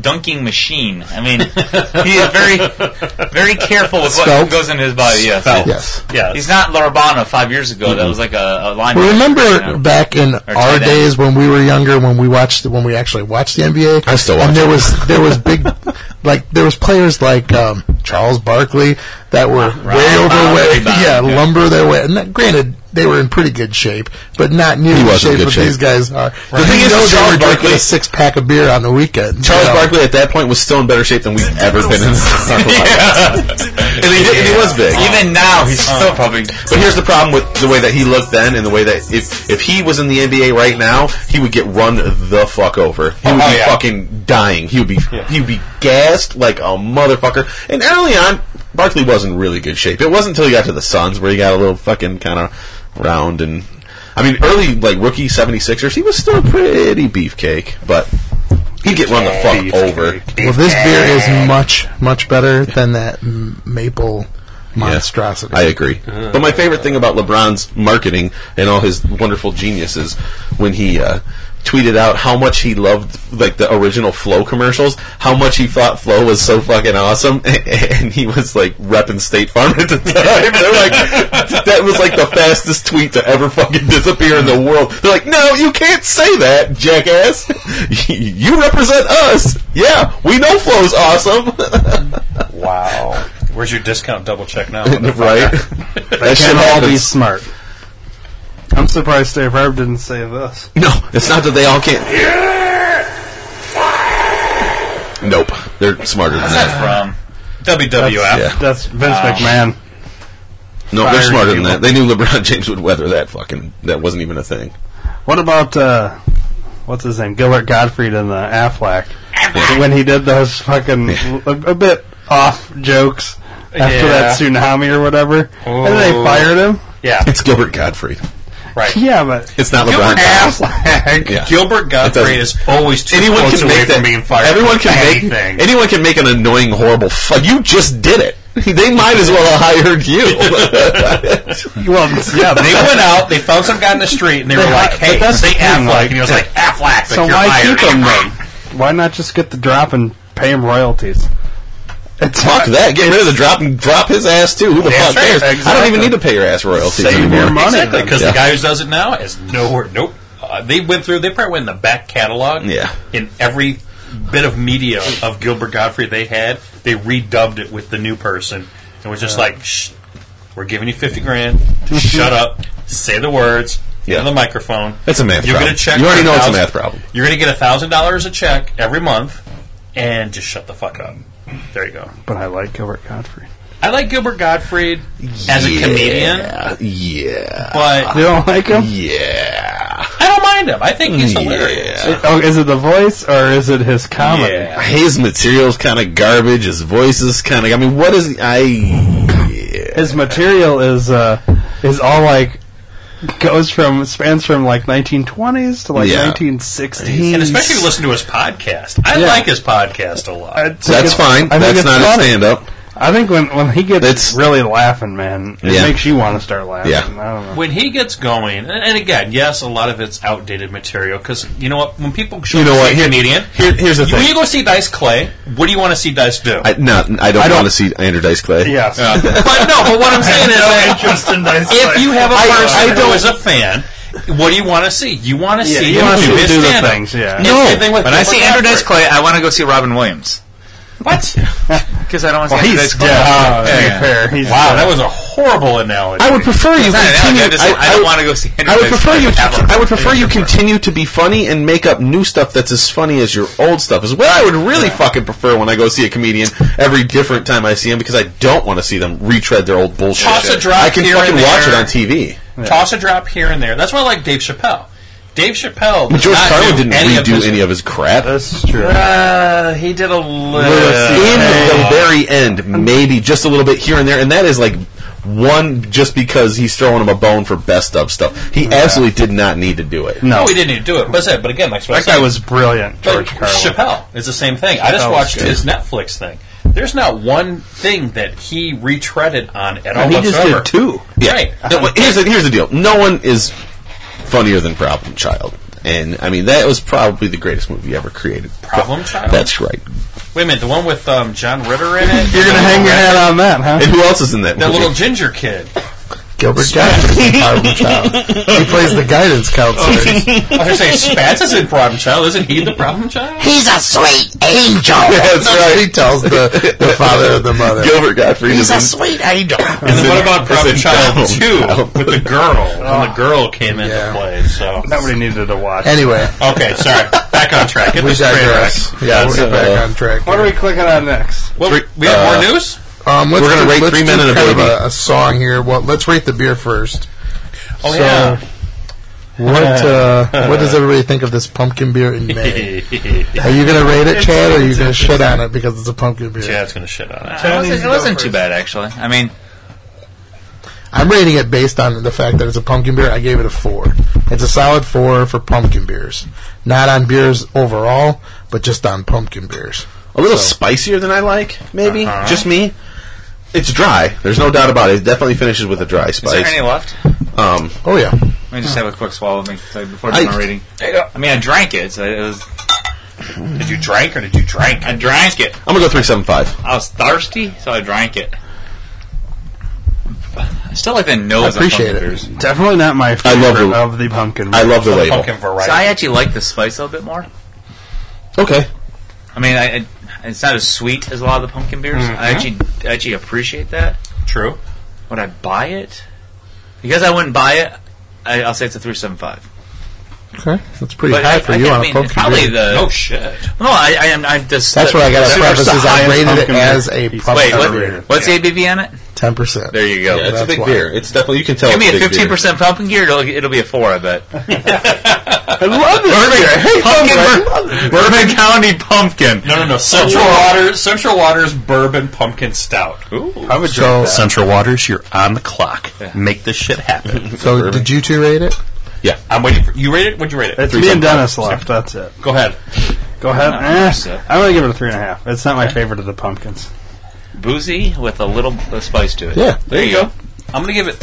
[SPEAKER 10] dunking machine. I mean, he is very, very careful with what
[SPEAKER 1] Svelte.
[SPEAKER 10] goes in his body. Yes,
[SPEAKER 1] Yes.
[SPEAKER 4] Yeah,
[SPEAKER 10] He's not Larabana five years ago. That was like a, a line.
[SPEAKER 1] Well, remember
[SPEAKER 10] you know?
[SPEAKER 1] back in our
[SPEAKER 10] tight end.
[SPEAKER 1] days when we were younger, when we watched, when we actually watched the NBA.
[SPEAKER 7] I still watch
[SPEAKER 1] and there
[SPEAKER 7] it.
[SPEAKER 1] was there was big, like there was players like um, Charles Barkley that were way overweight.
[SPEAKER 10] Rebound,
[SPEAKER 1] Yeah,
[SPEAKER 10] yeah.
[SPEAKER 1] lumber their way. And that, granted, they were in pretty good shape, but not near
[SPEAKER 7] He
[SPEAKER 1] the
[SPEAKER 7] wasn't
[SPEAKER 1] shape
[SPEAKER 7] good
[SPEAKER 1] that
[SPEAKER 7] shape.
[SPEAKER 1] these guys are. The
[SPEAKER 7] The thing
[SPEAKER 1] thing
[SPEAKER 7] is,
[SPEAKER 1] is, they
[SPEAKER 7] Charles
[SPEAKER 1] were drinking
[SPEAKER 7] Barkley-
[SPEAKER 1] a six pack of beer on the weekend.
[SPEAKER 7] Charles
[SPEAKER 1] you know.
[SPEAKER 7] Barkley at that point was still in better shape than we've ever been in. and he, did, he was big.
[SPEAKER 10] Even now, he's
[SPEAKER 1] Uh-huh.
[SPEAKER 10] still probably.
[SPEAKER 7] But here's the problem with the way that he looked then, and the way that if if he was in the NBA right now, he would get run the fuck over. He would
[SPEAKER 4] Oh,
[SPEAKER 7] be
[SPEAKER 4] yeah.
[SPEAKER 7] fucking dying. He would be he would be gassed like a motherfucker. And early on, Barkley was in really good shape. It wasn't until he got to the Suns where he got a little fucking kind of round and. I mean, early like rookie 76ers, he was still pretty beefcake, but he'd get run the fuck over.
[SPEAKER 1] Well, this beer is much much better than that m- maple
[SPEAKER 7] Yeah,
[SPEAKER 1] monstrosity.
[SPEAKER 7] I agree. But my favorite thing about LeBron's marketing and all his wonderful genius is when he uh, tweeted out how much he loved like the original Flow commercials, how much he thought Flow was so fucking awesome, and he was like repping State Farm at the time. They're like, that was like the fastest tweet to ever fucking disappear in the world. They're like, no, you can't say that, jackass. you represent us. Yeah, we know Flow's awesome,
[SPEAKER 4] wow. Where's your discount double check now?
[SPEAKER 7] right? That
[SPEAKER 5] Can't all be
[SPEAKER 7] happens.
[SPEAKER 5] smart. I'm surprised Dave Herb didn't say this.
[SPEAKER 7] No, it's not that they all can't. Nope, they're smarter than that.
[SPEAKER 10] From
[SPEAKER 4] WWF.
[SPEAKER 7] Yeah.
[SPEAKER 5] That's Vince
[SPEAKER 4] Ah.
[SPEAKER 5] McMahon.
[SPEAKER 7] No, they're
[SPEAKER 5] Firing
[SPEAKER 7] smarter than
[SPEAKER 5] people.
[SPEAKER 7] that. They knew LeBron James would weather that fucking. That wasn't even a thing.
[SPEAKER 5] What about uh, what's his name? Gilbert Gottfried and the Affleck when he did those fucking a, a bit off jokes after that tsunami or whatever, and they
[SPEAKER 4] Oh.
[SPEAKER 5] fired him.
[SPEAKER 4] Yeah,
[SPEAKER 7] It's Gilbert Godfrey.
[SPEAKER 5] Yeah, but
[SPEAKER 7] It's not LeBron.
[SPEAKER 4] Gilbert Affleck.
[SPEAKER 7] Yeah.
[SPEAKER 4] Gilbert Godfrey
[SPEAKER 7] It
[SPEAKER 4] is always too
[SPEAKER 7] Anyone can
[SPEAKER 4] close away
[SPEAKER 7] make
[SPEAKER 4] from
[SPEAKER 7] that.
[SPEAKER 4] being fired.
[SPEAKER 7] Anyone can
[SPEAKER 4] from
[SPEAKER 7] make.
[SPEAKER 4] anything.
[SPEAKER 7] Anyone can make an annoying, horrible. Fu- you just did it. They might as well have hired you.
[SPEAKER 5] well, yeah,
[SPEAKER 4] They
[SPEAKER 5] but
[SPEAKER 4] went out, they found some guy in the street, and they were like,
[SPEAKER 5] but
[SPEAKER 4] "Hey,
[SPEAKER 5] that's the
[SPEAKER 4] say
[SPEAKER 5] thing,
[SPEAKER 4] Affleck,"
[SPEAKER 5] like-
[SPEAKER 4] and he was like, "Affleck."
[SPEAKER 5] So
[SPEAKER 4] like, you're
[SPEAKER 5] why
[SPEAKER 4] hired.
[SPEAKER 5] keep him then? why not just get the drop and pay him royalties? It's
[SPEAKER 7] Fuck that. Get rid of the drop and drop his ass too. Who the
[SPEAKER 4] That's
[SPEAKER 7] fuck
[SPEAKER 4] right,
[SPEAKER 7] cares? I don't
[SPEAKER 5] exactly.
[SPEAKER 7] even need to pay your ass royalties
[SPEAKER 5] Save your
[SPEAKER 7] anymore.
[SPEAKER 5] money.
[SPEAKER 4] Exactly, because
[SPEAKER 7] Yeah.
[SPEAKER 4] the guy who does it now is nowhere. Nope. uh, they went through. They probably went in the back catalog.
[SPEAKER 7] Yeah.
[SPEAKER 4] In every bit of media of Gilbert Godfrey they had, they redubbed it with the new person and was just like, Shh, "We're giving you fifty grand. Shut up. Say the words."
[SPEAKER 7] Yeah.
[SPEAKER 4] Yeah. the microphone.
[SPEAKER 7] It's a math
[SPEAKER 4] You're
[SPEAKER 7] problem.
[SPEAKER 4] gonna check.
[SPEAKER 7] You already know it's a
[SPEAKER 4] 1,000
[SPEAKER 7] math problem.
[SPEAKER 4] You're gonna get a thousand dollars a check every month, and just shut the fuck up. There you go.
[SPEAKER 5] But I like Gilbert Godfrey.
[SPEAKER 4] I like Gilbert Gottfried as a comedian,
[SPEAKER 7] Yeah. Yeah.
[SPEAKER 4] but
[SPEAKER 5] You don't like him?
[SPEAKER 7] Yeah.
[SPEAKER 4] I don't mind him. I think he's hilarious.
[SPEAKER 7] Yeah.
[SPEAKER 5] Oh, is it the voice or is it his comedy?
[SPEAKER 4] Yeah.
[SPEAKER 7] His material's kind of garbage. His voice is kind of. I mean, what is I? Yeah.
[SPEAKER 5] His material is uh, is all like goes from spans from like 1920s to like
[SPEAKER 7] Yeah.
[SPEAKER 5] 1960s.
[SPEAKER 4] And especially if you listen to his podcast. I
[SPEAKER 5] Yeah.
[SPEAKER 4] like his podcast a lot.
[SPEAKER 5] I think
[SPEAKER 7] That's
[SPEAKER 5] it's-
[SPEAKER 7] fine.
[SPEAKER 5] I think
[SPEAKER 7] That's
[SPEAKER 5] it's
[SPEAKER 7] not
[SPEAKER 5] funny.
[SPEAKER 7] a stand-up.
[SPEAKER 5] I think when, when he gets
[SPEAKER 7] It's-
[SPEAKER 5] really laughing, man, it
[SPEAKER 7] Yeah.
[SPEAKER 5] makes you want to start laughing.
[SPEAKER 7] Yeah.
[SPEAKER 5] I don't know.
[SPEAKER 4] when he gets going, and- and again, yes, a lot of it's outdated material because you know what? When people show
[SPEAKER 7] You know
[SPEAKER 4] up to
[SPEAKER 7] what?
[SPEAKER 4] see a
[SPEAKER 7] Here-
[SPEAKER 4] comedian,
[SPEAKER 7] here- here's the
[SPEAKER 4] you-
[SPEAKER 7] thing.
[SPEAKER 4] When you go see Dice Clay, what do you want to see Dice do?
[SPEAKER 7] I, no, I don't, want to see Andrew Dice Clay.
[SPEAKER 5] Yes.
[SPEAKER 4] but no, but what I'm saying is, like, if you have a
[SPEAKER 7] I-
[SPEAKER 4] person
[SPEAKER 7] I don't-
[SPEAKER 4] who is a fan. What do you want to see? You want to see
[SPEAKER 5] you
[SPEAKER 4] him
[SPEAKER 5] wanna see
[SPEAKER 4] do
[SPEAKER 5] him
[SPEAKER 4] his
[SPEAKER 5] do the
[SPEAKER 4] stand-up.
[SPEAKER 5] things, yeah.
[SPEAKER 4] It's the
[SPEAKER 7] No.
[SPEAKER 4] same thing with
[SPEAKER 10] When I see
[SPEAKER 4] Gilbert
[SPEAKER 10] Andrew Dice
[SPEAKER 4] Gottfried.
[SPEAKER 10] Clay, I want to go see Robin Williams
[SPEAKER 4] what?
[SPEAKER 10] because I don't want to
[SPEAKER 5] Well,
[SPEAKER 10] see Andrew
[SPEAKER 5] he's
[SPEAKER 10] Dice Clay.
[SPEAKER 5] dead.
[SPEAKER 7] Uh,
[SPEAKER 5] Oh,
[SPEAKER 10] Yeah.
[SPEAKER 5] yeah. fair. He's
[SPEAKER 4] Wow,
[SPEAKER 5] dead.
[SPEAKER 4] that was a horrible analogy.
[SPEAKER 7] I would prefer you
[SPEAKER 10] It's not an analogy,
[SPEAKER 7] continue.
[SPEAKER 10] I, just, I, don't want to go see. Andrew
[SPEAKER 7] I would
[SPEAKER 10] Dice
[SPEAKER 7] prefer
[SPEAKER 10] Clay
[SPEAKER 7] you.
[SPEAKER 10] ever.
[SPEAKER 7] I would prefer you
[SPEAKER 10] Yeah.
[SPEAKER 7] continue to be funny and make up new stuff that's as funny as your old stuff. Is what I would really fucking prefer when I go see a comedian every different time I see him because I don't want to see them retread their old bullshit.
[SPEAKER 4] Toss a drop
[SPEAKER 7] I can
[SPEAKER 4] here
[SPEAKER 7] fucking
[SPEAKER 4] and
[SPEAKER 7] watch it
[SPEAKER 4] there.
[SPEAKER 7] on TV.
[SPEAKER 4] toss a drop here and there. That's why I like Dave Chappelle. Dave Chappelle.
[SPEAKER 7] But
[SPEAKER 4] does
[SPEAKER 7] George
[SPEAKER 4] not
[SPEAKER 7] Carlin
[SPEAKER 4] do
[SPEAKER 7] didn't
[SPEAKER 4] any of
[SPEAKER 7] redo
[SPEAKER 4] his-
[SPEAKER 7] any of his crap.
[SPEAKER 5] That's true.
[SPEAKER 4] Uh, he did a
[SPEAKER 7] in the
[SPEAKER 4] little.
[SPEAKER 7] very end, maybe just a little bit here and there, and that is like one just because he's throwing him a bone for best of stuff. He absolutely did not need to do it.
[SPEAKER 4] No, he didn't even do it. But, I said- but again, like
[SPEAKER 5] That guy was brilliant, George Carlin.
[SPEAKER 4] Chappelle is the same thing. I just
[SPEAKER 5] Chappelle was
[SPEAKER 4] watched
[SPEAKER 5] good.
[SPEAKER 4] his Netflix thing. There's not one thing that he retreaded on at all
[SPEAKER 5] And he just
[SPEAKER 4] whatsoever.
[SPEAKER 5] did two.
[SPEAKER 7] Yeah.
[SPEAKER 4] Right.
[SPEAKER 7] No, but here's the, here's the deal. No one is funnier than Problem Child, and I mean that was probably the greatest movie ever created.
[SPEAKER 4] Problem Child?
[SPEAKER 7] That's right.
[SPEAKER 4] Wait a minute, the one with um, John Ritter in it.
[SPEAKER 5] You're gonna hang your hat on that, huh?
[SPEAKER 7] And who else is in that?
[SPEAKER 4] That
[SPEAKER 7] movie?
[SPEAKER 4] little ginger kid.
[SPEAKER 1] Gilbert Godfrey, problem child. He plays the guidance
[SPEAKER 4] Oh,
[SPEAKER 1] counselor.
[SPEAKER 4] I was going to say, Spatz is in Problem Child. Isn't he the Problem Child?
[SPEAKER 2] He's a sweet angel.
[SPEAKER 7] That's
[SPEAKER 1] He
[SPEAKER 7] right.
[SPEAKER 1] tells the, the father and the mother.
[SPEAKER 7] Gilbert Godfrey.
[SPEAKER 2] He's
[SPEAKER 7] is
[SPEAKER 2] a
[SPEAKER 7] in-
[SPEAKER 2] sweet angel.
[SPEAKER 4] And then
[SPEAKER 7] Is
[SPEAKER 4] what
[SPEAKER 7] it-
[SPEAKER 4] about
[SPEAKER 7] is it
[SPEAKER 4] Problem Child
[SPEAKER 7] Problem
[SPEAKER 4] 2
[SPEAKER 7] Child?
[SPEAKER 4] with the girl? And the girl came into
[SPEAKER 1] Yeah.
[SPEAKER 4] play, so.
[SPEAKER 5] Nobody needed to watch.
[SPEAKER 1] Anyway,
[SPEAKER 4] Okay, sorry. Back on track. Get
[SPEAKER 1] we
[SPEAKER 4] this train
[SPEAKER 1] digress.
[SPEAKER 4] wreck.
[SPEAKER 1] Yeah,
[SPEAKER 7] Yes,
[SPEAKER 1] we're
[SPEAKER 7] uh,
[SPEAKER 1] back on track.
[SPEAKER 5] What are we clicking on next?
[SPEAKER 4] Well,
[SPEAKER 7] Three-
[SPEAKER 4] we have
[SPEAKER 7] uh,
[SPEAKER 4] more news?
[SPEAKER 1] Um, let's
[SPEAKER 7] We're gonna
[SPEAKER 1] do-
[SPEAKER 7] rate
[SPEAKER 1] let's
[SPEAKER 7] Three
[SPEAKER 1] do
[SPEAKER 7] Men and a
[SPEAKER 1] kind of
[SPEAKER 7] Baby.
[SPEAKER 1] a, a song here. Well, let's rate the beer first.
[SPEAKER 4] Oh,
[SPEAKER 1] so-
[SPEAKER 4] yeah.
[SPEAKER 1] What uh, What does everybody think of this pumpkin beer in May? Are you going to rate it, Chad, or are you going to shit on it because it's a pumpkin beer?
[SPEAKER 4] Chad's going to shit on it.
[SPEAKER 10] It wasn't, it wasn't too bad actually. I mean,
[SPEAKER 1] I'm rating it based on the fact that it's a pumpkin beer. I gave it a four. It's a solid four for pumpkin beers, not on beers overall, but just on pumpkin beers.
[SPEAKER 7] a little spicier than I like, maybe.
[SPEAKER 4] Uh-huh.
[SPEAKER 7] Just me. It's dry. There's no doubt about it. It definitely finishes with a dry
[SPEAKER 10] is there any
[SPEAKER 7] spice.
[SPEAKER 10] left?
[SPEAKER 7] Um,
[SPEAKER 1] Oh yeah,
[SPEAKER 10] Let me just have a quick swallow of me so before
[SPEAKER 7] I-
[SPEAKER 10] doing my rating. I mean, I drank it. So it was.
[SPEAKER 4] Did you drink or did you drink?
[SPEAKER 10] I drank it.
[SPEAKER 7] I'm gonna go three seven five.
[SPEAKER 10] I was thirsty, so I drank it. I still like the nose.
[SPEAKER 1] I appreciate
[SPEAKER 10] on
[SPEAKER 1] it.
[SPEAKER 10] pumpkin beers.
[SPEAKER 5] Definitely not my
[SPEAKER 7] I
[SPEAKER 5] favorite
[SPEAKER 7] love the-
[SPEAKER 5] of the pumpkin.
[SPEAKER 7] I love the label.
[SPEAKER 4] Pumpkin variety.
[SPEAKER 10] So I actually like the spice a little bit more.
[SPEAKER 7] Okay.
[SPEAKER 10] I mean, I, I, it's not as sweet as a lot of the pumpkin beers. I actually I actually appreciate that.
[SPEAKER 4] True.
[SPEAKER 10] Would I buy it? Because I wouldn't buy it, I, I'll say it's a three seven five.
[SPEAKER 1] okay, that's pretty high
[SPEAKER 10] I,
[SPEAKER 1] for
[SPEAKER 10] I,
[SPEAKER 1] you
[SPEAKER 10] I
[SPEAKER 1] on
[SPEAKER 10] mean,
[SPEAKER 1] a pumpkin
[SPEAKER 10] probably
[SPEAKER 1] beer.
[SPEAKER 10] the
[SPEAKER 4] Oh, shit.
[SPEAKER 10] no. I I am I just
[SPEAKER 1] That's what I got to
[SPEAKER 10] Super
[SPEAKER 1] preface is I
[SPEAKER 10] side-
[SPEAKER 1] rated it
[SPEAKER 5] pumpkin beer.
[SPEAKER 1] as a
[SPEAKER 10] Wait,
[SPEAKER 1] pumpkin
[SPEAKER 10] what-
[SPEAKER 1] beer,
[SPEAKER 10] what's the ABV on it?
[SPEAKER 1] ten percent.
[SPEAKER 10] There you go.
[SPEAKER 7] Yeah, it's a
[SPEAKER 1] That's
[SPEAKER 7] big
[SPEAKER 1] why.
[SPEAKER 7] beer. It's definitely you can tell.
[SPEAKER 10] Give me a
[SPEAKER 7] it's big
[SPEAKER 10] fifteen
[SPEAKER 7] beer.
[SPEAKER 10] percent pumpkin beer. It'll, it'll be a four, I bet.
[SPEAKER 5] I love this.
[SPEAKER 10] Bourbon, pumpkin Bur- Bourbon County pumpkin.
[SPEAKER 4] No, no, no. Central Waters, Central Waters Bourbon Pumpkin Stout.
[SPEAKER 5] I would drink
[SPEAKER 1] So,
[SPEAKER 5] that.
[SPEAKER 4] Central Waters, you're on the clock. Make this shit happen.
[SPEAKER 1] so did you two rate it?
[SPEAKER 7] Yeah.
[SPEAKER 4] I'm waiting for you. Rate it? What'd you rate it?
[SPEAKER 5] It's me and Dennis left. That's it.
[SPEAKER 4] Go ahead.
[SPEAKER 5] Go ahead.
[SPEAKER 10] No,
[SPEAKER 5] Eh,
[SPEAKER 10] that's it.
[SPEAKER 5] I'm gonna give it a three and a half. It's not my favorite of the pumpkins.
[SPEAKER 10] Boozy with a little uh, spice to it.
[SPEAKER 1] Yeah.
[SPEAKER 10] There you go.
[SPEAKER 4] I'm going to give it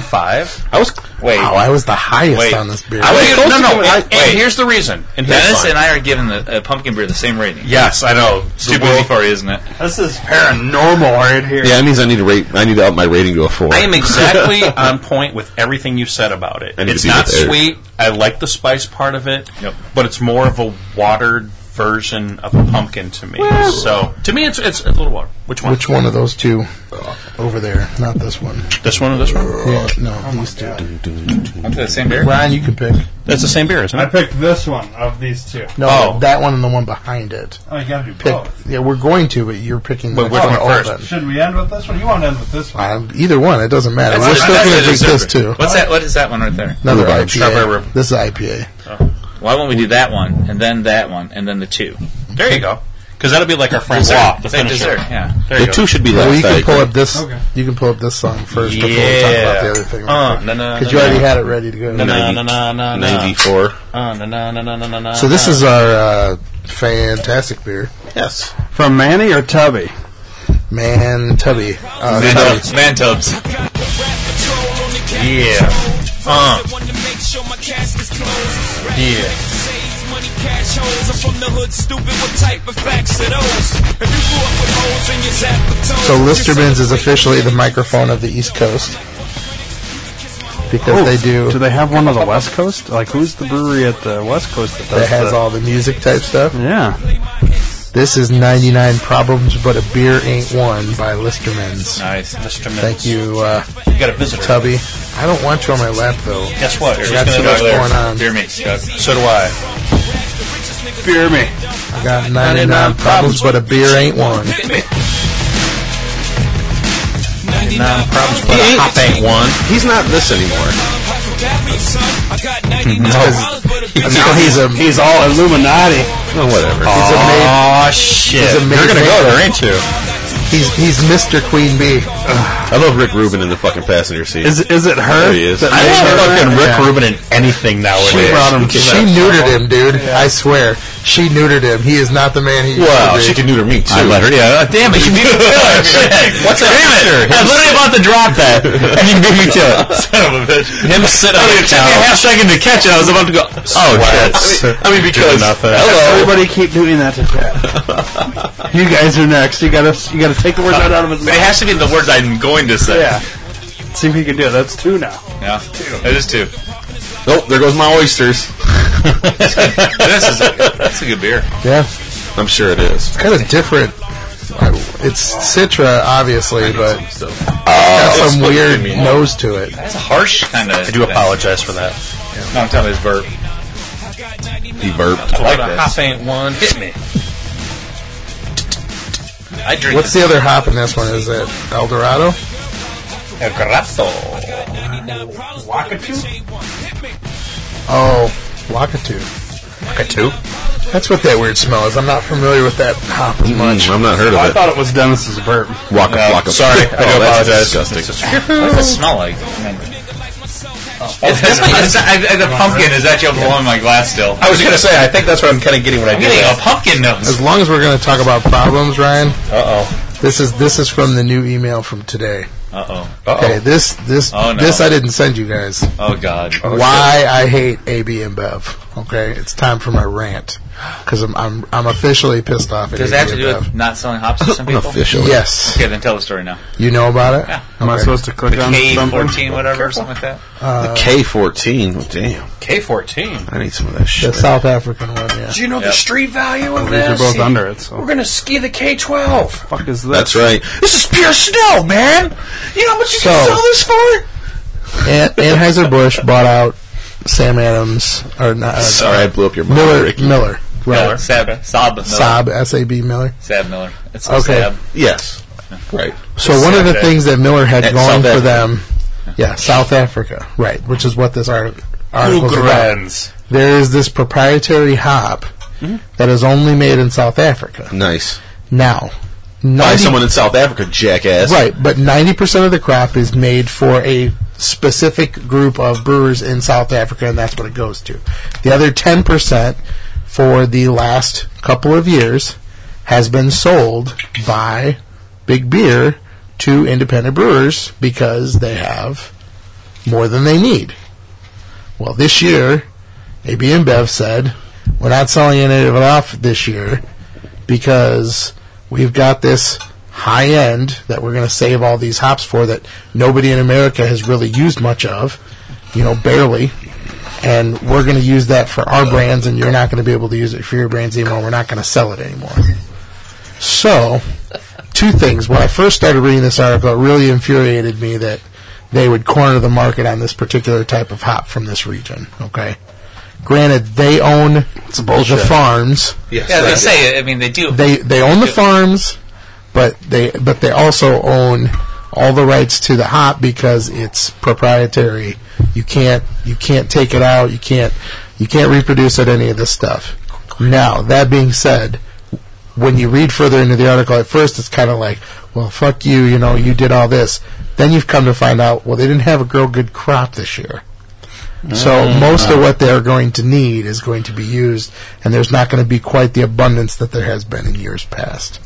[SPEAKER 4] 375.
[SPEAKER 7] I was
[SPEAKER 10] Wait,
[SPEAKER 1] Wow, I was the highest
[SPEAKER 4] Wait.
[SPEAKER 1] on this beer.
[SPEAKER 4] I
[SPEAKER 10] Wait,
[SPEAKER 4] was gonna-
[SPEAKER 10] no, no,
[SPEAKER 4] no, no.
[SPEAKER 10] I-
[SPEAKER 4] Oh, and, and
[SPEAKER 10] wait.
[SPEAKER 4] here's the reason. And here's
[SPEAKER 10] Dennis
[SPEAKER 4] why.
[SPEAKER 10] and I are giving the uh, pumpkin beer the same rating.
[SPEAKER 4] Yes, I know.
[SPEAKER 10] It's too busy for you, isn't it?
[SPEAKER 5] This is paranormal right here.
[SPEAKER 7] Yeah, that means I need to rate. I need to up my rating to a four.
[SPEAKER 4] I am exactly uh, on point with everything you said about it.
[SPEAKER 7] I need to
[SPEAKER 4] It's
[SPEAKER 7] be
[SPEAKER 4] not
[SPEAKER 7] with Eric.
[SPEAKER 4] sweet. I like the spice part of it,
[SPEAKER 10] Yep.
[SPEAKER 4] but it's more of a watered version of a pumpkin to me. so to me, it's it's a little water. Which one?
[SPEAKER 1] Which one of those two over there? Not this one.
[SPEAKER 4] This one or this one?
[SPEAKER 1] Yeah, no, these two.
[SPEAKER 10] Aren't they the same beer?
[SPEAKER 1] Brian, you can pick.
[SPEAKER 4] That's the same beer, isn't
[SPEAKER 5] I
[SPEAKER 4] it?
[SPEAKER 5] picked this one of these two.
[SPEAKER 1] No,
[SPEAKER 4] Oh.
[SPEAKER 1] that one and the one behind it.
[SPEAKER 5] Oh, you gotta do
[SPEAKER 1] Pick.
[SPEAKER 5] both.
[SPEAKER 1] Yeah, we're going to, but you're picking the
[SPEAKER 4] But
[SPEAKER 1] next
[SPEAKER 4] which one
[SPEAKER 1] all
[SPEAKER 4] first?
[SPEAKER 1] of it.
[SPEAKER 5] Should we end with this one? You want to end with this one?
[SPEAKER 1] Um, either one, it doesn't matter.
[SPEAKER 10] That's
[SPEAKER 1] we're
[SPEAKER 10] it.
[SPEAKER 1] still
[SPEAKER 10] That's
[SPEAKER 1] going
[SPEAKER 10] it.
[SPEAKER 1] to drink
[SPEAKER 10] It's
[SPEAKER 1] this
[SPEAKER 10] separate.
[SPEAKER 1] too.
[SPEAKER 10] What's that? What is that one right there?
[SPEAKER 1] Another
[SPEAKER 7] Rhubarb.
[SPEAKER 4] Strawberry
[SPEAKER 1] IPA.
[SPEAKER 4] rhubarb.
[SPEAKER 1] This is IPA.
[SPEAKER 10] Why won't we do that one and then that one and then the two?
[SPEAKER 4] There you go. Because that'll be like our friend
[SPEAKER 10] Dessert.
[SPEAKER 4] Law, the
[SPEAKER 10] Same
[SPEAKER 4] finisher.
[SPEAKER 10] dessert, yeah.
[SPEAKER 4] There you
[SPEAKER 7] the
[SPEAKER 4] go.
[SPEAKER 7] two should be
[SPEAKER 1] Well,
[SPEAKER 7] left.
[SPEAKER 1] you
[SPEAKER 7] I
[SPEAKER 1] can pull
[SPEAKER 7] agree.
[SPEAKER 1] up this.
[SPEAKER 5] Okay.
[SPEAKER 1] You can pull up this song first before we talk about the
[SPEAKER 4] Yeah.
[SPEAKER 1] other thing.
[SPEAKER 4] Uh, na- na-
[SPEAKER 1] Because
[SPEAKER 4] na-
[SPEAKER 1] you already
[SPEAKER 4] na-
[SPEAKER 1] had it ready to go.
[SPEAKER 4] na- na- na- na- na- na.
[SPEAKER 7] Ninety-four.
[SPEAKER 4] Uh, na- na- na- na- na- na- na-
[SPEAKER 1] So this is our uh, fantastic beer,
[SPEAKER 7] Yes.
[SPEAKER 5] From Manny or Tubby?
[SPEAKER 1] Man Tubby. Uh, Tubby.
[SPEAKER 10] Mantubs. Mantubs.
[SPEAKER 4] Yeah. Uh. Yeah.
[SPEAKER 1] So Listerman's is officially the microphone of the East Coast because they do.
[SPEAKER 5] Do they have one on Oh, the West Coast? Like, who's the brewery at the West Coast that does
[SPEAKER 1] that has
[SPEAKER 5] the-
[SPEAKER 1] all the music type stuff.
[SPEAKER 5] Yeah.
[SPEAKER 1] This is 99 Problems, but a beer ain't one by Listerman's.
[SPEAKER 10] Nice.
[SPEAKER 4] Mr.
[SPEAKER 1] Thank you, uh,
[SPEAKER 4] You got a visitor.
[SPEAKER 1] Tubby. I don't want you on my lap though.
[SPEAKER 4] Guess what? You're
[SPEAKER 1] got
[SPEAKER 4] just
[SPEAKER 1] too
[SPEAKER 4] gonna
[SPEAKER 1] much
[SPEAKER 4] go there.
[SPEAKER 1] going on.
[SPEAKER 10] Beer me, Chuck.
[SPEAKER 4] So do I.
[SPEAKER 5] Fear me.
[SPEAKER 1] I got 99 problems, but a beer ain't one.
[SPEAKER 4] Nine problems. But
[SPEAKER 7] ain't-
[SPEAKER 4] a hop ain't one.
[SPEAKER 7] He's not this anymore.
[SPEAKER 1] Now he's a he's
[SPEAKER 5] He's all Illuminati.
[SPEAKER 7] Oh, whatever.
[SPEAKER 4] Oh shit!
[SPEAKER 1] He's amazing.
[SPEAKER 4] You're gonna go there, ain't you?
[SPEAKER 1] he's, he's Mr. Queen Bee.
[SPEAKER 7] I love Rick Rubin in the fucking passenger seat.
[SPEAKER 5] Is is it her?
[SPEAKER 7] There he is.
[SPEAKER 5] that
[SPEAKER 7] I
[SPEAKER 5] makes her-
[SPEAKER 4] fucking Rick
[SPEAKER 1] Yeah.
[SPEAKER 4] Rubin in anything nowadays.
[SPEAKER 5] She brought him to
[SPEAKER 1] She neutered him, dude. I swear, she neutered him. He is not the man he used
[SPEAKER 7] wow,
[SPEAKER 1] to be.
[SPEAKER 7] she can neuter me too.
[SPEAKER 4] I let her. Yeah. uh, Damn it! You beat me to it. Shit. What's that? Damn it! I was literally about to drop that, and you beat me to it. Son of a bitch. Him sitting. on it took me a half second to catch it. I was about to go. Oh shit! I mean, because nothing.
[SPEAKER 5] Everybody keep doing that to Pat. you guys are next. You gotta you gotta take the words right out of his
[SPEAKER 10] But it
[SPEAKER 5] mouth.
[SPEAKER 10] has to be the words I'm going to say.
[SPEAKER 5] Yeah. See if you can do it. That's two now.
[SPEAKER 10] Yeah. It is two.
[SPEAKER 7] Nope, there goes my oysters.
[SPEAKER 10] this is that's a good beer.
[SPEAKER 1] Yeah,
[SPEAKER 7] I'm sure it is.
[SPEAKER 1] kind of different. It's Citra, obviously, but it's
[SPEAKER 7] So,
[SPEAKER 1] got some
[SPEAKER 7] it's
[SPEAKER 1] weird
[SPEAKER 7] fucking mean.
[SPEAKER 1] nose to it.
[SPEAKER 10] That's a harsh kind of.
[SPEAKER 4] I do apologize for that.
[SPEAKER 10] No, I'm telling you, it's burp.
[SPEAKER 7] he burped.
[SPEAKER 10] like
[SPEAKER 4] What a
[SPEAKER 10] this.
[SPEAKER 4] hop ain't one. Hit me.
[SPEAKER 10] I drink.
[SPEAKER 1] What's the other hop in this one? Is it El Dorado?
[SPEAKER 4] El Grasso.
[SPEAKER 1] Oh, Wakatu.
[SPEAKER 4] Wakatu.
[SPEAKER 7] Mm-hmm.
[SPEAKER 1] That's what that weird smell is. I'm not familiar with that hop as much.
[SPEAKER 7] Mm, I'm not heard
[SPEAKER 5] I
[SPEAKER 7] of it.
[SPEAKER 5] thought it was Dennis's burp.
[SPEAKER 7] Walk up,
[SPEAKER 4] No,
[SPEAKER 7] walk up.
[SPEAKER 4] sorry, I
[SPEAKER 7] oh,
[SPEAKER 4] do
[SPEAKER 7] that's
[SPEAKER 4] apologize.
[SPEAKER 7] Disgusting.
[SPEAKER 10] What does it smell like?
[SPEAKER 1] Oh,
[SPEAKER 10] I mean, It's- it's- it's- I- I- the pumpkin is actually overblowing my glass still.
[SPEAKER 4] I was gonna say. I think that's what I'm kind of getting when I
[SPEAKER 10] I'm
[SPEAKER 4] do
[SPEAKER 10] getting a
[SPEAKER 4] that.
[SPEAKER 10] pumpkin nose.
[SPEAKER 1] As long as we're going to talk about problems, Ryan,
[SPEAKER 4] Uh oh.
[SPEAKER 1] this is this is from the new email from today.
[SPEAKER 10] Uh oh.
[SPEAKER 1] Okay, this this
[SPEAKER 10] Oh, no.
[SPEAKER 1] this I didn't send you guys.
[SPEAKER 10] Oh god.
[SPEAKER 1] Why I hate AB and Bev. Okay, it's time for my rant because I'm, I'm I'm officially pissed off at
[SPEAKER 10] Does that have
[SPEAKER 1] AB and
[SPEAKER 10] to do
[SPEAKER 1] Bev.
[SPEAKER 10] with not selling hops to some people?
[SPEAKER 7] Officially.
[SPEAKER 1] Yes,
[SPEAKER 10] Okay, then tell the story now.
[SPEAKER 1] you know about it.
[SPEAKER 10] Yeah.
[SPEAKER 5] Am I supposed to click on
[SPEAKER 10] K
[SPEAKER 5] something?
[SPEAKER 10] fourteen, whatever, something like that.
[SPEAKER 7] The K14. Oh, damn.
[SPEAKER 4] K14.
[SPEAKER 7] I need some of that
[SPEAKER 1] The
[SPEAKER 7] shit.
[SPEAKER 1] South African one. Yeah,
[SPEAKER 4] Do you know the street value of
[SPEAKER 5] These are
[SPEAKER 4] this?
[SPEAKER 5] both under it. So
[SPEAKER 4] We're gonna ski the K12.
[SPEAKER 5] fuck is this?
[SPEAKER 7] That's right.
[SPEAKER 4] This is pure snow, man. You know how much you
[SPEAKER 1] So-
[SPEAKER 4] can sell this for?
[SPEAKER 1] An- Anheuser Busch bought out Sam Adams or not uh,
[SPEAKER 7] Sorry, I blew up your mic,
[SPEAKER 1] Miller
[SPEAKER 7] Ricky.
[SPEAKER 1] Miller. Right.
[SPEAKER 10] Miller. Sab. Saab. Miller.
[SPEAKER 1] Saab S A B Miller.
[SPEAKER 10] Sab Miller. It's
[SPEAKER 1] Okay.
[SPEAKER 10] Sab.
[SPEAKER 7] Yes. Right.
[SPEAKER 1] So one of the
[SPEAKER 10] South
[SPEAKER 1] things that Miller had
[SPEAKER 7] At
[SPEAKER 1] going
[SPEAKER 7] South
[SPEAKER 1] for
[SPEAKER 7] Africa.
[SPEAKER 1] them, yeah, South Africa, right, which is what this art, article is about. There is this proprietary hop
[SPEAKER 7] Hmm?
[SPEAKER 1] that is only made in South Africa.
[SPEAKER 7] Nice.
[SPEAKER 1] Now,
[SPEAKER 7] By
[SPEAKER 1] 90
[SPEAKER 7] someone in South Africa, jackass.
[SPEAKER 1] right, but ninety percent of the crop is made for a specific group of brewers in South Africa, and that's what it goes to. The other ten percent for the last couple of years has been sold by Big Beer to independent brewers because they have more than they need. Well, this year, AB InBev said, we're not selling any of it off this year because we've got this high end that we're going to save all these hops for that nobody in America has really used much of, you know, barely. And we're going to use that for our brands, and you're not going to be able to use it for your brands anymore. We're not going to sell it anymore. So, two things. When I first started reading this article, it really infuriated me that they would corner the market on this particular type of hop from this region. Okay. Granted, they own the farms.
[SPEAKER 7] Yes,
[SPEAKER 10] Yeah, they
[SPEAKER 7] right.
[SPEAKER 10] say. I mean, they do.
[SPEAKER 1] They they own the farms, but they but they also own all the rights to the hop because it's proprietary. You can't you can't take it out. You can't you can't reproduce it. Any of this stuff. Now that being said, when you read further into the article, at first it's kind of like, well, fuck you. You know, you did all this. Then you've come to find out, well, they didn't have a real good crop this year. So most of what they're going to need is going to be used, and there's not going to be quite the abundance that there has been in years past.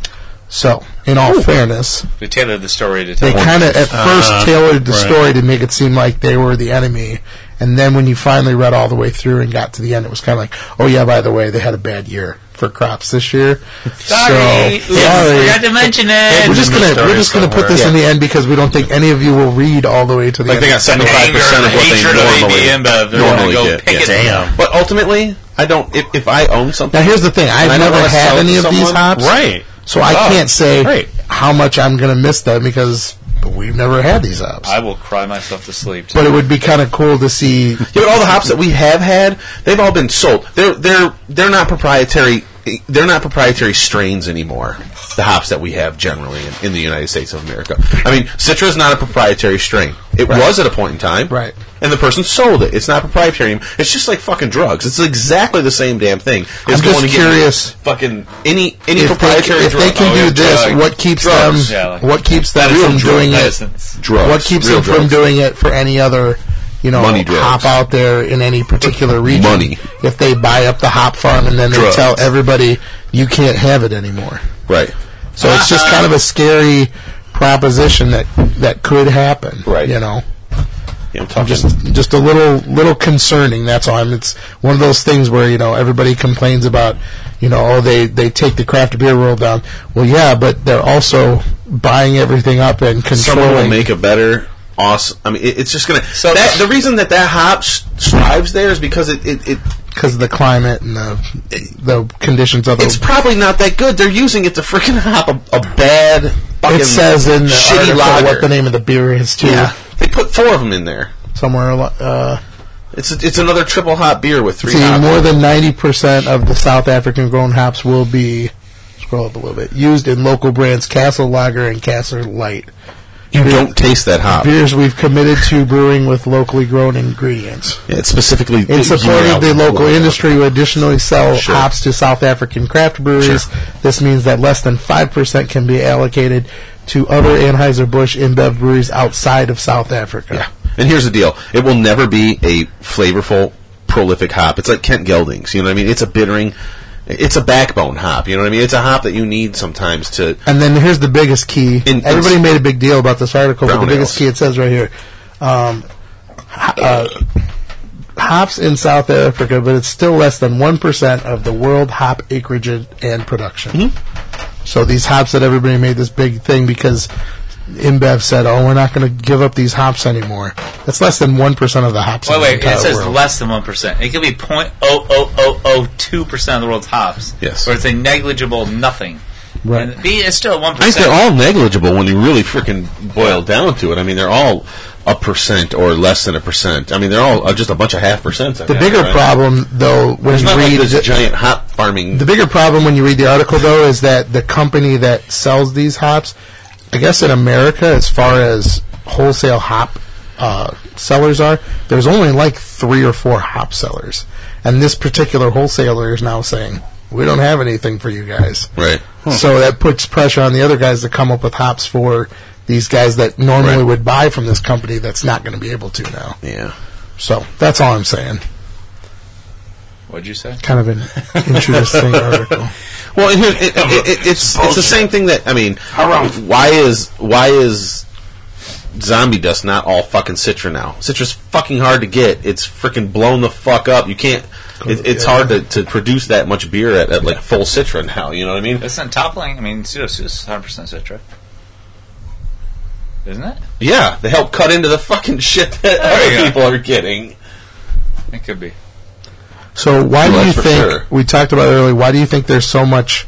[SPEAKER 1] So, in all fairness,
[SPEAKER 10] They tailored the story to tell.
[SPEAKER 1] they kind of at first tailored the
[SPEAKER 4] right.
[SPEAKER 1] story to make it seem like they were the enemy, and then when you finally read all the way through and got to the end, it was kind of like, oh yeah, by the way, they had a bad year for crops this year.
[SPEAKER 10] Sorry,
[SPEAKER 1] so,
[SPEAKER 10] oops,
[SPEAKER 1] sorry.
[SPEAKER 10] forgot to mention
[SPEAKER 1] We're
[SPEAKER 10] it.
[SPEAKER 1] just gonna we're just gonna put this in the end because we don't think any of you will read all the way to the
[SPEAKER 7] Like
[SPEAKER 1] end.
[SPEAKER 7] they got
[SPEAKER 10] The
[SPEAKER 7] seventy five percent of what they
[SPEAKER 10] hatred of
[SPEAKER 7] normally,
[SPEAKER 10] ABM, but uh, they're
[SPEAKER 7] normally
[SPEAKER 10] gonna go
[SPEAKER 7] get.
[SPEAKER 10] pick
[SPEAKER 7] yeah.
[SPEAKER 10] it.
[SPEAKER 7] But ultimately, I don't. If, if I own something,
[SPEAKER 1] now here's the thing:
[SPEAKER 7] I
[SPEAKER 1] I've
[SPEAKER 7] don't
[SPEAKER 1] never
[SPEAKER 7] wanna sell
[SPEAKER 1] had
[SPEAKER 7] it to
[SPEAKER 1] any of these
[SPEAKER 7] someone.
[SPEAKER 1] hops,
[SPEAKER 4] Right.
[SPEAKER 1] So I
[SPEAKER 4] Oh,
[SPEAKER 1] can't say
[SPEAKER 4] right.
[SPEAKER 1] how much I'm going to miss them because we've never had these hops.
[SPEAKER 10] I will cry myself to sleep.
[SPEAKER 1] but it would be kind of cool to see.
[SPEAKER 7] Yeah, but all the hops that we have had, they've all been sold. They're they're they're not proprietary. They're not proprietary strains anymore. The hops that we have generally in, in the United States of America. I mean, Citra is not a proprietary strain. It was at a point in time,
[SPEAKER 1] Right.
[SPEAKER 7] And the person sold it. It's not proprietary. It's just like fucking drugs. It's exactly the same damn thing. It's
[SPEAKER 1] I'm just
[SPEAKER 7] to get
[SPEAKER 1] curious.
[SPEAKER 7] fucking any any
[SPEAKER 1] If they,
[SPEAKER 7] proprietary
[SPEAKER 1] if they
[SPEAKER 7] drug.
[SPEAKER 1] can
[SPEAKER 7] Oh, yeah,
[SPEAKER 1] do this,
[SPEAKER 7] drug.
[SPEAKER 1] what keeps
[SPEAKER 7] Drugs.
[SPEAKER 1] them?
[SPEAKER 10] Yeah, like-
[SPEAKER 1] what keeps them
[SPEAKER 7] Medicine,
[SPEAKER 1] from
[SPEAKER 7] drug,
[SPEAKER 1] doing it?
[SPEAKER 10] medicines.
[SPEAKER 7] Drugs.
[SPEAKER 1] What keeps
[SPEAKER 7] Real
[SPEAKER 1] them from
[SPEAKER 7] drugs.
[SPEAKER 1] doing it for any other? You know,
[SPEAKER 7] Money drugs.
[SPEAKER 1] hop out there in any particular region.
[SPEAKER 7] Money.
[SPEAKER 1] If they buy up the hop farm and then
[SPEAKER 7] Drugs.
[SPEAKER 1] they tell everybody you can't have it anymore.
[SPEAKER 7] Right.
[SPEAKER 1] So it's just kind of a scary proposition that that could happen.
[SPEAKER 7] Right.
[SPEAKER 1] You know.
[SPEAKER 7] Yeah, I'm talking.
[SPEAKER 1] just just a little little concerning. That's all. I mean, it's one of those things where you know everybody complains about you know oh they they take the craft beer world down. Well, yeah, but they're also buying everything up and
[SPEAKER 7] someone will
[SPEAKER 1] controlling.
[SPEAKER 7] make a better awesome. I mean, it, it's just gonna. that, the reason that that hop s- strives there is because it, it, it
[SPEAKER 1] because of the climate and the the conditions of
[SPEAKER 7] it's
[SPEAKER 1] the.
[SPEAKER 7] probably not that good. They're using it to freaking hop a, a bad. Fucking
[SPEAKER 1] It says in the
[SPEAKER 7] shitty
[SPEAKER 1] article
[SPEAKER 7] lager.
[SPEAKER 1] what the name of the beer is too.
[SPEAKER 7] Yeah, they put four of them in there.
[SPEAKER 1] Somewhere. Uh,
[SPEAKER 7] It's a, it's another triple hop beer with three.
[SPEAKER 1] See,
[SPEAKER 7] hop-
[SPEAKER 1] more than 90% of the South African grown hops will be, scroll up a little bit, used in local brands Castle Lager and Castle Light.
[SPEAKER 7] you don't taste that hop.
[SPEAKER 1] Beers we've committed to brewing with locally grown ingredients.
[SPEAKER 7] Yeah, It's specifically
[SPEAKER 1] It supported the local industry who additionally sell
[SPEAKER 7] Sure.
[SPEAKER 1] hops to South African craft breweries.
[SPEAKER 7] Sure.
[SPEAKER 1] This means that less than 5% can be allocated to other Anheuser-Busch InBev breweries outside of South Africa.
[SPEAKER 7] Yeah. And here's the deal: it will never be a flavorful, prolific hop. It's like Kent Geldings. You know what I mean? It's a bittering. It's a backbone hop. You know what I mean? It's a hop that you need sometimes to.
[SPEAKER 1] And then here's the biggest key.
[SPEAKER 7] In-
[SPEAKER 1] Everybody made a big deal about this article, but the
[SPEAKER 7] Brown
[SPEAKER 1] biggest
[SPEAKER 7] ales.
[SPEAKER 1] key it says right here. Um, ho- uh, hops in South Africa, but it's still less than 1% of the world hop acreage and- and production. So these hops that everybody made this big thing because InBev said, oh, we're not going to give up these hops anymore. That's less than 1% of the hops
[SPEAKER 10] Wait,
[SPEAKER 1] in
[SPEAKER 10] wait.
[SPEAKER 1] the
[SPEAKER 10] It
[SPEAKER 1] entire
[SPEAKER 10] says
[SPEAKER 1] world.
[SPEAKER 10] less than one percent. It could be point oh oh oh oh two percent of the world's hops.
[SPEAKER 7] Yes.
[SPEAKER 10] or it's a negligible nothing.
[SPEAKER 1] Right.
[SPEAKER 10] And B is still one
[SPEAKER 7] I think they're
[SPEAKER 10] percent.
[SPEAKER 7] all negligible when you really freaking boil down to it. I mean, they're all a percent or less than a percent. I mean, they're all uh, just a bunch of half percents. I
[SPEAKER 1] The
[SPEAKER 7] guess,
[SPEAKER 1] bigger
[SPEAKER 7] right?
[SPEAKER 1] problem, though, when
[SPEAKER 7] It's
[SPEAKER 1] you
[SPEAKER 7] not like
[SPEAKER 1] read
[SPEAKER 7] this
[SPEAKER 1] the-
[SPEAKER 7] giant hop farming.
[SPEAKER 1] The bigger problem when you read the article, though, is that the company that sells these hops, I guess in America, as far as wholesale hop uh, sellers are, there's only like three or four hop sellers. And this particular wholesaler is now saying, we don't have anything for you guys.
[SPEAKER 7] Right.
[SPEAKER 1] So that puts pressure on the other guys to come up with hops for these guys that normally
[SPEAKER 7] Right.
[SPEAKER 1] would buy from this company that's not going to be able to now.
[SPEAKER 7] yeah.
[SPEAKER 1] So that's all I'm saying.
[SPEAKER 10] What'd you say?
[SPEAKER 1] Kind of an interesting article.
[SPEAKER 7] Well, and here, it, it, it, it's it's the same thing that I mean. Why is why is zombie dust not all fucking Citra now? Citra's fucking hard to get. It's freaking blown the fuck up. You can't. It, it's hard to, to produce that much beer at, at like full Citra now. You know what I mean?
[SPEAKER 10] That's not toppling. I mean, pseudosuit is 100% Citra. Isn't it?
[SPEAKER 7] Yeah, they help cut into the fucking shit that
[SPEAKER 10] you go.
[SPEAKER 7] other people are getting.
[SPEAKER 10] It could be.
[SPEAKER 1] So why
[SPEAKER 7] Well,
[SPEAKER 1] do you
[SPEAKER 7] that's for
[SPEAKER 1] think
[SPEAKER 7] sure.
[SPEAKER 1] we talked about it earlier? Why do you think there's so much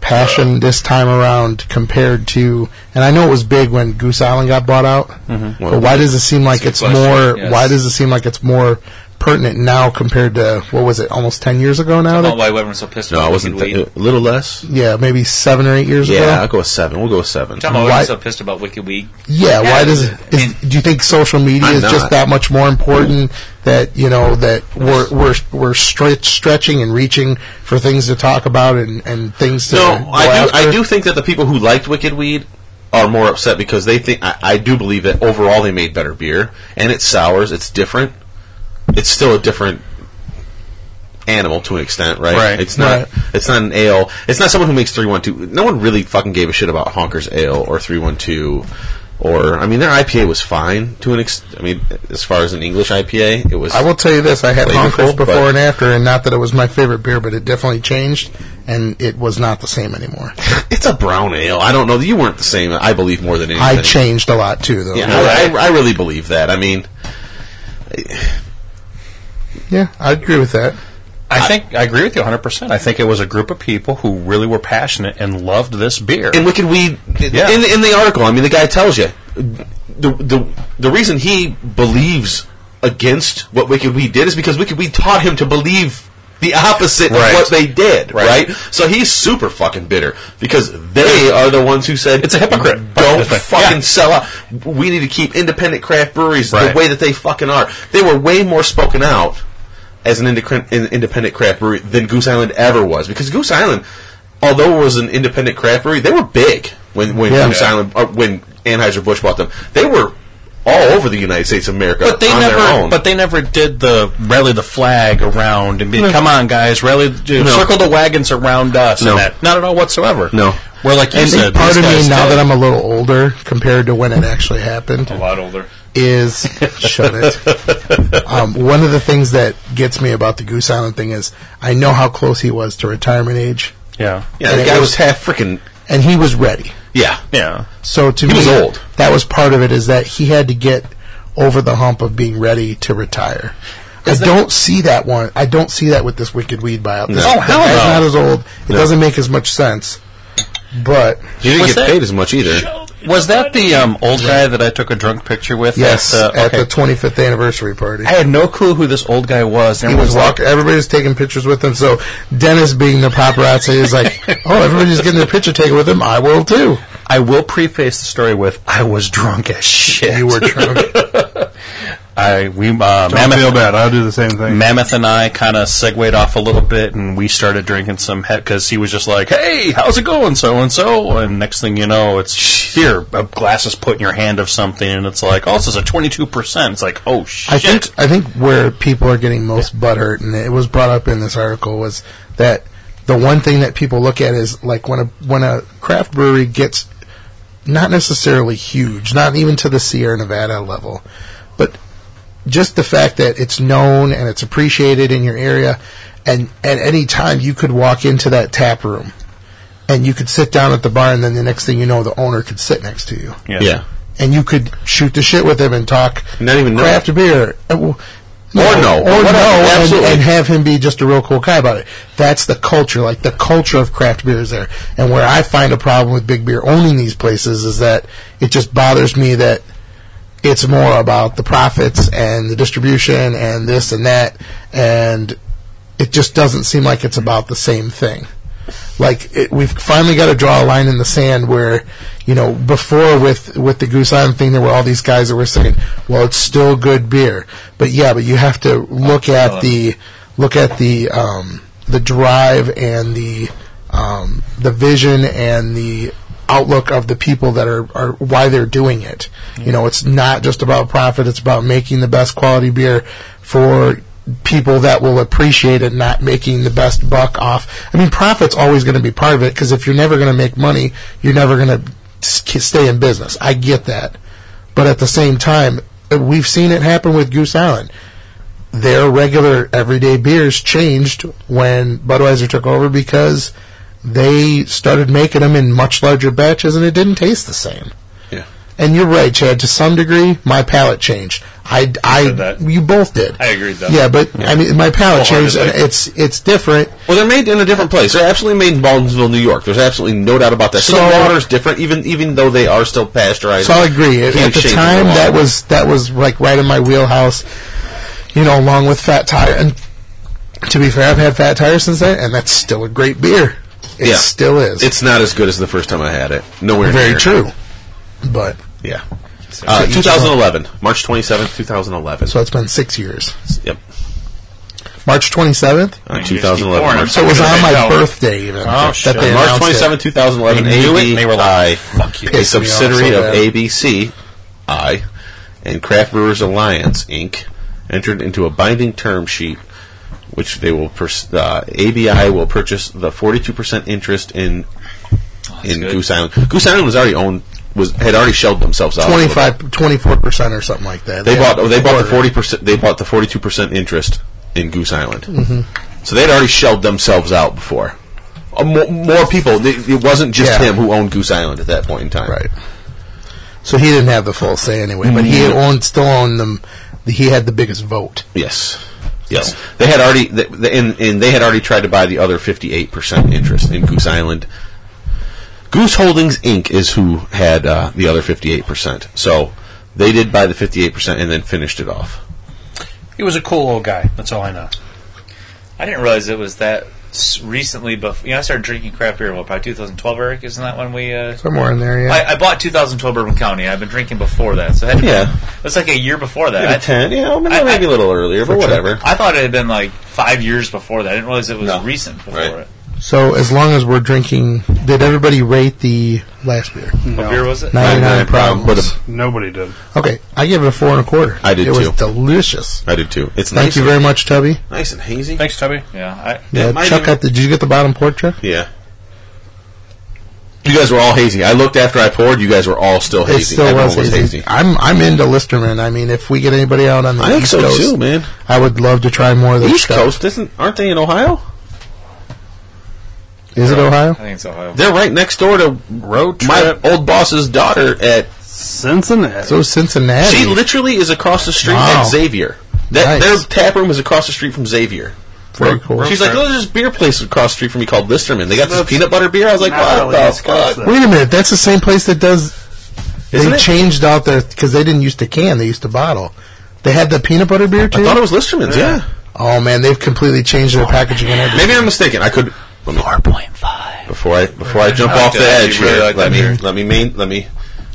[SPEAKER 1] passion this time around compared to? And I know it was big when Goose Island got bought out, but why does it seem like it's
[SPEAKER 10] Mm-hmm. That's a good
[SPEAKER 1] more?
[SPEAKER 10] question, yes.
[SPEAKER 1] Why does it seem like it's more pertinent now compared to what was it? Almost ten years ago now.
[SPEAKER 10] Oh,
[SPEAKER 1] That,
[SPEAKER 10] why everyone's so pissed
[SPEAKER 7] No,
[SPEAKER 10] about
[SPEAKER 7] it wasn't
[SPEAKER 10] Wicked
[SPEAKER 7] th-
[SPEAKER 10] Weed?
[SPEAKER 7] a little less.
[SPEAKER 1] yeah, maybe seven or eight years
[SPEAKER 7] Yeah, I'll
[SPEAKER 1] ago.
[SPEAKER 7] go with seven. We'll go with seven.
[SPEAKER 10] Talking about
[SPEAKER 1] Why-
[SPEAKER 10] everyone's so pissed about Wicked Weed.
[SPEAKER 1] Yeah,
[SPEAKER 10] Yeah,
[SPEAKER 1] why does
[SPEAKER 10] I
[SPEAKER 1] it? Is,
[SPEAKER 10] mean-
[SPEAKER 1] do you think social media
[SPEAKER 7] I'm
[SPEAKER 1] is
[SPEAKER 7] not.
[SPEAKER 1] just that much more important? That you know that we're we're we're stretch, stretching and reaching for things to talk about and, and things to
[SPEAKER 7] No,
[SPEAKER 1] go
[SPEAKER 7] I do.
[SPEAKER 1] after?
[SPEAKER 7] I do think that the people who liked Wicked Weed are more upset because they think. I, I do believe that overall they made better beer, and it's sours. It's different. It's still a different animal to an extent, right?
[SPEAKER 4] Right.
[SPEAKER 7] It's not.
[SPEAKER 1] Right.
[SPEAKER 7] It's not an ale. It's not someone who makes three one two. No one really fucking gave a shit about Honker's Ale or three one two. Or I mean, their IPA was fine to an extent. I mean, as far as an English IPA, it was.
[SPEAKER 1] I will tell you this: I had
[SPEAKER 7] Flavorful,
[SPEAKER 1] Honkers
[SPEAKER 7] but-
[SPEAKER 1] before and after, and not that it was my favorite beer, but it definitely changed, and it was not the same anymore.
[SPEAKER 7] it's a brown ale. I don't know. You weren't the same. I believe more than anything.
[SPEAKER 1] I changed a lot too, though.
[SPEAKER 7] Yeah, I, I, I really believe that. I mean,
[SPEAKER 1] Yeah, I agree with that.
[SPEAKER 4] I think I agree with you 100%. I think it was a group of people who really were passionate and loved this beer.
[SPEAKER 7] in Wicked Weed,
[SPEAKER 4] Yeah.
[SPEAKER 7] in, in the article, I mean, the guy tells you the, the, the reason he believes against what Wicked Weed did is because Wicked Weed taught him to believe the opposite
[SPEAKER 4] Right.
[SPEAKER 7] of what they did,
[SPEAKER 4] Right.
[SPEAKER 7] right. So he's super fucking bitter because they are the ones who said,
[SPEAKER 4] It's a hypocrite.
[SPEAKER 7] Don't
[SPEAKER 4] Yeah.
[SPEAKER 7] fucking sell out. We need to keep independent craft breweries
[SPEAKER 4] Right.
[SPEAKER 7] the way that they fucking are. They were way more spoken out as an indecrin- in- independent craft brewery than Goose Island ever was. Because Goose Island, although it was an independent craft brewery, they were big when when
[SPEAKER 1] Yeah.
[SPEAKER 7] Goose Island uh, when Anheuser Busch bought them. They were all over the United States of America
[SPEAKER 4] but they
[SPEAKER 7] on
[SPEAKER 4] never,
[SPEAKER 7] their own.
[SPEAKER 4] but they never did the rally the flag around and be, come on guys, rally, the-
[SPEAKER 7] No.
[SPEAKER 4] circle the wagons around us.
[SPEAKER 7] No.
[SPEAKER 4] And that. not at all whatsoever.
[SPEAKER 7] No.
[SPEAKER 4] where like you
[SPEAKER 1] And
[SPEAKER 7] Uh,
[SPEAKER 4] said,
[SPEAKER 1] part
[SPEAKER 4] these
[SPEAKER 1] of me,
[SPEAKER 4] guys
[SPEAKER 1] now
[SPEAKER 4] did.
[SPEAKER 1] that I'm a little older compared to when it actually happened,
[SPEAKER 10] A lot older.
[SPEAKER 1] is shut it. Um, one of the things that gets me about the Goose Island thing is I know how close he was to retirement age,
[SPEAKER 4] yeah,
[SPEAKER 7] yeah,
[SPEAKER 1] and
[SPEAKER 7] the
[SPEAKER 1] it
[SPEAKER 7] guy
[SPEAKER 1] was-
[SPEAKER 7] was half freaking
[SPEAKER 1] and he was ready.
[SPEAKER 7] yeah.
[SPEAKER 4] yeah,
[SPEAKER 1] So to
[SPEAKER 7] He
[SPEAKER 1] me,
[SPEAKER 7] was old.
[SPEAKER 1] that was part of it. Is that he had to get over the hump of being ready to retire. I don't see that one. I don't see that with this Wicked Weed buyout. This
[SPEAKER 7] No. Oh,
[SPEAKER 4] hell
[SPEAKER 1] guy's
[SPEAKER 4] no.
[SPEAKER 1] not as old. It doesn't make as much sense. But
[SPEAKER 7] You didn't
[SPEAKER 4] Was
[SPEAKER 7] get
[SPEAKER 4] that-
[SPEAKER 7] paid as much either.
[SPEAKER 4] Was that the um, old guy that I took a drunk picture with?
[SPEAKER 1] yes,
[SPEAKER 4] at, uh,
[SPEAKER 1] at
[SPEAKER 4] okay.
[SPEAKER 1] the 25th anniversary party.
[SPEAKER 4] I had no clue who this old guy was.
[SPEAKER 1] He
[SPEAKER 4] Everyone
[SPEAKER 1] was walking. Everybody's taking pictures with him. So Dennis, being the paparazzi, is like, "Oh, everybody's getting their picture taken with him. I will too."
[SPEAKER 4] I will preface the story with I was drunk as shit.
[SPEAKER 1] You were drunk.
[SPEAKER 4] I we uh,
[SPEAKER 5] I
[SPEAKER 4] Mammoth,
[SPEAKER 5] feel bad. I'll do the same thing.
[SPEAKER 4] Mammoth and I kind of segued off a little bit, and we started drinking some because he was just like, "Hey, how's it going, so and so?" And next thing you know, it's here a glass is put in your hand of something, and it's like, "Oh, this is a twenty-two percent." It's like, "Oh shit!"
[SPEAKER 1] I think I think where people are getting most butthurt, and it was brought up in this article, was that the one thing that people look at is like when a when a craft brewery gets not necessarily huge, not even to the Sierra Nevada level, but just the fact that it's known and it's appreciated in your area, and at any time you could walk into that tap room, and you could sit down at the bar, and then the next thing you know, the owner could sit next to you
[SPEAKER 4] Yeah.
[SPEAKER 7] Yeah.
[SPEAKER 1] and you could shoot the shit with him and talk
[SPEAKER 7] Not even know.
[SPEAKER 1] craft beer. Uh, well,
[SPEAKER 7] Or no.
[SPEAKER 1] or
[SPEAKER 7] Whatever.
[SPEAKER 1] no, and,
[SPEAKER 7] Absolutely.
[SPEAKER 1] and have him be just a real cool guy about it. That's the culture, like the culture of craft beer is there. And where I find a problem with big beer owning these places is that it just bothers me that it's more about the profits and the distribution and this and that, and it just doesn't seem like it's about the same thing like it, we've finally got to draw a line in the sand where you know before with with the goose island thing there were all these guys that were saying well it's still good beer but yeah but you have to look at the look at the um the drive and the um the vision and the outlook of the people that are, are why they're doing it you know it's not just about profit it's about making the best quality beer for people that will appreciate it not making the best buck off. I mean, profit's always going to be part of it because if you're never going to make money, you're never going to stay in business. I get that. But at the same time, we've seen it happen with Goose Island. Their regular everyday beers changed when Budweiser took over because they started making them in much larger batches and it didn't taste the same.
[SPEAKER 7] Yeah.
[SPEAKER 1] And you're right, Chad. To some degree, my palate changed. I, I,
[SPEAKER 10] said that.
[SPEAKER 1] you both did.
[SPEAKER 10] I agree with that.
[SPEAKER 1] Yeah, but I mean, my palate changed, and
[SPEAKER 10] Wholeheartedly.
[SPEAKER 1] it's it's different.
[SPEAKER 7] Well, they're made in a different place. They're absolutely made in Baldwinsville, New York. There's absolutely no doubt about that. So,
[SPEAKER 1] So-
[SPEAKER 7] the water's different, even even though they are still pasteurized.
[SPEAKER 1] So I agree. At,
[SPEAKER 7] Can't
[SPEAKER 1] at the
[SPEAKER 7] shake
[SPEAKER 1] time,
[SPEAKER 7] water.
[SPEAKER 1] that was that was like right in my wheelhouse. You know, along with Fat Tire, and to be fair, I've had Fat Tire since then, and that's still a great beer. It
[SPEAKER 7] Yeah.
[SPEAKER 1] still is.
[SPEAKER 7] It's not as good as the first time I had it. Nowhere
[SPEAKER 1] very
[SPEAKER 7] near.
[SPEAKER 1] true. But
[SPEAKER 7] Yeah. Uh, 2011, March 27th, 2011.
[SPEAKER 1] so it's been six years.
[SPEAKER 7] yep.
[SPEAKER 1] March twenty seventh.
[SPEAKER 7] Uh, 2011.
[SPEAKER 10] born.
[SPEAKER 7] March
[SPEAKER 1] So it was on my
[SPEAKER 10] No.
[SPEAKER 1] birthday
[SPEAKER 10] Oh,
[SPEAKER 1] even. that
[SPEAKER 4] shit.
[SPEAKER 1] they
[SPEAKER 7] March
[SPEAKER 1] announced it.
[SPEAKER 7] 27, 2011,
[SPEAKER 4] They knew it, and
[SPEAKER 7] ABI,
[SPEAKER 4] they were like, "Fuck you."
[SPEAKER 7] a
[SPEAKER 1] Pissed me off so
[SPEAKER 7] subsidiary of
[SPEAKER 1] bad.
[SPEAKER 7] ABC, I, and Craft Brewers Alliance, Inc., entered into a binding term sheet which they will pers- uh, ABI will purchase the 42% interest in
[SPEAKER 4] Oh,
[SPEAKER 7] in
[SPEAKER 10] good.
[SPEAKER 7] Goose Island. Goose Island was already owned was had already shelled themselves out. a little bit.
[SPEAKER 1] 24 percent or something like that.
[SPEAKER 7] They bought.
[SPEAKER 1] had
[SPEAKER 7] oh, They bought the
[SPEAKER 1] quarter.
[SPEAKER 7] forty percent. They bought the forty-two percent interest in Goose Island. Mm-hmm. So they'd already shelled themselves out before. Uh, mo- more people. It, it wasn't just
[SPEAKER 1] Yeah.
[SPEAKER 7] him who owned Goose Island at that point in time.
[SPEAKER 1] Right. So he didn't have the full say anyway, but he
[SPEAKER 7] Mm-hmm.
[SPEAKER 1] owned still owned them. He had the biggest vote.
[SPEAKER 7] Yes. Yes. They had already. th the, and, and they had already tried to buy the other fifty-eight percent interest in Goose Island. Goose Holdings Inc. is who had uh, the other fifty-eight percent. So they did buy the fifty-eight percent and then finished it off.
[SPEAKER 4] He was a cool old guy. That's all I know.
[SPEAKER 10] I didn't realize it was that s- recently. But you know, I started drinking craft beer. Well, probably 2012. Eric, isn't that when we? Uh,
[SPEAKER 1] Somewhere in there, yeah.
[SPEAKER 10] I, I bought 2012 Bourbon County. I've been drinking before that, so it had to
[SPEAKER 7] Yeah.
[SPEAKER 10] be, it's like a year before that. I-
[SPEAKER 7] ten. Yeah, maybe,
[SPEAKER 10] I-
[SPEAKER 7] maybe a little earlier, but whatever.
[SPEAKER 10] I thought it had been like five years before that. I didn't realize it was
[SPEAKER 7] No.
[SPEAKER 10] recent before
[SPEAKER 7] Right.
[SPEAKER 10] it.
[SPEAKER 1] so as long as we're drinking, did everybody rate the last beer?
[SPEAKER 10] What beer was it?
[SPEAKER 1] 99
[SPEAKER 7] problem,
[SPEAKER 1] problems.
[SPEAKER 7] but
[SPEAKER 5] Nobody did.
[SPEAKER 1] okay, I give it a four and a quarter.
[SPEAKER 7] I did
[SPEAKER 1] It was
[SPEAKER 7] too.
[SPEAKER 1] delicious.
[SPEAKER 7] I did too. It's
[SPEAKER 1] Thank
[SPEAKER 7] nice
[SPEAKER 1] you
[SPEAKER 7] and-
[SPEAKER 1] very much, Tubby.
[SPEAKER 7] nice and hazy.
[SPEAKER 4] Thanks, Tubby.
[SPEAKER 10] Yeah, I,
[SPEAKER 1] Yeah,
[SPEAKER 7] might
[SPEAKER 1] Chuck
[SPEAKER 7] even-
[SPEAKER 1] got the. Did you get the bottom port, Chuck?
[SPEAKER 7] Yeah. You guys were all hazy. I looked after I poured. You guys were all still hazy.
[SPEAKER 1] It still
[SPEAKER 7] Everyone
[SPEAKER 1] was hazy. I'm I'm into Listerman. I mean, if we get anybody out on the
[SPEAKER 7] I think
[SPEAKER 1] East
[SPEAKER 7] so
[SPEAKER 1] Coast,
[SPEAKER 7] too, man.
[SPEAKER 1] I would love to try more of the
[SPEAKER 7] East Coast isn't? Aren't they in Ohio?
[SPEAKER 1] Is it
[SPEAKER 10] I
[SPEAKER 1] Ohio?
[SPEAKER 10] think it's Ohio.
[SPEAKER 7] They're right next door to
[SPEAKER 4] Road
[SPEAKER 7] my
[SPEAKER 4] trip.
[SPEAKER 7] old boss's daughter. At
[SPEAKER 5] Cincinnati.
[SPEAKER 1] So Cincinnati.
[SPEAKER 7] she literally is across the street
[SPEAKER 1] Wow.
[SPEAKER 7] at Xavier. That
[SPEAKER 1] Nice.
[SPEAKER 7] their tap room is across the street from Xavier.
[SPEAKER 1] Very cool.
[SPEAKER 7] She's like, oh, there's this beer place across the street from me called Listerman. They got this peanut butter beer. I was like,
[SPEAKER 5] Not
[SPEAKER 7] what
[SPEAKER 5] really
[SPEAKER 7] the
[SPEAKER 5] East Coast,
[SPEAKER 7] fuck?
[SPEAKER 5] though.
[SPEAKER 1] Wait a minute, that's the same place that does.
[SPEAKER 7] Isn't
[SPEAKER 1] they
[SPEAKER 7] it?
[SPEAKER 1] changed out their because they didn't used to can; they used to bottle. They had the peanut butter beer
[SPEAKER 7] I
[SPEAKER 1] too.
[SPEAKER 7] thought it was Listerman's. Yeah.
[SPEAKER 1] oh man, they've completely changed their packaging and everything.
[SPEAKER 7] Maybe I'm mistaken. I could. Four point five. Before I before I jump
[SPEAKER 10] I like
[SPEAKER 7] off the
[SPEAKER 10] that.
[SPEAKER 7] edge
[SPEAKER 10] You really
[SPEAKER 7] here,
[SPEAKER 10] like
[SPEAKER 7] let
[SPEAKER 10] that
[SPEAKER 7] me
[SPEAKER 10] beer.
[SPEAKER 7] let me main let me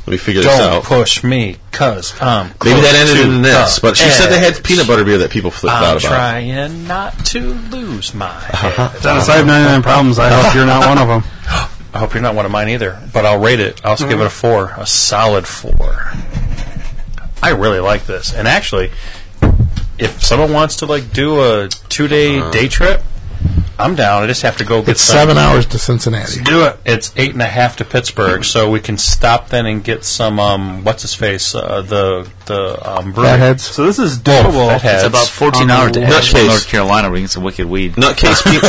[SPEAKER 7] let me figure this
[SPEAKER 4] Don't
[SPEAKER 7] out.
[SPEAKER 4] push me, cause I'm close
[SPEAKER 7] Maybe that
[SPEAKER 4] to
[SPEAKER 7] ended in this,
[SPEAKER 4] the
[SPEAKER 7] but she said they had
[SPEAKER 4] edge.
[SPEAKER 7] peanut butter beer that people flipped
[SPEAKER 4] I'm
[SPEAKER 7] out about. Uh-huh.
[SPEAKER 4] trying not to lose my. head.
[SPEAKER 5] Dennis, I have 99 problems. I hope you're not one of them.
[SPEAKER 4] I hope you're not one of mine either, but I'll rate it. I'll just give it
[SPEAKER 1] Mm-hmm.
[SPEAKER 4] a four, a solid four. I really like this, and actually, if someone wants to like do a two day day trip, I'm down. I just have to go get
[SPEAKER 1] Uh-huh. It's
[SPEAKER 4] some-
[SPEAKER 1] seven hours to Cincinnati.
[SPEAKER 4] Do it. It's eight and a half to Pittsburgh, so we can stop then and get some. Um, what's his face? Uh, the the um, brewery.
[SPEAKER 1] Fatheads.
[SPEAKER 5] So this is
[SPEAKER 4] Oh,
[SPEAKER 5] doable.
[SPEAKER 4] fatheads.
[SPEAKER 10] It's about 14 hours to
[SPEAKER 7] Nutcase.
[SPEAKER 10] Asheville, North Carolina, where you can get some wicked weed.
[SPEAKER 7] Nutcase peanut.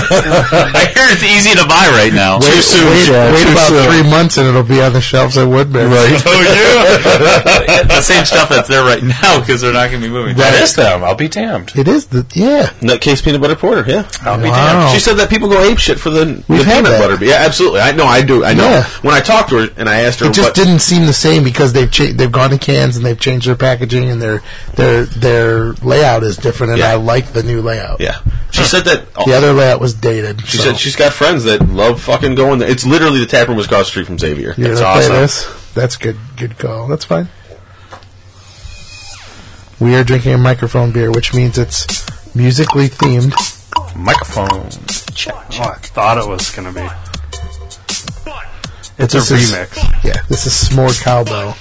[SPEAKER 10] I hear it's easy to buy right now.
[SPEAKER 1] Wait, wait, wait about three months and it'll be on the shelves at Woodbury. Right.
[SPEAKER 10] Oh, yeah. the same stuff that's there right now because they're not going to be moving.
[SPEAKER 4] That is them. I'll be damned.
[SPEAKER 1] It is the yeah.
[SPEAKER 7] Nutcase peanut butter porter. Yeah.
[SPEAKER 4] I'll be damned.
[SPEAKER 1] Wow.
[SPEAKER 7] She said that people go ape shit for the, the
[SPEAKER 1] We've
[SPEAKER 7] peanut
[SPEAKER 1] had that.
[SPEAKER 7] butter beer. Yeah, absolutely. I know. I do. I know.
[SPEAKER 1] Yeah.
[SPEAKER 7] When I talked to her and I asked her
[SPEAKER 1] It just
[SPEAKER 7] what
[SPEAKER 1] didn't seem the same because they've cha- they've gone to cans and they've changed their packaging and their their their layout is different and
[SPEAKER 7] Yeah.
[SPEAKER 1] I like the new layout.
[SPEAKER 7] yeah, she said that.
[SPEAKER 1] The other layout was dated.
[SPEAKER 7] she
[SPEAKER 1] so.
[SPEAKER 7] said she's got friends that love fucking going there. It's literally the tap room was across the street from Xavier.
[SPEAKER 1] You're
[SPEAKER 7] That's
[SPEAKER 1] gonna
[SPEAKER 7] awesome.
[SPEAKER 1] play this? That's good. Good call. That's fine. We are drinking a microphone beer, which means it's musically themed.
[SPEAKER 4] Microphone.
[SPEAKER 5] Oh, I thought it was going to be. It's
[SPEAKER 1] This
[SPEAKER 5] a
[SPEAKER 1] is-
[SPEAKER 5] remix.
[SPEAKER 1] Yeah, this is S'more Cowbell.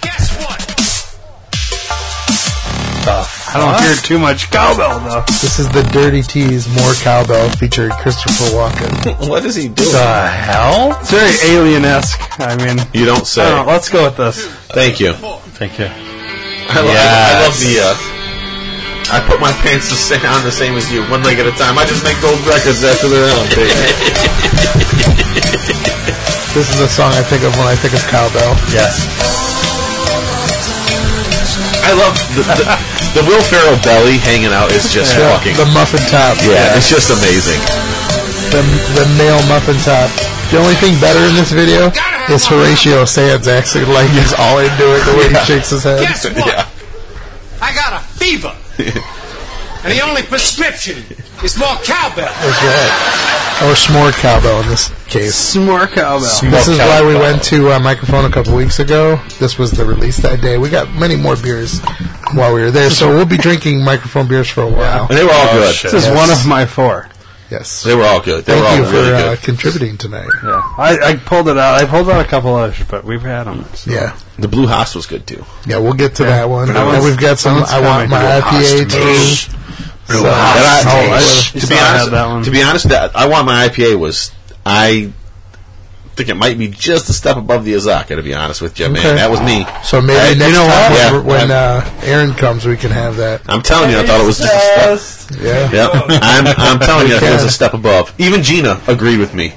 [SPEAKER 4] The
[SPEAKER 5] I don't hear too much cowbell though.
[SPEAKER 1] This is the Dirty Tease More Cowbell featuring Christopher Walken.
[SPEAKER 7] What is he doing?
[SPEAKER 1] The hell?
[SPEAKER 5] It's very alien esque. I mean,
[SPEAKER 7] you don't say.
[SPEAKER 5] I don't know, let's go with this.
[SPEAKER 7] Thank you.
[SPEAKER 4] Thank you.
[SPEAKER 7] I, lo- I, I love the. Uh, I put my pants the same, on the same as you, one leg at a time. I just make gold records after they're on. baby.
[SPEAKER 1] This is a song I think of when I think of cowbell.
[SPEAKER 4] Yes.
[SPEAKER 7] I love the, the, the Will Ferrell belly hanging out is just fucking.
[SPEAKER 1] The muffin top.
[SPEAKER 7] yeah, it's just amazing.
[SPEAKER 1] The, the male muffin top. The only thing better in this video is Horatio Sands actually like he's all into it the way he shakes his head.
[SPEAKER 6] Guess what?
[SPEAKER 7] Yeah.
[SPEAKER 6] I got a fever. and the only prescription is more cowbell.
[SPEAKER 1] That's right. Or Oh, s'more cowbell in this case.
[SPEAKER 5] S'more cowbell.
[SPEAKER 1] This is why we went to uh, microphone a couple weeks ago. This was the release that day. We got many more beers while we were there, so we'll be drinking microphone beers for a while.
[SPEAKER 7] And they were all good.
[SPEAKER 4] shit.
[SPEAKER 5] This is
[SPEAKER 1] Yes.
[SPEAKER 5] one of my four.
[SPEAKER 1] Yes.
[SPEAKER 7] They were all good. They were all
[SPEAKER 1] Thank you for
[SPEAKER 7] really
[SPEAKER 1] uh,
[SPEAKER 7] good.
[SPEAKER 1] contributing tonight.
[SPEAKER 5] Yeah, I, I pulled it out. I pulled out a couple others, but we've had them. So.
[SPEAKER 1] Yeah.
[SPEAKER 7] The Blue House was good too.
[SPEAKER 1] Yeah, we'll get to that one.
[SPEAKER 5] That one's-
[SPEAKER 1] and we've got some.
[SPEAKER 5] that one's
[SPEAKER 1] I want
[SPEAKER 5] coming.
[SPEAKER 1] my
[SPEAKER 5] Blue
[SPEAKER 1] IPA too. So,
[SPEAKER 7] That I-
[SPEAKER 1] oh, I-
[SPEAKER 5] you
[SPEAKER 7] to be
[SPEAKER 5] saw I had
[SPEAKER 7] honest,
[SPEAKER 5] that one.
[SPEAKER 7] to be honest, that I want my IPA was I think it might be just a step above the Azaka. To be honest with you,
[SPEAKER 1] Okay.
[SPEAKER 7] man, that was me.
[SPEAKER 1] so maybe next time
[SPEAKER 7] Yeah,
[SPEAKER 1] when, when uh, Aaron comes, we can have that.
[SPEAKER 7] I'm telling you, I thought it was just a step.
[SPEAKER 1] Yeah.
[SPEAKER 7] Yep. I'm, I'm telling you, it was a step above. Even Gina agreed with me.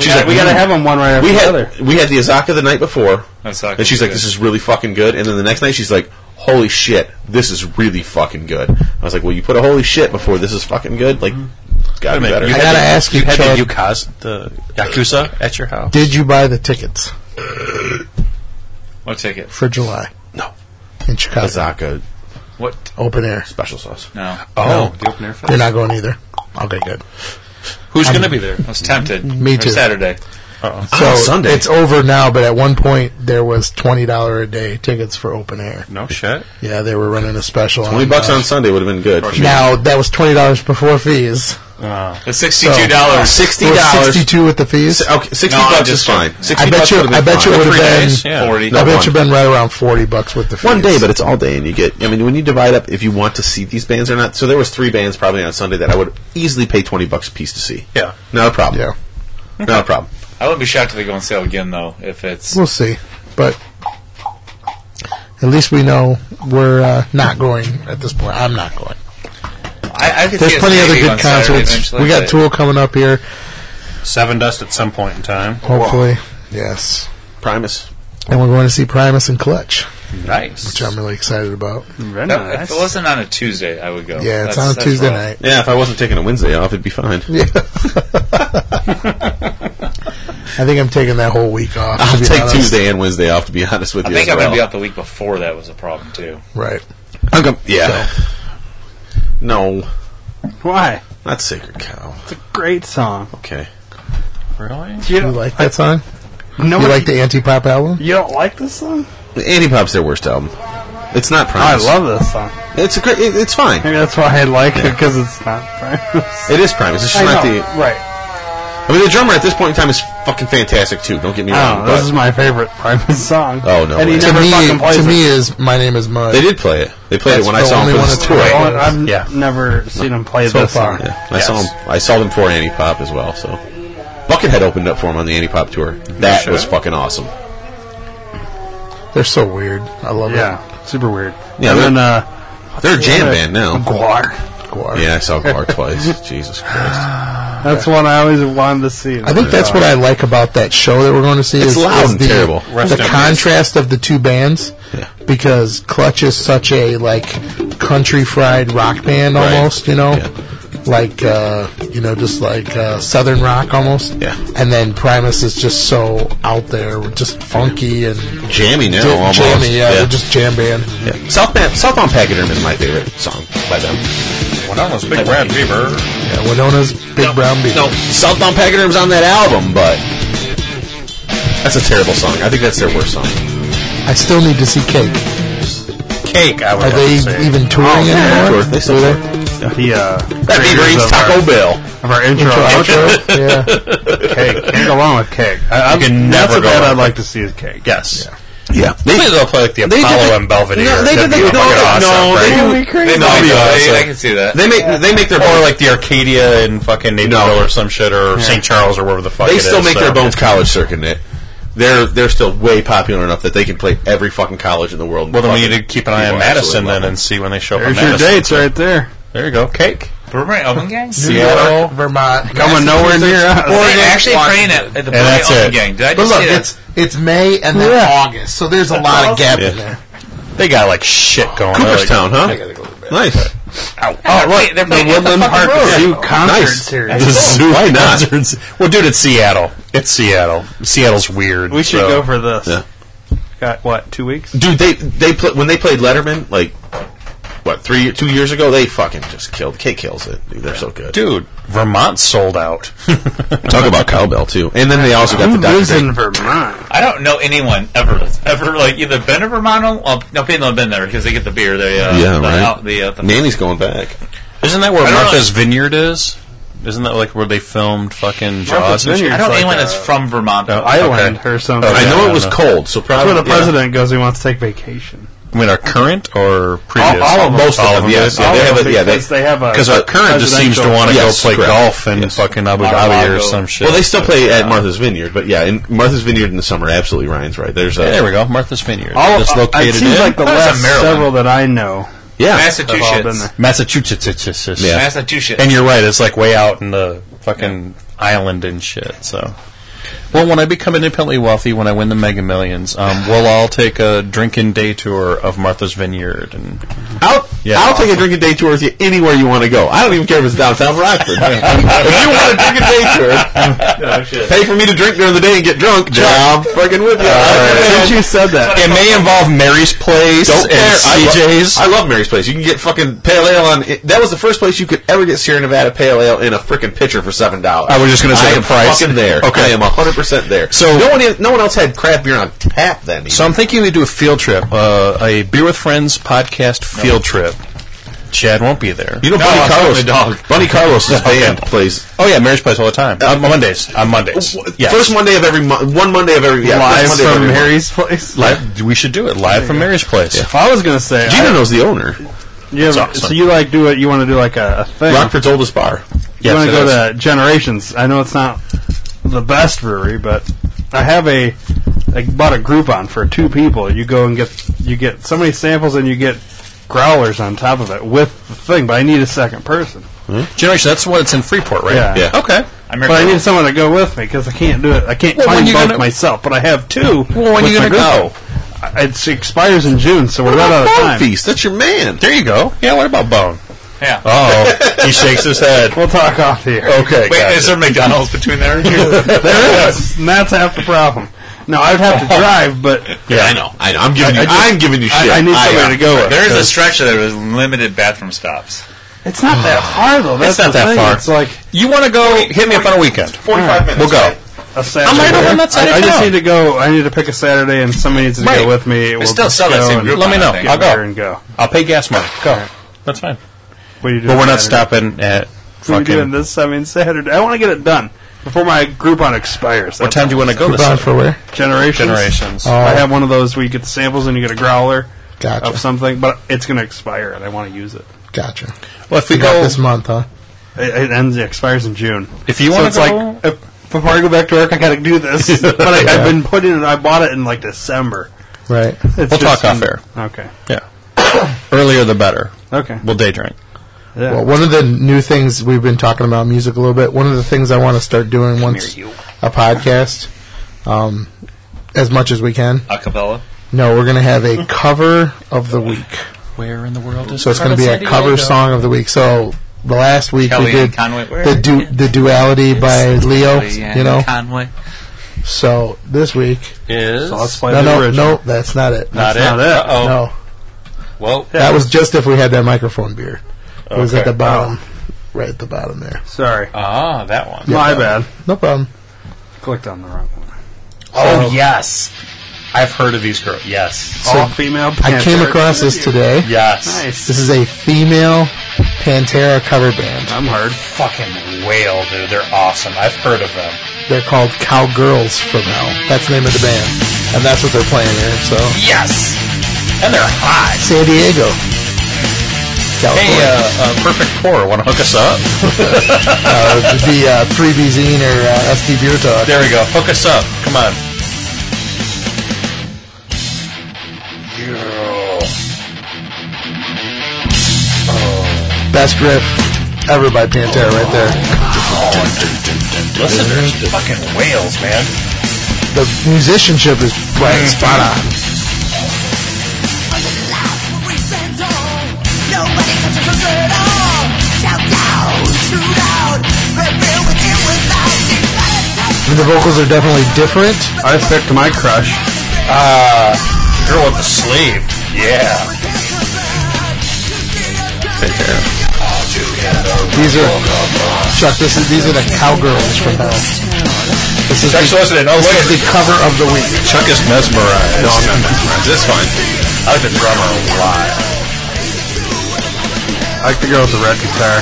[SPEAKER 7] She's like, "Mm."
[SPEAKER 5] we gotta have them one right after
[SPEAKER 7] We
[SPEAKER 5] the
[SPEAKER 7] had
[SPEAKER 5] other.
[SPEAKER 7] we had the Azaka the night before,
[SPEAKER 10] Azaka
[SPEAKER 7] and she's
[SPEAKER 10] was
[SPEAKER 7] like,
[SPEAKER 10] good.
[SPEAKER 7] "This is really fucking good." And then the next night, she's like, "Holy shit, this is really fucking good." I was like, "Well, you put a holy shit before this is fucking good, like, gotta be
[SPEAKER 4] Wait a minute,
[SPEAKER 7] better."
[SPEAKER 4] you
[SPEAKER 1] I
[SPEAKER 4] had
[SPEAKER 1] gotta
[SPEAKER 4] the-
[SPEAKER 1] ask you,
[SPEAKER 4] had
[SPEAKER 1] Chuck.
[SPEAKER 4] the Yakuza, the Yakuza at your house.
[SPEAKER 1] Did you buy the tickets
[SPEAKER 10] What ticket?
[SPEAKER 1] for July
[SPEAKER 7] No,
[SPEAKER 1] in Chicago?
[SPEAKER 7] Azaka
[SPEAKER 10] What?
[SPEAKER 1] Open air.
[SPEAKER 7] special sauce.
[SPEAKER 10] No.
[SPEAKER 1] Oh.
[SPEAKER 10] the open air fest.
[SPEAKER 1] You're not going either. Okay, good.
[SPEAKER 4] Who's going to be there?
[SPEAKER 10] I was tempted.
[SPEAKER 1] Me
[SPEAKER 10] Or
[SPEAKER 1] too.
[SPEAKER 10] Saturday.
[SPEAKER 1] So
[SPEAKER 7] Oh, Sunday.
[SPEAKER 1] it's over now, but at one point there was twenty dollar a day tickets for open air.
[SPEAKER 4] No shit.
[SPEAKER 1] Yeah, they were running a special.
[SPEAKER 7] Twenty
[SPEAKER 1] on,
[SPEAKER 7] bucks
[SPEAKER 1] uh,
[SPEAKER 7] on Sunday would have been good.
[SPEAKER 1] Now that was twenty dollars before fees.
[SPEAKER 10] The sixty-two dollars.
[SPEAKER 7] sixty
[SPEAKER 1] It was
[SPEAKER 7] dollars.
[SPEAKER 1] sixty two with the fees.
[SPEAKER 7] Okay, sixty
[SPEAKER 10] No, I'm
[SPEAKER 7] bucks
[SPEAKER 10] just
[SPEAKER 7] is fine.
[SPEAKER 10] joking.
[SPEAKER 7] 60
[SPEAKER 1] I bet
[SPEAKER 7] bucks
[SPEAKER 1] you.
[SPEAKER 7] would've been
[SPEAKER 1] I bet you
[SPEAKER 7] fine.
[SPEAKER 1] would have been.
[SPEAKER 10] yeah. Forty.
[SPEAKER 1] I
[SPEAKER 7] No,
[SPEAKER 1] bet
[SPEAKER 7] one.
[SPEAKER 1] you been right around forty bucks with the fees.
[SPEAKER 7] One day, but it's all day, and you get. I mean, when you divide up, if you want to see these bands or not. So there was three bands probably on Sunday that I would easily pay twenty bucks a piece to see.
[SPEAKER 4] Yeah.
[SPEAKER 7] not a problem.
[SPEAKER 1] yeah,
[SPEAKER 7] not a problem.
[SPEAKER 10] I wouldn't be shocked if they go on sale again though. If it's
[SPEAKER 1] we'll see. But at least we know we're uh, not going at this point. I'm not going.
[SPEAKER 10] I, I could
[SPEAKER 1] There's
[SPEAKER 10] see us
[SPEAKER 1] plenty other
[SPEAKER 10] maybe
[SPEAKER 1] good
[SPEAKER 10] on Saturday
[SPEAKER 1] concerts.
[SPEAKER 10] eventually,
[SPEAKER 1] We got
[SPEAKER 10] but-
[SPEAKER 1] Tool coming up here.
[SPEAKER 4] Seven Dust at some point in time.
[SPEAKER 1] Hopefully, yes.
[SPEAKER 7] Primus.
[SPEAKER 1] And we're going to see Primus and Clutch,
[SPEAKER 10] Nice.
[SPEAKER 1] which I'm really excited about.
[SPEAKER 5] Very
[SPEAKER 10] That-
[SPEAKER 5] nice.
[SPEAKER 10] If it wasn't on a Tuesday, I would go.
[SPEAKER 1] Yeah, it's
[SPEAKER 10] That's-
[SPEAKER 1] on a
[SPEAKER 10] that's
[SPEAKER 1] Tuesday
[SPEAKER 10] rough.
[SPEAKER 1] night.
[SPEAKER 7] Yeah, if I wasn't taking a Wednesday off, it'd be fine.
[SPEAKER 1] Yeah. I think I'm taking that whole week off. to
[SPEAKER 7] I'll
[SPEAKER 1] be
[SPEAKER 7] take
[SPEAKER 1] honest.
[SPEAKER 7] Tuesday and Wednesday off. To be honest with
[SPEAKER 10] I
[SPEAKER 7] you,
[SPEAKER 10] think
[SPEAKER 7] as
[SPEAKER 10] I'm
[SPEAKER 7] well.
[SPEAKER 10] gonna be out the week before. That was a problem too.
[SPEAKER 1] Right.
[SPEAKER 7] I'm gonna- yeah. No,
[SPEAKER 5] Why?
[SPEAKER 7] not Sacred Cow.
[SPEAKER 5] It's a great song.
[SPEAKER 7] Okay.
[SPEAKER 4] Really?
[SPEAKER 5] You
[SPEAKER 1] You
[SPEAKER 5] don't,
[SPEAKER 1] like that song?
[SPEAKER 5] no,
[SPEAKER 1] You like the anti-pop album?
[SPEAKER 5] you don't like this song?
[SPEAKER 7] Annie Pop's their worst album. It's not
[SPEAKER 5] I
[SPEAKER 7] Primus.
[SPEAKER 5] love this song.
[SPEAKER 7] It's a great. It, it's fine.
[SPEAKER 5] Maybe that's why I like it because it's not Primus.
[SPEAKER 7] It is Primus. It's just
[SPEAKER 5] I
[SPEAKER 7] not
[SPEAKER 5] know,
[SPEAKER 7] the.
[SPEAKER 5] right.
[SPEAKER 7] I mean, the drummer at this point in time is fucking fantastic too. Don't get me wrong.
[SPEAKER 5] Oh,
[SPEAKER 7] but
[SPEAKER 5] this is my favorite Primus song.
[SPEAKER 7] Oh, no
[SPEAKER 5] And he
[SPEAKER 7] way.
[SPEAKER 1] To
[SPEAKER 5] never
[SPEAKER 1] me,
[SPEAKER 5] fucking plays
[SPEAKER 1] to
[SPEAKER 5] it.
[SPEAKER 1] me is my name is Mud.
[SPEAKER 7] they did play it. They played
[SPEAKER 1] That's
[SPEAKER 7] it when I
[SPEAKER 1] the
[SPEAKER 7] saw
[SPEAKER 1] only
[SPEAKER 7] them for
[SPEAKER 1] one
[SPEAKER 7] this
[SPEAKER 1] that's
[SPEAKER 7] tour.
[SPEAKER 1] right.
[SPEAKER 5] Oh, I've
[SPEAKER 4] Yeah.
[SPEAKER 5] never seen him play
[SPEAKER 1] So
[SPEAKER 5] this
[SPEAKER 1] far.
[SPEAKER 5] song.
[SPEAKER 7] I saw
[SPEAKER 4] Yes.
[SPEAKER 7] him. I saw them for Annie Pop as well. So Buckethead opened up for him on the Annie Pop tour. That
[SPEAKER 4] Sure.
[SPEAKER 7] was fucking awesome.
[SPEAKER 1] They're so weird. I love
[SPEAKER 5] Yeah, super weird.
[SPEAKER 7] Yeah,
[SPEAKER 5] and
[SPEAKER 7] they're-
[SPEAKER 5] then uh,
[SPEAKER 7] They're a jam
[SPEAKER 5] yeah,
[SPEAKER 7] band now.
[SPEAKER 5] Guar.
[SPEAKER 1] it. Guar.
[SPEAKER 7] Yeah, I saw Guar twice. Jesus Christ!
[SPEAKER 5] That's one I always wanted to see.
[SPEAKER 1] I think that's what I like about that show that we're going to see. is,
[SPEAKER 7] It's loud
[SPEAKER 1] is
[SPEAKER 7] and
[SPEAKER 1] the,
[SPEAKER 7] terrible.
[SPEAKER 4] Rest in
[SPEAKER 1] The
[SPEAKER 4] peace.
[SPEAKER 1] contrast of the two bands,
[SPEAKER 7] Yeah.
[SPEAKER 1] because Clutch is such a like country fried rock band
[SPEAKER 7] Right.
[SPEAKER 1] almost, you know,
[SPEAKER 7] Yeah.
[SPEAKER 1] like uh, you know just like uh, southern rock almost.
[SPEAKER 7] Yeah.
[SPEAKER 1] And then Primus is just so out there, just funky and
[SPEAKER 7] Jammy now,
[SPEAKER 1] di-
[SPEAKER 7] almost.
[SPEAKER 1] jammy. Yeah,
[SPEAKER 7] Yeah.
[SPEAKER 1] they're just jam band.
[SPEAKER 7] Yeah. South Pan- South on Pachyderm is my favorite song by them.
[SPEAKER 4] Winona's Big Brad Beaver.
[SPEAKER 1] Yeah, Winona's Big Brown Beaver.
[SPEAKER 7] No, South on Pachyderm's on that album, but that's a terrible song. I think that's their worst song.
[SPEAKER 1] I still need to see Cake.
[SPEAKER 4] Cake, I would
[SPEAKER 1] Are
[SPEAKER 4] have
[SPEAKER 1] they
[SPEAKER 4] to say.
[SPEAKER 1] even touring anymore?
[SPEAKER 7] Tour. They still tour.
[SPEAKER 5] The uh,
[SPEAKER 7] That Beaver
[SPEAKER 5] creators
[SPEAKER 7] eats
[SPEAKER 5] of
[SPEAKER 7] Taco
[SPEAKER 5] our,
[SPEAKER 7] Bell.
[SPEAKER 5] of our intro.
[SPEAKER 1] Intro,
[SPEAKER 5] outro.
[SPEAKER 1] outro? Yeah.
[SPEAKER 5] Cake. Can't go wrong with cake. I,
[SPEAKER 4] You can
[SPEAKER 5] that's a
[SPEAKER 4] never go
[SPEAKER 5] band
[SPEAKER 4] wrong
[SPEAKER 5] I'd
[SPEAKER 4] with
[SPEAKER 5] like to see is cake.
[SPEAKER 4] Yes.
[SPEAKER 7] Yeah,
[SPEAKER 4] They, they'll play like the
[SPEAKER 7] they did
[SPEAKER 4] Apollo
[SPEAKER 7] the-
[SPEAKER 4] and Belvedere.
[SPEAKER 7] No, they
[SPEAKER 4] That'd
[SPEAKER 7] did
[SPEAKER 4] be
[SPEAKER 7] the- no,
[SPEAKER 4] fucking
[SPEAKER 7] no,
[SPEAKER 4] awesome,
[SPEAKER 7] no,
[SPEAKER 4] right?
[SPEAKER 7] they do-
[SPEAKER 5] That'd be crazy.
[SPEAKER 10] They might
[SPEAKER 7] That'd
[SPEAKER 10] be
[SPEAKER 7] be
[SPEAKER 10] awesome.
[SPEAKER 7] awesome.
[SPEAKER 10] I can see that.
[SPEAKER 7] They make they make their
[SPEAKER 4] Or
[SPEAKER 7] bones,
[SPEAKER 4] like the Arcadia in fucking Naperville or some shit, or St. Charles or wherever the fuck.
[SPEAKER 7] they
[SPEAKER 4] it
[SPEAKER 7] still
[SPEAKER 4] is,
[SPEAKER 7] make
[SPEAKER 4] so.
[SPEAKER 7] their bones college circuit. They're they're still way popular enough that they can play every fucking college in the world.
[SPEAKER 4] Well, then we
[SPEAKER 7] Fucking
[SPEAKER 4] need to keep an eye on
[SPEAKER 7] people
[SPEAKER 4] Madison
[SPEAKER 7] absolutely love
[SPEAKER 4] then
[SPEAKER 7] it.
[SPEAKER 4] and see when they show up.
[SPEAKER 5] There's
[SPEAKER 4] on
[SPEAKER 5] your
[SPEAKER 4] Madison.
[SPEAKER 5] dates right there.
[SPEAKER 4] There you go, cake.
[SPEAKER 10] Brewery Oven Gang?
[SPEAKER 4] Seattle.
[SPEAKER 1] Vermont.
[SPEAKER 5] Coming nowhere near us.
[SPEAKER 10] They're actually
[SPEAKER 1] Washington.
[SPEAKER 10] playing at, at the Brewery
[SPEAKER 4] that's
[SPEAKER 10] Oven
[SPEAKER 4] it.
[SPEAKER 10] Gang. Did I
[SPEAKER 1] But
[SPEAKER 10] just
[SPEAKER 1] look,
[SPEAKER 10] see that?
[SPEAKER 1] it's it's May and then
[SPEAKER 5] Yeah.
[SPEAKER 1] August, so there's a lot of gap in
[SPEAKER 4] Yeah.
[SPEAKER 1] there.
[SPEAKER 4] They got like shit going. They're like-
[SPEAKER 7] Cooperstown, huh? Nice.
[SPEAKER 10] oh, right. They're playing at the fucking brewery.
[SPEAKER 5] Zoo concert
[SPEAKER 7] Nice.
[SPEAKER 5] series.
[SPEAKER 4] The zoo
[SPEAKER 7] Why not?
[SPEAKER 4] concerts. Well, dude, it's Seattle. It's Seattle. Seattle's weird.
[SPEAKER 5] We should
[SPEAKER 4] so-
[SPEAKER 5] go for this.
[SPEAKER 7] Yeah.
[SPEAKER 5] Got what? Two weeks?
[SPEAKER 7] Dude, they they pl- when they played Letterman like what three two years ago they fucking just killed. K kills it. Dude, they're so good.
[SPEAKER 4] dude. Vermont sold out.
[SPEAKER 7] Talk about cowbell too. And then they also got the
[SPEAKER 5] Who lives
[SPEAKER 7] Dr. Dre.
[SPEAKER 5] in Vermont?
[SPEAKER 10] I don't know anyone ever that's ever like either been to Vermont. or- Well, no, people have been there because they get the beer. They uh,
[SPEAKER 7] Yeah,
[SPEAKER 10] the,
[SPEAKER 7] right.
[SPEAKER 10] out- the, uh, the
[SPEAKER 7] Nanny's going back.
[SPEAKER 4] Isn't that where
[SPEAKER 10] I don't
[SPEAKER 4] Martha's Vineyard is? Isn't that like where they filmed fucking
[SPEAKER 5] Martha's
[SPEAKER 4] Jaws? and shit?
[SPEAKER 5] Vineyard.
[SPEAKER 10] I don't know
[SPEAKER 5] It's
[SPEAKER 10] anyone
[SPEAKER 5] like,
[SPEAKER 10] that's from Vermont.
[SPEAKER 4] No.
[SPEAKER 5] Island
[SPEAKER 4] Okay.
[SPEAKER 5] or something.
[SPEAKER 4] Oh,
[SPEAKER 7] I
[SPEAKER 4] yeah,
[SPEAKER 7] know
[SPEAKER 4] I
[SPEAKER 7] it was
[SPEAKER 4] know.
[SPEAKER 7] cold, so
[SPEAKER 5] That's
[SPEAKER 7] probably
[SPEAKER 5] where the
[SPEAKER 7] yeah.
[SPEAKER 5] president goes. He wants to take vacation.
[SPEAKER 4] I mean, our current or
[SPEAKER 7] All,
[SPEAKER 4] previous?
[SPEAKER 7] all of them, most
[SPEAKER 4] All
[SPEAKER 7] of them, yes, yeah,
[SPEAKER 5] All
[SPEAKER 7] they
[SPEAKER 5] of
[SPEAKER 7] have
[SPEAKER 5] them
[SPEAKER 7] a, yeah, they,
[SPEAKER 5] because they have a
[SPEAKER 4] Because our
[SPEAKER 5] a
[SPEAKER 4] current just seems to
[SPEAKER 5] presidential-
[SPEAKER 4] want to
[SPEAKER 7] Yes,
[SPEAKER 4] go play
[SPEAKER 7] correct.
[SPEAKER 4] golf in fucking Abu Dhabi or
[SPEAKER 10] Mar-a-Lago.
[SPEAKER 4] some shit.
[SPEAKER 7] well, they still play at Martha's Vineyard, but yeah, in Martha's Vineyard in the summer, absolutely, Ryan's right. There's
[SPEAKER 4] Yeah,
[SPEAKER 7] a,
[SPEAKER 4] there we go, Martha's Vineyard.
[SPEAKER 5] All
[SPEAKER 4] Just
[SPEAKER 5] uh, it
[SPEAKER 4] located
[SPEAKER 5] seems
[SPEAKER 4] in
[SPEAKER 5] like the
[SPEAKER 10] That's
[SPEAKER 5] last
[SPEAKER 10] in Maryland.
[SPEAKER 5] several that I know.
[SPEAKER 7] yeah,
[SPEAKER 5] have all been
[SPEAKER 10] Massachusetts.
[SPEAKER 5] there.
[SPEAKER 4] Massachusetts.
[SPEAKER 7] Yeah.
[SPEAKER 10] Massachusetts.
[SPEAKER 4] And you're right, it's like way out in the fucking island and shit, so. Well, when I become independently wealthy, when I win the Mega Millions, um, we'll all take a drinking day tour of Martha's Vineyard, and
[SPEAKER 7] I'll,
[SPEAKER 4] Yeah.
[SPEAKER 7] I'll take a drink and day tour with you anywhere you want to go. I don't even care if it's downtown Rockford. if you want a drink and day tour, pay for me to drink during the day and get drunk, then I'm fucking with you.
[SPEAKER 5] Since you said that,
[SPEAKER 4] it may involve Mary's place
[SPEAKER 7] Don't care.
[SPEAKER 4] and
[SPEAKER 7] I lo-
[SPEAKER 4] CJ's.
[SPEAKER 7] I love Mary's Place. You can get fucking pale ale on. It, that was the first place you could ever get Sierra Nevada pale ale in a freaking pitcher for seven dollars.
[SPEAKER 4] I was just gonna say
[SPEAKER 7] I
[SPEAKER 4] the
[SPEAKER 7] am
[SPEAKER 4] price.
[SPEAKER 7] Fucking there.
[SPEAKER 4] Okay.
[SPEAKER 7] I am hundred percent there.
[SPEAKER 4] So-
[SPEAKER 7] no one, e- no one else had craft beer on tap then. Either.
[SPEAKER 4] so I'm thinking we do a field trip, uh, a beer with friends podcast field trip. Chad won't be there.
[SPEAKER 7] you know,
[SPEAKER 4] No,
[SPEAKER 7] Bunny
[SPEAKER 4] I'm talking
[SPEAKER 7] Carlos.
[SPEAKER 4] to Dog.
[SPEAKER 7] Bunny Carlos's
[SPEAKER 4] Okay.
[SPEAKER 7] band plays
[SPEAKER 4] Oh yeah, Mary's place all the time on Mondays. On Mondays,
[SPEAKER 7] w-
[SPEAKER 4] yes.
[SPEAKER 7] first Monday of every month. One Monday of every yeah,
[SPEAKER 5] live
[SPEAKER 7] first Monday of
[SPEAKER 5] from
[SPEAKER 7] every month.
[SPEAKER 5] Harry's place.
[SPEAKER 4] Live, we should do it live from Mary's place.
[SPEAKER 5] I was gonna say,
[SPEAKER 7] Gina
[SPEAKER 5] I,
[SPEAKER 7] knows the owner.
[SPEAKER 5] you have-
[SPEAKER 4] awesome.
[SPEAKER 5] so you like do it? You want to do like a, a thing?
[SPEAKER 7] Rockford's oldest bar.
[SPEAKER 5] you want to
[SPEAKER 4] it
[SPEAKER 5] go
[SPEAKER 4] is.
[SPEAKER 5] to Generations? I know it's not the best brewery, but I have a I bought a Groupon for two people. You go and get you get so many samples, and you get growlers on top of it with the thing. But I need a second person.
[SPEAKER 4] Generation. That's the one that's in Freeport, right?
[SPEAKER 5] Yeah.
[SPEAKER 7] Yeah.
[SPEAKER 4] Okay.
[SPEAKER 10] I
[SPEAKER 5] But I need someone to go with me because I can't do it. I can't
[SPEAKER 4] Well, when
[SPEAKER 5] find
[SPEAKER 4] you
[SPEAKER 5] both
[SPEAKER 4] gonna-
[SPEAKER 5] myself. But I have two.
[SPEAKER 4] Well, when
[SPEAKER 5] with
[SPEAKER 4] you
[SPEAKER 5] my
[SPEAKER 4] gonna go?
[SPEAKER 5] group. It expires in June, so we're right out of time.
[SPEAKER 7] Feast. That's your man.
[SPEAKER 4] There you go. Yeah. What about Bone?
[SPEAKER 10] yeah.
[SPEAKER 7] uh,
[SPEAKER 4] Oh, he shakes his head.
[SPEAKER 5] We'll talk off here.
[SPEAKER 4] Okay.
[SPEAKER 10] Wait,
[SPEAKER 4] gotcha.
[SPEAKER 10] is there McDonald's between there? and here?
[SPEAKER 5] There is. And that's half the problem. No, I'd have to drive, but
[SPEAKER 4] Yeah.
[SPEAKER 7] I know. I know. I'm giving
[SPEAKER 5] I- I
[SPEAKER 7] you.
[SPEAKER 5] just-
[SPEAKER 7] I'm giving you shit.
[SPEAKER 5] I, I need somebody
[SPEAKER 7] uh,
[SPEAKER 5] to go with.
[SPEAKER 10] there is a stretch there with limited bathroom stops.
[SPEAKER 5] It's not that far though. That's
[SPEAKER 4] It's not
[SPEAKER 5] the
[SPEAKER 4] that
[SPEAKER 5] thing.
[SPEAKER 4] far.
[SPEAKER 5] It's like
[SPEAKER 4] You want to go? Hit me up on a weekend.
[SPEAKER 7] 45 minutes.
[SPEAKER 4] We'll go.
[SPEAKER 5] a Saturday.
[SPEAKER 4] right over on that side
[SPEAKER 5] I,
[SPEAKER 4] of
[SPEAKER 5] I just
[SPEAKER 4] town.
[SPEAKER 5] need to go. I need to pick a Saturday, and somebody needs to
[SPEAKER 4] Right.
[SPEAKER 5] go with me. We'll
[SPEAKER 10] still
[SPEAKER 5] just
[SPEAKER 10] sell that
[SPEAKER 5] go
[SPEAKER 10] same
[SPEAKER 5] and
[SPEAKER 10] group
[SPEAKER 4] Let me know.
[SPEAKER 10] I think.
[SPEAKER 4] I'll
[SPEAKER 5] Get there
[SPEAKER 4] go.
[SPEAKER 5] and go.
[SPEAKER 4] I'll pay gas money. Go. That's fine.
[SPEAKER 5] What are you doing?
[SPEAKER 4] But we're not
[SPEAKER 5] Saturday?
[SPEAKER 4] stopping at
[SPEAKER 5] What are you doing
[SPEAKER 4] fucking.
[SPEAKER 5] this? I mean, Saturday. I want to get it done before my Groupon expires.
[SPEAKER 4] What time do you want to go this
[SPEAKER 1] Coupon
[SPEAKER 4] Saturday?
[SPEAKER 1] for where?
[SPEAKER 5] Generations.
[SPEAKER 4] Generations. Oh.
[SPEAKER 5] I have one of those where you get the samples and you get a growler
[SPEAKER 1] Gotcha.
[SPEAKER 5] of something, but it's going to expire, and I want to use it.
[SPEAKER 1] Gotcha.
[SPEAKER 4] Well, if we
[SPEAKER 1] You got
[SPEAKER 4] go,
[SPEAKER 1] this month, huh?
[SPEAKER 5] It, it ends. It expires in June.
[SPEAKER 4] if you
[SPEAKER 5] so
[SPEAKER 4] want
[SPEAKER 5] it's
[SPEAKER 4] to go,
[SPEAKER 5] like if, before I go back to work, I gotta do this. but I, I've been putting it. I bought it in like December.
[SPEAKER 1] Right.
[SPEAKER 5] It's
[SPEAKER 4] We'll
[SPEAKER 5] just-
[SPEAKER 4] talk off air.
[SPEAKER 5] Okay.
[SPEAKER 4] yeah, earlier the better.
[SPEAKER 5] Okay.
[SPEAKER 4] We'll day drink.
[SPEAKER 5] Yeah.
[SPEAKER 1] Well, one of the new things we've been talking about music a little bit. One of the things I want to start doing once a podcast, um, as much as we can.
[SPEAKER 10] Acapella.
[SPEAKER 1] No, we're going to have a cover of the week.
[SPEAKER 4] Where in the world is
[SPEAKER 1] So it's going to be a cover song of the week. So the last week
[SPEAKER 10] Kelly
[SPEAKER 1] we
[SPEAKER 10] and
[SPEAKER 1] did
[SPEAKER 10] Conway. Where
[SPEAKER 1] the du- the duality by Leo.
[SPEAKER 10] Yeah,
[SPEAKER 1] You know.
[SPEAKER 10] Conway.
[SPEAKER 1] So this week,
[SPEAKER 4] is
[SPEAKER 5] so let's play
[SPEAKER 1] no,
[SPEAKER 5] the
[SPEAKER 1] no,
[SPEAKER 5] original.
[SPEAKER 1] no, that's not it.
[SPEAKER 4] not it.
[SPEAKER 5] not it.
[SPEAKER 4] Uh-oh.
[SPEAKER 1] No,
[SPEAKER 4] Oh. Well,
[SPEAKER 1] that was just if we had that microphone beer. It was at
[SPEAKER 4] Okay.
[SPEAKER 1] the bottom, right at the bottom there.
[SPEAKER 5] Sorry,
[SPEAKER 4] ah, that one.
[SPEAKER 5] my bad.
[SPEAKER 1] No problem.
[SPEAKER 5] Clicked on the wrong one.
[SPEAKER 4] Oh yes, I've heard of these girls. Yes,
[SPEAKER 5] All female.
[SPEAKER 1] I came across this today.
[SPEAKER 4] yes.
[SPEAKER 5] Nice.
[SPEAKER 1] This is a female Pantera cover band.
[SPEAKER 5] I'm hard.
[SPEAKER 4] Fucking whale, dude. They're awesome. I've heard of them.
[SPEAKER 1] They're called Cowgirls from Hell. That's the name of the band. and that's what they're playing here. So
[SPEAKER 4] Yes! And they're hot.
[SPEAKER 1] San Diego,
[SPEAKER 4] Hey,
[SPEAKER 1] California.
[SPEAKER 4] uh, uh, Perfect Pour, want to hook us up?
[SPEAKER 1] uh, the uh, 3B Zine or uh, SD Beer Talk.
[SPEAKER 4] There we go. Hook us up. Come on.
[SPEAKER 1] Best riff ever by Pantera, right there.
[SPEAKER 4] Listen to these fucking whales, man.
[SPEAKER 1] The musicianship is
[SPEAKER 4] Mm.
[SPEAKER 1] right spot on. And the vocals are definitely different.
[SPEAKER 5] I picked my crush.
[SPEAKER 4] Uh, girl with the sleeve. Yeah.
[SPEAKER 1] These are Chuck. This is these are the cowgirls from hell. This is
[SPEAKER 4] Chuck's
[SPEAKER 1] the,
[SPEAKER 4] listening. Oh,
[SPEAKER 1] this is
[SPEAKER 4] wait.
[SPEAKER 1] the cover of the week.
[SPEAKER 4] Chuck is mesmerized.
[SPEAKER 7] No, I'm not mesmerized. That's fine.
[SPEAKER 4] I like the drummer a lot.
[SPEAKER 5] I like the girl with the red guitar.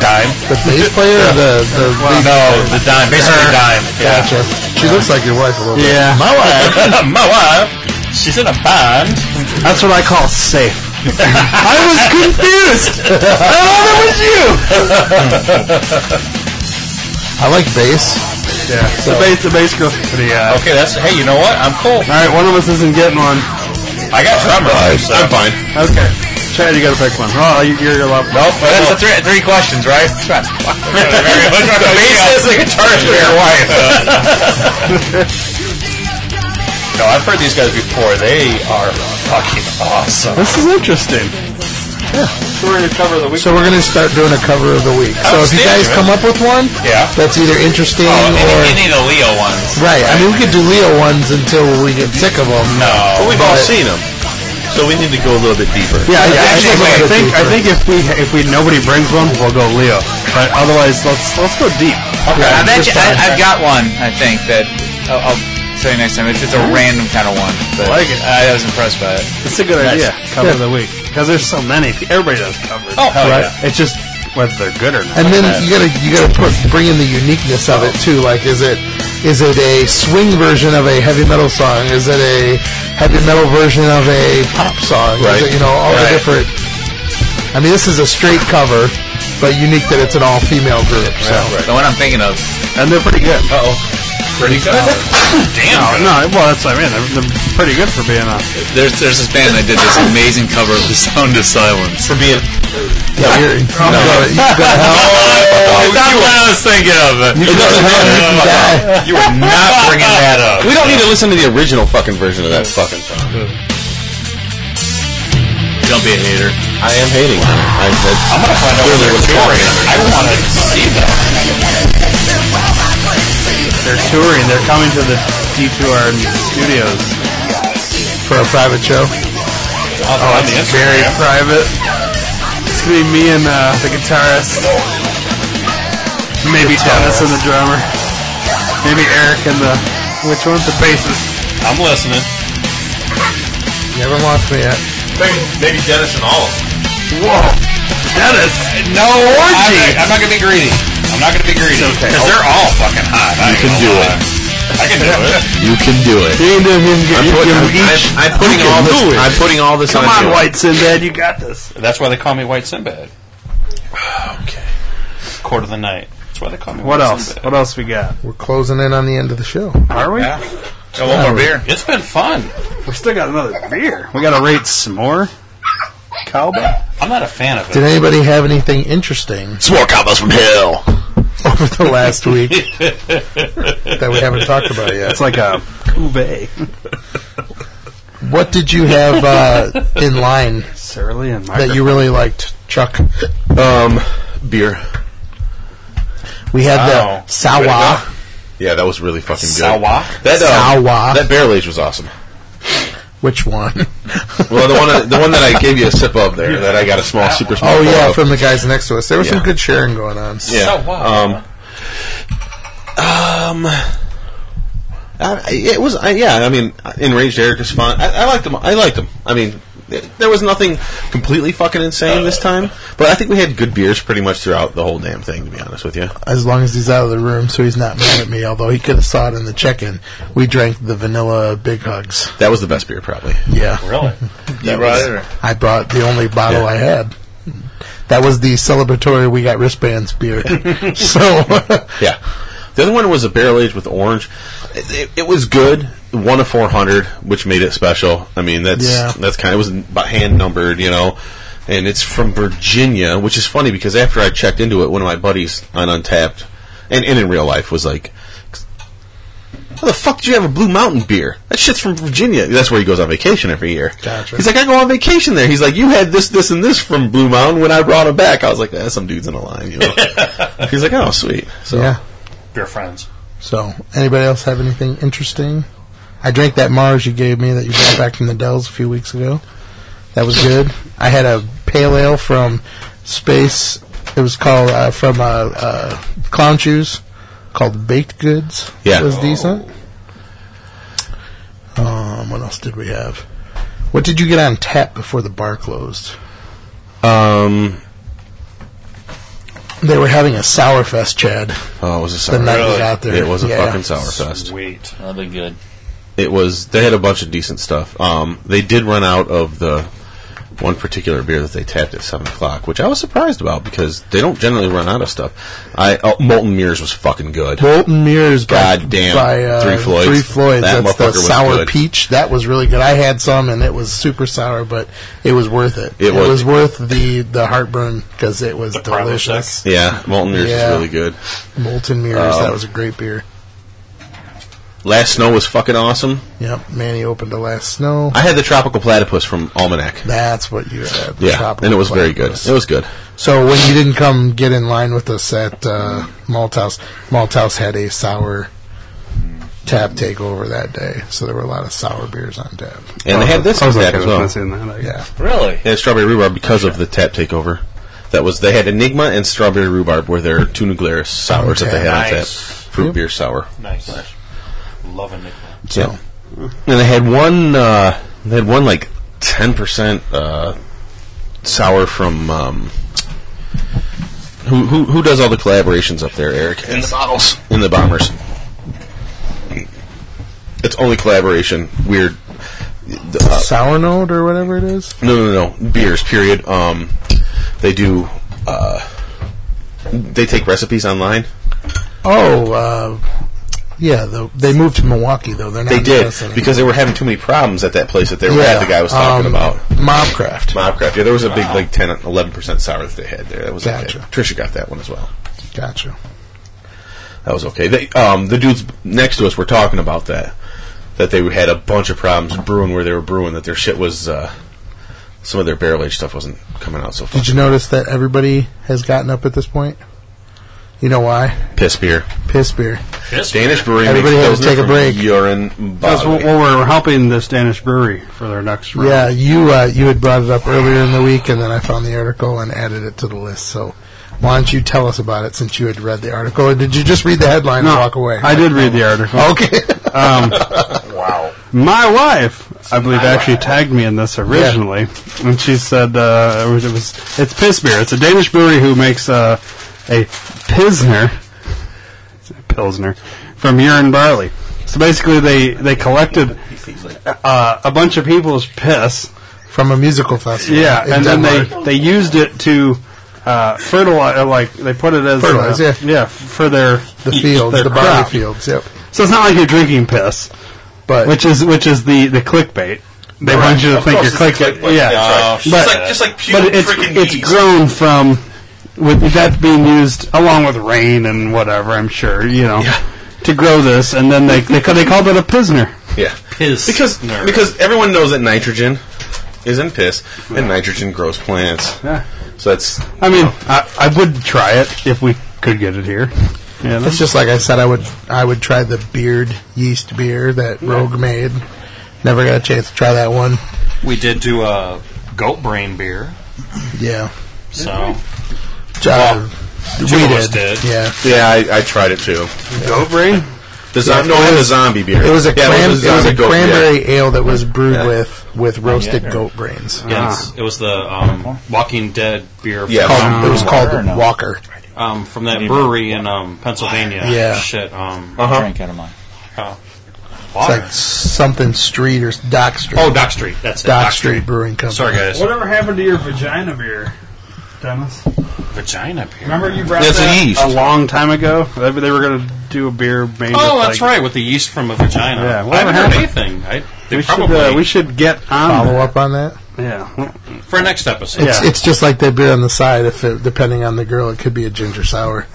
[SPEAKER 4] Dime?
[SPEAKER 1] The bass player, or the the lead
[SPEAKER 4] No, the dime. Basically, dime. Yeah.
[SPEAKER 1] gotcha. She looks like your wife a little bit.
[SPEAKER 5] Yeah,
[SPEAKER 4] My wife. My wife. She's in a band.
[SPEAKER 5] that's what I call safe. I was confused. I thought it was you.
[SPEAKER 1] I like bass.
[SPEAKER 5] Yeah, the bass, the bass goes pretty. Uh,
[SPEAKER 4] Okay, that's. Hey, you know what? I'm cool.
[SPEAKER 5] All right, one of us isn't getting one.
[SPEAKER 4] I got drummer. so.
[SPEAKER 7] I'm fine.
[SPEAKER 5] Okay, Chad, you gotta pick one. Oh, you, you're allowed.
[SPEAKER 4] Nope.
[SPEAKER 10] That's the three, three questions, right? Fuck.
[SPEAKER 4] the bassist, the guitarist, or your wife. no, I've heard these guys before. They are fucking awesome.
[SPEAKER 5] This is interesting. So we're gonna cover the week.
[SPEAKER 1] So we're gonna start doing a cover of the week. So if you guys
[SPEAKER 4] Outstanding.
[SPEAKER 1] come up with one,
[SPEAKER 4] Yeah. Oh,
[SPEAKER 1] that's either interesting or
[SPEAKER 10] Oh, Any of the Leo ones.
[SPEAKER 1] right. I mean, we could do Leo ones until we get sick of them.
[SPEAKER 7] But
[SPEAKER 4] No.
[SPEAKER 7] we've all seen them, so we need to go a little bit deeper.
[SPEAKER 5] Yeah, I,
[SPEAKER 1] Yeah,
[SPEAKER 5] I
[SPEAKER 1] actually,
[SPEAKER 5] think,
[SPEAKER 1] wait,
[SPEAKER 5] I think I
[SPEAKER 1] wait.
[SPEAKER 5] think if we if we nobody brings one, we'll go Leo. But otherwise, let's let's go deep.
[SPEAKER 4] Okay.
[SPEAKER 10] I bet you, I, I've got one. I think that I'll, I'll say next time. It's, it's a random kind of one. But
[SPEAKER 5] I like it.
[SPEAKER 10] I was impressed by it.
[SPEAKER 5] It's a good idea. Cover of the week because there's so many. Everybody does covers.
[SPEAKER 4] Oh, hell
[SPEAKER 5] right?
[SPEAKER 4] yeah.
[SPEAKER 5] It's just whether they're good or not.
[SPEAKER 1] And then you gotta you gotta put bring in the uniqueness of it too. Like, is it is it a swing version of a heavy metal song? Is it a heavy metal version of a pop song?
[SPEAKER 7] Right.
[SPEAKER 1] Is it, you know all
[SPEAKER 4] Right.
[SPEAKER 1] the different. I mean, this is a straight cover, but unique that it's an all female group. So
[SPEAKER 10] The one I'm thinking of.
[SPEAKER 5] and they're pretty good.
[SPEAKER 4] Uh oh. Pretty good.
[SPEAKER 10] Oh,
[SPEAKER 5] No, no, well that's what I mean. They're, they're pretty good for being on.
[SPEAKER 10] There's there's this band that did this amazing cover of The Sound of Silence.
[SPEAKER 4] For being.
[SPEAKER 1] yeah, you're, you go to- you go to hell.
[SPEAKER 10] Oh, That's not what I was thinking of.
[SPEAKER 1] You go to hell and you can die.
[SPEAKER 4] You were not bringing that up.
[SPEAKER 7] We don't need to listen to the original fucking version of that fucking song.
[SPEAKER 10] Don't be a hater.
[SPEAKER 7] I am hating. on it. I, that's
[SPEAKER 4] I'm gonna find out what
[SPEAKER 7] clearly
[SPEAKER 4] they're
[SPEAKER 7] what's going
[SPEAKER 4] doing.
[SPEAKER 7] on.
[SPEAKER 4] I want to see them.
[SPEAKER 5] They're touring. They're coming to the D2R studios.
[SPEAKER 1] for a private show.
[SPEAKER 4] Oh, on the
[SPEAKER 5] Very
[SPEAKER 4] Instagram.
[SPEAKER 5] private. It's gonna be me and uh, the guitarist. Maybe Dennis and the drummer. Maybe Eric and the which one's the bassist?
[SPEAKER 4] I'm listening.
[SPEAKER 1] You haven't lost me yet.
[SPEAKER 4] Maybe, maybe Dennis and all of them.
[SPEAKER 5] Dennis.
[SPEAKER 4] No orgy. I'm, not gonna be greedy. I'm not gonna be greedy.
[SPEAKER 5] okay.
[SPEAKER 4] Because they're all fucking hot.
[SPEAKER 7] You
[SPEAKER 4] I ain't
[SPEAKER 7] can
[SPEAKER 4] gonna
[SPEAKER 7] do
[SPEAKER 4] lie.
[SPEAKER 7] it.
[SPEAKER 4] I can do it.
[SPEAKER 7] You can do it.
[SPEAKER 5] You ain't doing him
[SPEAKER 7] I'm,
[SPEAKER 5] you
[SPEAKER 7] putting-
[SPEAKER 5] give
[SPEAKER 7] I'm,
[SPEAKER 5] him each.
[SPEAKER 7] I'm- I'm putting
[SPEAKER 5] You can
[SPEAKER 7] all this.
[SPEAKER 5] do it.
[SPEAKER 7] I'm putting all this
[SPEAKER 5] Come
[SPEAKER 7] on,
[SPEAKER 5] on,
[SPEAKER 7] you.
[SPEAKER 5] White Sinbad, you got this.
[SPEAKER 4] That's why they call me White Sinbad. okay. Court of the night. That's why they call me.
[SPEAKER 5] What
[SPEAKER 4] White
[SPEAKER 5] else?
[SPEAKER 4] Sinbad.
[SPEAKER 5] What else we got?
[SPEAKER 1] We're closing in on the end of the show.
[SPEAKER 5] Are we?
[SPEAKER 10] Got one more beer.
[SPEAKER 4] It's been fun.
[SPEAKER 5] We still got another beer. We gotta rate some more. Calba.
[SPEAKER 4] I'm not a fan of
[SPEAKER 1] Did
[SPEAKER 4] it.
[SPEAKER 1] anybody have anything interesting
[SPEAKER 7] S'more combos from hell.
[SPEAKER 1] over the last week that we haven't talked about yet?
[SPEAKER 5] It's like a cuvee.
[SPEAKER 1] What did you have uh, in line
[SPEAKER 5] Surly and
[SPEAKER 1] that you really liked, Chuck?
[SPEAKER 7] Um, beer.
[SPEAKER 1] We had
[SPEAKER 4] Wow.
[SPEAKER 1] the Sawa.
[SPEAKER 7] Yeah, that was really fucking good.
[SPEAKER 4] Sawa?
[SPEAKER 7] That uh,
[SPEAKER 1] Sawa.
[SPEAKER 7] That barrel age was awesome.
[SPEAKER 1] Which one?
[SPEAKER 7] Well, the one the one that I gave you a sip of there, that I got a small, super small.
[SPEAKER 1] Oh
[SPEAKER 7] pour
[SPEAKER 1] yeah,
[SPEAKER 7] of.
[SPEAKER 1] from the guys next to us. There was
[SPEAKER 7] Yeah.
[SPEAKER 1] some good sharing going on.
[SPEAKER 7] yeah.
[SPEAKER 4] Sawa.
[SPEAKER 7] Um, um, I, it was I, yeah. I mean, enraged Eric is fun. I, I liked him. I liked him. I mean, There was nothing completely fucking insane this time, but I think we had good beers pretty much throughout the whole damn thing. To be honest with you,
[SPEAKER 1] As long as he's out of the room, so he's not mad at me. Although he could have saw it in the check-in. We drank the vanilla big hugs.
[SPEAKER 7] that was the best beer probably.
[SPEAKER 1] Yeah,
[SPEAKER 4] Really?
[SPEAKER 10] You brought it, or-
[SPEAKER 1] I brought the only bottle
[SPEAKER 7] Yeah.
[SPEAKER 1] I had. That was the celebratory we got wristbands beer. so
[SPEAKER 7] Yeah. The other one was a barrel aged with orange. It, it, it was good. One of four hundred, which made it special. I mean, that's
[SPEAKER 1] Yeah.
[SPEAKER 7] that's kind of was about hand numbered, you know. And it's from Virginia, which is funny because after I checked into it, one of my buddies on Untapped, and, and in real life, was like, "How the fuck did you have a Blue Mountain beer? That shit's from Virginia. That's where he goes on vacation every year."
[SPEAKER 1] Gotcha.
[SPEAKER 7] He's like, "I go on vacation there." He's like, "You had this, this, and this from Blue Mountain when I brought it back." I was like, "That's some dudes in a line." You know? He's like, "Oh, sweet." So
[SPEAKER 1] yeah.
[SPEAKER 4] Beer friends.
[SPEAKER 1] So, anybody else have anything interesting? I drank that Mars you gave me that you brought back from the Dells a few weeks ago. That was good. I had a pale ale from Space. It was called uh, from uh, uh, Clown Shoes called Baked Goods.
[SPEAKER 7] Yeah.
[SPEAKER 1] it was decent. Um, what else did we have? What did you get on tap before the bar closed?
[SPEAKER 7] Um.
[SPEAKER 1] They were having a Sourfest, Chad.
[SPEAKER 7] Oh, it was a sour.
[SPEAKER 1] The night we got there,
[SPEAKER 7] It was a
[SPEAKER 1] yeah.
[SPEAKER 7] fucking sour fest.
[SPEAKER 4] Sweet.
[SPEAKER 10] That'll be good.
[SPEAKER 7] It was. They had a bunch of decent stuff. Um, they did run out of the one particular beer that they tapped at seven o'clock, which I was surprised about because they don't generally run out of stuff. I oh, Molten Mirrors was fucking good.
[SPEAKER 1] Bolton Mirrors by,
[SPEAKER 7] Goddamn.
[SPEAKER 1] by uh,
[SPEAKER 7] Three Floyds.
[SPEAKER 1] Three Floyds.
[SPEAKER 7] That
[SPEAKER 1] That's the
[SPEAKER 7] motherfucker was
[SPEAKER 1] sour
[SPEAKER 7] good.
[SPEAKER 1] peach. That was really good. I had some and it was super sour, but it was worth it.
[SPEAKER 7] It was.
[SPEAKER 1] worth the, the heartburn because it was
[SPEAKER 4] The Primal
[SPEAKER 1] delicious.
[SPEAKER 4] Sex.
[SPEAKER 7] Yeah, Molten Mirrors
[SPEAKER 1] Yeah.
[SPEAKER 7] was really good.
[SPEAKER 1] Molten Mirrors.
[SPEAKER 7] Oh.
[SPEAKER 1] that was a great beer.
[SPEAKER 7] Last Snow was fucking awesome.
[SPEAKER 1] Yep. Manny opened the last snow.
[SPEAKER 7] I had the Tropical Platypus from Almanac.
[SPEAKER 1] That's what you had. the
[SPEAKER 7] Yeah,
[SPEAKER 1] tropical
[SPEAKER 7] and it was very good.
[SPEAKER 1] platypus.
[SPEAKER 7] It was good.
[SPEAKER 1] So when you didn't come get in line with us at uh, Malthouse, Malthouse had a sour tap takeover that day, so there were a lot of sour beers on tap.
[SPEAKER 7] And they had this
[SPEAKER 5] I
[SPEAKER 7] on
[SPEAKER 5] was
[SPEAKER 7] tap
[SPEAKER 5] okay
[SPEAKER 7] as
[SPEAKER 5] with
[SPEAKER 7] well.
[SPEAKER 5] missing that. I guess.
[SPEAKER 1] Yeah.
[SPEAKER 10] Really?
[SPEAKER 7] They had strawberry rhubarb because of the tap takeover. That was they had Enigma and strawberry rhubarb were their two Nuglaris sours that they had on tap.
[SPEAKER 4] Nice.
[SPEAKER 7] Fruit
[SPEAKER 1] Yep.
[SPEAKER 7] beer sour.
[SPEAKER 4] Nice. Love a nickel.
[SPEAKER 7] So, and they had one. Uh, they had one like ten percent uh, sour from. Um, who, who who does all the collaborations up there, Eric? In the bottles. In the bombers. It's only collaboration. Weird. Uh,
[SPEAKER 1] sour note or whatever it is.
[SPEAKER 7] No, no, no. Beers, period. Um, they do. Uh, they take recipes online.
[SPEAKER 1] Oh, uh, yeah. The, they moved to Milwaukee though. They're not
[SPEAKER 7] They
[SPEAKER 1] in
[SPEAKER 7] did
[SPEAKER 1] Madison
[SPEAKER 7] because they were having too many problems at that place that they were
[SPEAKER 1] anymore.
[SPEAKER 7] at. The guy was talking
[SPEAKER 1] um,
[SPEAKER 7] about
[SPEAKER 1] Mobcraft.
[SPEAKER 7] Mobcraft. Yeah, there was a big like 10, 11 percent sour that they had there. That was
[SPEAKER 1] Gotcha.
[SPEAKER 7] okay. Trisha got that one as well.
[SPEAKER 1] Gotcha.
[SPEAKER 7] That was okay. They, um, the dudes next to us were talking about that. That they had a bunch of problems brewing where they were brewing. That their shit was. Uh, some of their barrel aged stuff wasn't coming out so far.
[SPEAKER 1] Did you notice that everybody has gotten up at this point? You know why?
[SPEAKER 7] Piss beer.
[SPEAKER 1] Piss beer.
[SPEAKER 7] Danish brewery.
[SPEAKER 1] Everybody
[SPEAKER 7] makes
[SPEAKER 1] had to
[SPEAKER 7] Pilsner
[SPEAKER 1] take a
[SPEAKER 7] from
[SPEAKER 1] break.
[SPEAKER 7] Urine.
[SPEAKER 5] That's what, what we're helping this Danish brewery for their next round.
[SPEAKER 1] Yeah, you uh, you had brought it up earlier in the week, and then I found the article and added it to the list. So why don't you tell us about it since you had read the article, or did you just read the headline
[SPEAKER 5] No,
[SPEAKER 1] and walk away?
[SPEAKER 5] I did read the article.
[SPEAKER 1] Okay.
[SPEAKER 5] Um, wow. My wife, I believe, actually tagged me in this originally, and she said uh, it was it was- it's piss beer. It's a Danish brewery who makes uh, a pilsner, It's a pilsner, from urine barley. So basically, they they collected uh, a bunch of people's piss.
[SPEAKER 1] From a musical festival.
[SPEAKER 5] Yeah,
[SPEAKER 1] in
[SPEAKER 5] and then
[SPEAKER 1] Denmark.
[SPEAKER 5] they they used it to uh, fertilize. Like they put it as
[SPEAKER 1] Fertilize, yeah.
[SPEAKER 5] uh, yeah, for their
[SPEAKER 1] the fields,
[SPEAKER 5] their
[SPEAKER 1] the barley
[SPEAKER 5] crop.
[SPEAKER 1] fields. Yep.
[SPEAKER 5] So it's not like you're drinking piss
[SPEAKER 1] But
[SPEAKER 5] which is which is the the clickbait. They want you to think you're clickbait. yeah, but
[SPEAKER 7] like- just like pure
[SPEAKER 5] but it's
[SPEAKER 7] freaking
[SPEAKER 5] it's
[SPEAKER 7] yeast.
[SPEAKER 5] grown from with that being used along with rain and whatever. I'm sure you know to grow this, and then they they, ca- they called it a pisner.
[SPEAKER 7] Yeah,
[SPEAKER 9] Piss.
[SPEAKER 7] because because everyone knows that nitrogen is in piss, and nitrogen grows plants.
[SPEAKER 5] Yeah.
[SPEAKER 7] So that's
[SPEAKER 5] I mean, I, I would try it if we could get it here. Yeah,
[SPEAKER 1] It's just like I said. I would I would try the beard yeast beer that Rogue made. Never got a chance to try that one.
[SPEAKER 4] We did do a goat brain beer.
[SPEAKER 1] Yeah,
[SPEAKER 4] So
[SPEAKER 1] Uh,
[SPEAKER 4] two of us did.
[SPEAKER 1] Yeah,
[SPEAKER 7] yeah. I, I tried it too.
[SPEAKER 5] goat brain.
[SPEAKER 7] The zom- no, I had a zombie beer.
[SPEAKER 1] It was a
[SPEAKER 7] Yeah,
[SPEAKER 1] cran- it was, a
[SPEAKER 7] zombie goat- yeah.
[SPEAKER 1] cranberry ale that was brewed with with roasted goat brains.
[SPEAKER 4] Yeah, it's- it was the um, Walking Dead beer.
[SPEAKER 7] Yeah.
[SPEAKER 4] from,
[SPEAKER 1] Called- it was
[SPEAKER 10] Or
[SPEAKER 1] called
[SPEAKER 10] no?
[SPEAKER 1] Walker.
[SPEAKER 4] um, from that brewery in um, Pennsylvania.
[SPEAKER 1] Yeah.
[SPEAKER 4] Shit. Um,
[SPEAKER 10] Drink out of mine.
[SPEAKER 4] uh,
[SPEAKER 1] It's
[SPEAKER 4] water.
[SPEAKER 1] like something Street or Dock Street.
[SPEAKER 4] oh, Dock Street. That's it.
[SPEAKER 1] Dock, Street, Brewing Company.
[SPEAKER 4] Sorry, guys.
[SPEAKER 5] Whatever happened to your vagina beer, Dennis?
[SPEAKER 4] Vagina Oh, beer.
[SPEAKER 5] Remember you brought
[SPEAKER 7] That's an
[SPEAKER 5] that
[SPEAKER 7] yeast.
[SPEAKER 5] a long time ago? They they were going to do a beer made.
[SPEAKER 4] Oh,
[SPEAKER 5] with,
[SPEAKER 4] that's
[SPEAKER 5] like-
[SPEAKER 4] right, with the yeast from a vagina.
[SPEAKER 5] Yeah,
[SPEAKER 4] I
[SPEAKER 5] what
[SPEAKER 4] haven't heard
[SPEAKER 5] happened?
[SPEAKER 4] anything. I, they
[SPEAKER 5] We should,
[SPEAKER 4] probably
[SPEAKER 5] uh, we should get on.
[SPEAKER 1] Follow
[SPEAKER 5] that.
[SPEAKER 1] up on that.
[SPEAKER 5] Yeah.
[SPEAKER 4] for next episode.
[SPEAKER 5] Yeah.
[SPEAKER 1] It's, it's just like the beer on the side. If it, depending on the girl, it could be a ginger sour.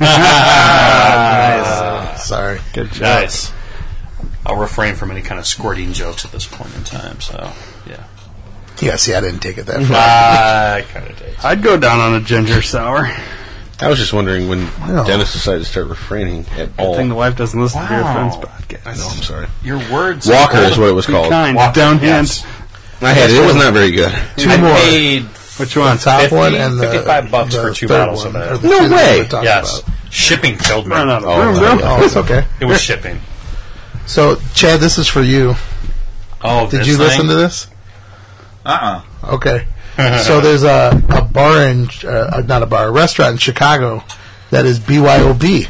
[SPEAKER 5] Ah,
[SPEAKER 1] Uh, Sorry.
[SPEAKER 5] Good job.
[SPEAKER 4] Nice. I'll refrain from any kind of squirting jokes at this point in time. So yeah,
[SPEAKER 1] Yeah, see, I didn't take it that far.
[SPEAKER 4] I kind of did.
[SPEAKER 5] I'd go down on a ginger sour.
[SPEAKER 7] I was just wondering when
[SPEAKER 1] Wow.
[SPEAKER 7] Dennis decided to start refraining at all.
[SPEAKER 5] thing the wife doesn't listen to Beer
[SPEAKER 4] Wow.
[SPEAKER 5] Friends podcast.
[SPEAKER 7] I know, I'm sorry.
[SPEAKER 4] Your words.
[SPEAKER 7] Walker is what it was
[SPEAKER 5] Be
[SPEAKER 7] called.
[SPEAKER 5] kind.
[SPEAKER 4] Walker,
[SPEAKER 5] Don't
[SPEAKER 4] yes.
[SPEAKER 5] hint.
[SPEAKER 7] I had it. It was not very good.
[SPEAKER 1] Two
[SPEAKER 4] I
[SPEAKER 1] more.
[SPEAKER 4] paid
[SPEAKER 5] Which one?
[SPEAKER 1] top
[SPEAKER 4] 50,
[SPEAKER 1] one and the
[SPEAKER 4] 55 bucks
[SPEAKER 1] the
[SPEAKER 4] for two
[SPEAKER 1] third
[SPEAKER 4] bottles of
[SPEAKER 1] one,
[SPEAKER 4] that.
[SPEAKER 1] or the
[SPEAKER 7] No
[SPEAKER 1] two that we
[SPEAKER 7] way.
[SPEAKER 1] were talking
[SPEAKER 4] yes.
[SPEAKER 1] about.
[SPEAKER 4] Shipping killed me.
[SPEAKER 5] Run out of
[SPEAKER 7] Oh,
[SPEAKER 5] room,
[SPEAKER 7] my
[SPEAKER 5] bro.
[SPEAKER 7] God.
[SPEAKER 1] Oh, it's okay.
[SPEAKER 4] It was shipping.
[SPEAKER 1] So, Chad, this is for you.
[SPEAKER 4] Oh,
[SPEAKER 1] Did
[SPEAKER 4] this
[SPEAKER 1] you
[SPEAKER 4] thing?
[SPEAKER 1] listen to this?
[SPEAKER 10] Uh-uh.
[SPEAKER 1] Okay. so there's a, a bar in, uh, not a bar, a restaurant in Chicago that is BYOB,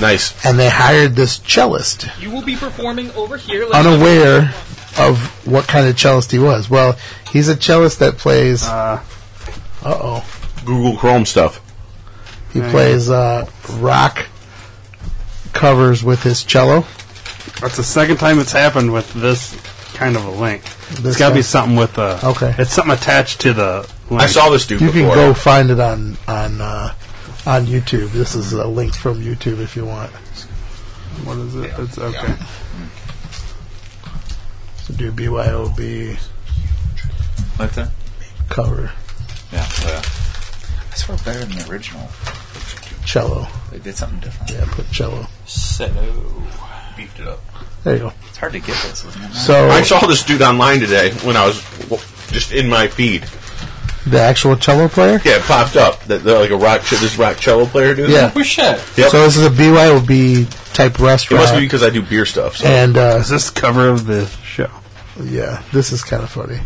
[SPEAKER 7] Nice.
[SPEAKER 1] and they hired this cellist,
[SPEAKER 11] You will be performing over here. Like
[SPEAKER 1] unaware of what kind of cellist he was. Well, he's a cellist that plays. Uh oh.
[SPEAKER 7] Google Chrome stuff.
[SPEAKER 1] He plays uh, rock covers with his cello.
[SPEAKER 5] That's the second time it's happened with this kind of a link.
[SPEAKER 1] This
[SPEAKER 5] it's got to be
[SPEAKER 1] one.
[SPEAKER 5] something with the.
[SPEAKER 1] Okay.
[SPEAKER 5] It's something attached to the link.
[SPEAKER 7] I saw this dude
[SPEAKER 1] You can
[SPEAKER 7] before.
[SPEAKER 1] go find it on on uh, on YouTube. This is a link from YouTube if you want.
[SPEAKER 5] What is it? It's okay.
[SPEAKER 1] So do BYOB
[SPEAKER 10] What's that?
[SPEAKER 1] cover
[SPEAKER 10] Yeah. Oh, I swear better than the original.
[SPEAKER 1] cello.
[SPEAKER 10] They did something different.
[SPEAKER 1] Yeah, put cello.
[SPEAKER 10] So beefed it up.
[SPEAKER 1] There you go.
[SPEAKER 10] It's hard to get this, isn't it?
[SPEAKER 1] So
[SPEAKER 7] I saw this dude online today when I was w- just in my feed.
[SPEAKER 1] the actual cello player.
[SPEAKER 7] Yeah, it popped up that they're like a rock. This rock cello player dude.
[SPEAKER 1] Yeah.
[SPEAKER 4] Oh, shit.
[SPEAKER 7] Yep.
[SPEAKER 1] So this is a BYOB type
[SPEAKER 7] it
[SPEAKER 1] restaurant.
[SPEAKER 7] must be because I do beer stuff. So.
[SPEAKER 1] and uh,
[SPEAKER 5] Is this cover of the show?
[SPEAKER 1] yeah, this is kind of funny.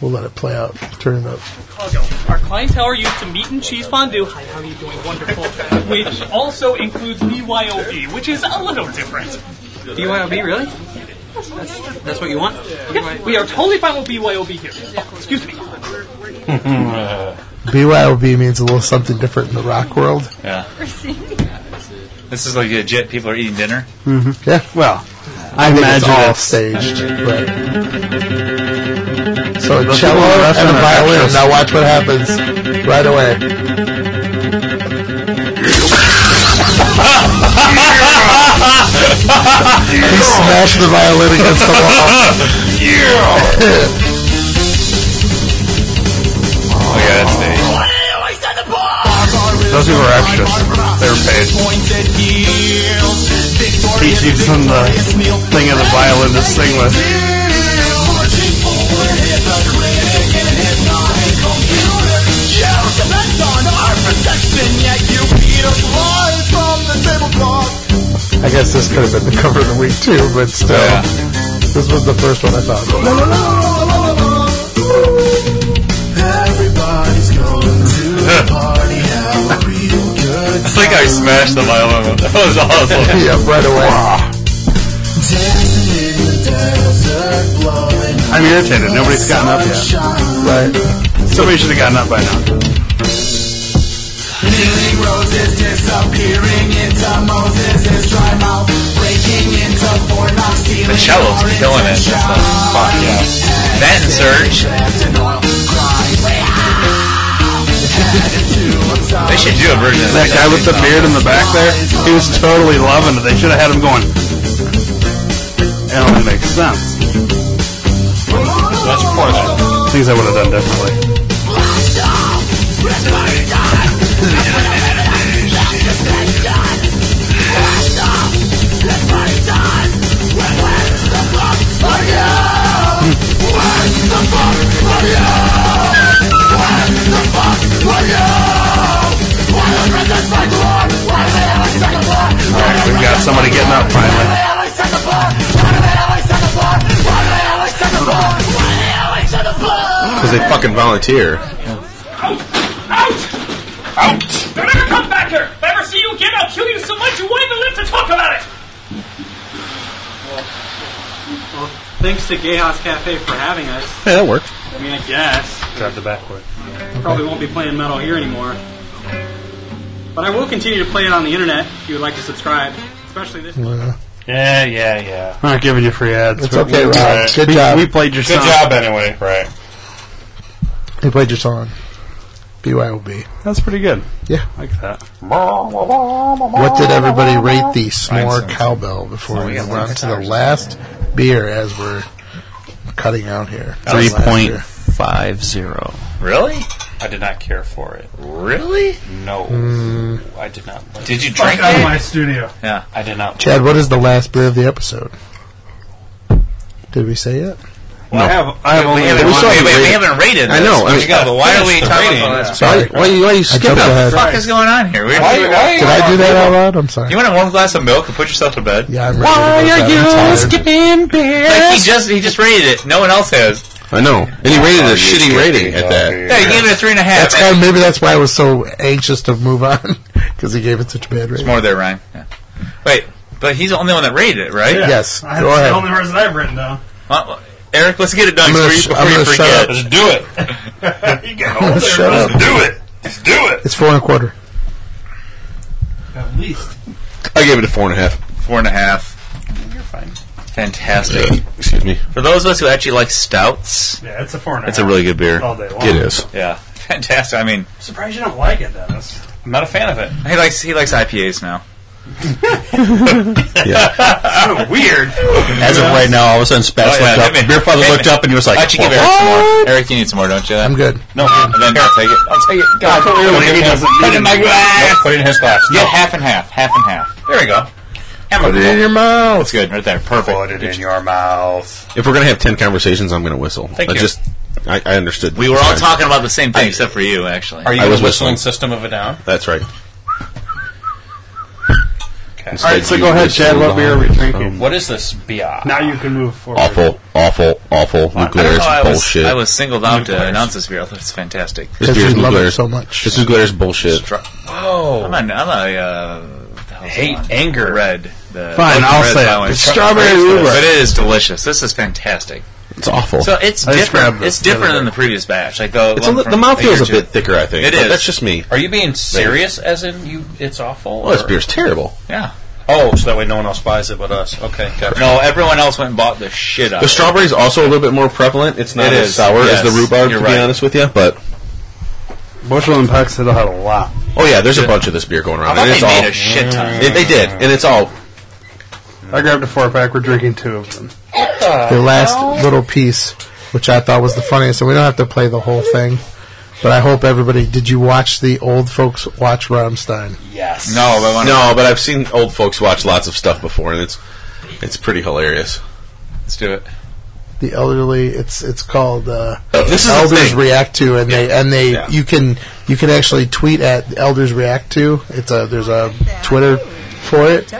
[SPEAKER 1] We'll let it play out. Turn it up.
[SPEAKER 4] Um,
[SPEAKER 11] Chicago. Our clientele are used to meat and cheese fondue. Hi, how are you doing? Wonderful. Which also includes BYOB, which is a little different. BYOB, really? That's, that's what you want? We are totally fine with BYOB here. Excuse me.
[SPEAKER 1] BYOB means a little something different in the rock world.
[SPEAKER 10] This is like legit. People are eating dinner.
[SPEAKER 1] Yeah.
[SPEAKER 5] Well,
[SPEAKER 1] I think it's
[SPEAKER 5] imagine
[SPEAKER 1] all
[SPEAKER 5] it's-
[SPEAKER 1] staged. But. So a cello and a violin. Now watch what happens right away. he smashed the violin against the wall.
[SPEAKER 7] oh yeah, that's nice.
[SPEAKER 5] those people are extras. They were paid. He gives them the thing of the violin to sing with.
[SPEAKER 1] I guess this could have been the cover of the week too, but still, this was the first one I found.
[SPEAKER 10] It's like I smashed the violin. That was awesome.
[SPEAKER 1] yeah, right away.
[SPEAKER 5] I'm irritated. Nobody's gotten up yet.
[SPEAKER 1] Right.
[SPEAKER 5] Somebody should have gotten up by now.
[SPEAKER 10] The cello's killing it. Fuck yeah. That and Surge. they should do a version of
[SPEAKER 5] That guy with the beard in the back there, he was totally loving it. They should have had him going. It only makes sense.
[SPEAKER 4] That's before that.
[SPEAKER 5] Things I would have done differently. We've got somebody getting up finally.
[SPEAKER 7] because they fucking volunteer.
[SPEAKER 11] Out! Don't ever come back here! If I ever see you again, I'll kill you so much you won't even live to talk about it!
[SPEAKER 12] Well, thanks to Gay House Cafe for having us.
[SPEAKER 7] Yeah, that worked.
[SPEAKER 12] I mean, I guess.
[SPEAKER 4] Drive the backward.
[SPEAKER 12] Probably won't be playing metal here anymore. But I will continue to play it on the internet if you would like to subscribe, especially this.
[SPEAKER 4] Yeah, yeah, yeah.
[SPEAKER 5] We're not giving you free ads.
[SPEAKER 1] It's okay, Rob.
[SPEAKER 5] Right.
[SPEAKER 1] Good
[SPEAKER 5] we,
[SPEAKER 1] job.
[SPEAKER 5] We played your
[SPEAKER 4] Good
[SPEAKER 5] song.
[SPEAKER 4] job, anyway. Right.
[SPEAKER 1] He played your song. BYOB.
[SPEAKER 5] That's pretty good.
[SPEAKER 1] Yeah.
[SPEAKER 5] like that.
[SPEAKER 1] What
[SPEAKER 5] What
[SPEAKER 1] did everybody rate the snore cowbell before
[SPEAKER 5] Oh,
[SPEAKER 1] we
[SPEAKER 5] yeah,
[SPEAKER 1] move
[SPEAKER 5] one
[SPEAKER 1] on to the last beer as we're cutting out here?
[SPEAKER 13] Three
[SPEAKER 1] Last
[SPEAKER 13] point
[SPEAKER 1] beer.
[SPEAKER 13] five zero.
[SPEAKER 4] Really? I did not care for it.
[SPEAKER 13] Really?
[SPEAKER 4] No,
[SPEAKER 5] Hmm.
[SPEAKER 4] I did not. Like
[SPEAKER 13] Did you
[SPEAKER 4] it.
[SPEAKER 13] drink Fuck out of it? my
[SPEAKER 5] studio.
[SPEAKER 13] Yeah,
[SPEAKER 4] I did not.
[SPEAKER 1] Chad, what is the last beer of the episode? Did we say it?
[SPEAKER 7] Well, I have- I have
[SPEAKER 10] we,
[SPEAKER 7] only-
[SPEAKER 10] haven't,
[SPEAKER 7] We
[SPEAKER 10] wait,
[SPEAKER 7] saw
[SPEAKER 10] wait,
[SPEAKER 7] you
[SPEAKER 10] wait, we
[SPEAKER 7] rated-
[SPEAKER 10] haven't rated.
[SPEAKER 7] I
[SPEAKER 10] this.
[SPEAKER 7] know,
[SPEAKER 10] What
[SPEAKER 7] I
[SPEAKER 10] you
[SPEAKER 7] mean- uh,
[SPEAKER 10] got, but why are we
[SPEAKER 7] Finish the
[SPEAKER 10] talking
[SPEAKER 7] rating.
[SPEAKER 10] about this?
[SPEAKER 7] Sorry. Why you- why you skipping
[SPEAKER 10] What
[SPEAKER 7] ahead.
[SPEAKER 10] the fuck is going on here? We-
[SPEAKER 7] Why- why-
[SPEAKER 1] Did I do that out loud? I'm sorry.
[SPEAKER 10] You want a warm glass of milk and put yourself to bed?
[SPEAKER 1] Yeah, I'm
[SPEAKER 10] Why
[SPEAKER 1] are you
[SPEAKER 10] skipping beer? Like he just he just rated it. No one else has.
[SPEAKER 7] I know, and he rated a shitty rating at that.
[SPEAKER 10] Yeah, he gave it a three and a half.
[SPEAKER 1] That's kind of, maybe that's why I was so anxious to move on because he gave it such a bad
[SPEAKER 10] It's
[SPEAKER 1] rating.
[SPEAKER 10] more there, Ryan. Yeah. Wait, but he's the only one that rated it, right?
[SPEAKER 1] Yeah. Yes.
[SPEAKER 12] I-
[SPEAKER 1] Go
[SPEAKER 12] it's
[SPEAKER 1] ahead.
[SPEAKER 12] the only words that I've written down.
[SPEAKER 10] Uh, Eric, let's get it done
[SPEAKER 1] I'm gonna
[SPEAKER 10] before, you-
[SPEAKER 1] sh-
[SPEAKER 10] before
[SPEAKER 1] I'm
[SPEAKER 10] you
[SPEAKER 1] gonna shut up.
[SPEAKER 10] forget.
[SPEAKER 1] Just
[SPEAKER 4] do it.
[SPEAKER 10] you
[SPEAKER 1] I'm gonna shut up.
[SPEAKER 10] it. Just do it.
[SPEAKER 1] It's four and a quarter.
[SPEAKER 12] At least.
[SPEAKER 7] I gave it a four and a half.
[SPEAKER 10] Four and a half.
[SPEAKER 12] You're fine.
[SPEAKER 10] Fantastic.
[SPEAKER 7] Excuse me.
[SPEAKER 10] For those of us who actually like stouts,
[SPEAKER 12] Yeah, it's a four and a
[SPEAKER 10] It's
[SPEAKER 7] It's a really good beer.
[SPEAKER 12] All day long.
[SPEAKER 7] It is.
[SPEAKER 10] yeah, fantastic. I mean,
[SPEAKER 12] Surprised you don't like it, Dennis.
[SPEAKER 4] I'm not a fan of it.
[SPEAKER 10] he likes he likes IPAs now.
[SPEAKER 12] so weird.
[SPEAKER 4] As of right now, all of a
[SPEAKER 7] Oh,
[SPEAKER 4] sudden, Spats
[SPEAKER 10] Oh, yeah,
[SPEAKER 4] looked up.
[SPEAKER 10] hit me.
[SPEAKER 4] Beer father
[SPEAKER 10] Hit
[SPEAKER 4] looked
[SPEAKER 10] me.
[SPEAKER 4] up and he was like,
[SPEAKER 10] Why don't you give Eric some more? Eric, you need some more, don't you?
[SPEAKER 1] I'm good.
[SPEAKER 10] No, and then I'll take it. I'll take it. God,
[SPEAKER 4] He doesn't need
[SPEAKER 10] put it in my
[SPEAKER 4] it.
[SPEAKER 10] glass.
[SPEAKER 4] Nope, put it in his glass.
[SPEAKER 10] Yeah, half and half, half and half. There we go.
[SPEAKER 7] Put it in your mouth.
[SPEAKER 10] That's good, right there. Perfect.
[SPEAKER 4] Put it in your mouth.
[SPEAKER 7] If we're gonna have ten conversations, I'm gonna whistle.
[SPEAKER 4] Thank
[SPEAKER 7] I
[SPEAKER 4] you.
[SPEAKER 7] just, I, I understood.
[SPEAKER 10] We were all talking about the same thing, except for you, actually.
[SPEAKER 4] Are you
[SPEAKER 7] I was
[SPEAKER 4] guys
[SPEAKER 7] whistling.
[SPEAKER 4] whistling System of a Down?
[SPEAKER 7] That's right.
[SPEAKER 5] All right, so go ahead, Chad. What beer are we drinking?
[SPEAKER 4] What is this beer?
[SPEAKER 5] Now you can move forward.
[SPEAKER 7] Awful, awful, awful nuclear
[SPEAKER 10] Oh, I was,
[SPEAKER 7] bullshit.
[SPEAKER 10] I was singled out to announce this beer. I thought it's fantastic.
[SPEAKER 7] this
[SPEAKER 1] Because
[SPEAKER 7] beer is
[SPEAKER 1] you love it
[SPEAKER 7] nuclear
[SPEAKER 1] so much.
[SPEAKER 7] This is nuclear bullshit.
[SPEAKER 4] Oh,
[SPEAKER 10] I'm a, I'm a uh, what the hell's
[SPEAKER 4] hate
[SPEAKER 10] it on?
[SPEAKER 4] anger.
[SPEAKER 10] Red. The
[SPEAKER 5] Fine,
[SPEAKER 10] the
[SPEAKER 5] I'll
[SPEAKER 10] red
[SPEAKER 5] say it.
[SPEAKER 10] flowers.
[SPEAKER 5] It's strawberry rhubarb.
[SPEAKER 10] But it is delicious. This is fantastic.
[SPEAKER 7] It's awful.
[SPEAKER 10] So it's
[SPEAKER 5] I just
[SPEAKER 10] different.
[SPEAKER 5] grabbed this
[SPEAKER 10] It's different
[SPEAKER 5] the other
[SPEAKER 10] than the previous batch. Like the
[SPEAKER 7] It's a
[SPEAKER 10] one
[SPEAKER 7] li-
[SPEAKER 10] from
[SPEAKER 7] the mouth
[SPEAKER 10] year
[SPEAKER 7] feels a
[SPEAKER 10] two.
[SPEAKER 7] bit thicker, I think.
[SPEAKER 10] It
[SPEAKER 7] but
[SPEAKER 10] is.
[SPEAKER 7] That's just me.
[SPEAKER 4] Are you being serious? As in, you? It's awful.
[SPEAKER 7] Well, this
[SPEAKER 4] or-
[SPEAKER 7] beer's terrible.
[SPEAKER 10] Yeah.
[SPEAKER 4] Oh, so that way no one else buys it but us. Okay, gotcha.
[SPEAKER 10] No, everyone else went and bought the shit out.
[SPEAKER 7] The
[SPEAKER 10] of it.
[SPEAKER 7] strawberry's also a little bit more prevalent. It's not
[SPEAKER 10] It
[SPEAKER 7] as
[SPEAKER 10] is,
[SPEAKER 7] sour
[SPEAKER 10] yes.
[SPEAKER 7] as the rhubarb,
[SPEAKER 10] You're
[SPEAKER 7] to
[SPEAKER 10] right.
[SPEAKER 7] be honest with you. But
[SPEAKER 5] Bushel and Pucks it'll have a lot.
[SPEAKER 7] oh yeah, there's a bunch of this beer going
[SPEAKER 10] I
[SPEAKER 7] around,
[SPEAKER 10] thought
[SPEAKER 7] and
[SPEAKER 10] they
[SPEAKER 7] it's
[SPEAKER 10] made
[SPEAKER 7] all
[SPEAKER 10] a shit ton.
[SPEAKER 7] it- they did, and it's all
[SPEAKER 5] I grabbed a four pack. We're drinking two of them.
[SPEAKER 1] the last little piece, which I thought was the funniest, and we don't have to play the whole thing, but I hope everybody did. You watch the old folks watch Rammstein?
[SPEAKER 4] Yes.
[SPEAKER 10] No, but when
[SPEAKER 7] no. But I've seen old folks watch lots of stuff before, and it's it's pretty hilarious.
[SPEAKER 10] Let's do it.
[SPEAKER 1] The elderly. It's it's called. Uh,
[SPEAKER 7] Oh, This is the
[SPEAKER 1] elders
[SPEAKER 7] thing.
[SPEAKER 1] react to, and they and they
[SPEAKER 7] Yeah.
[SPEAKER 1] you can you can actually tweet at elders react to. It's a there's a Twitter for it,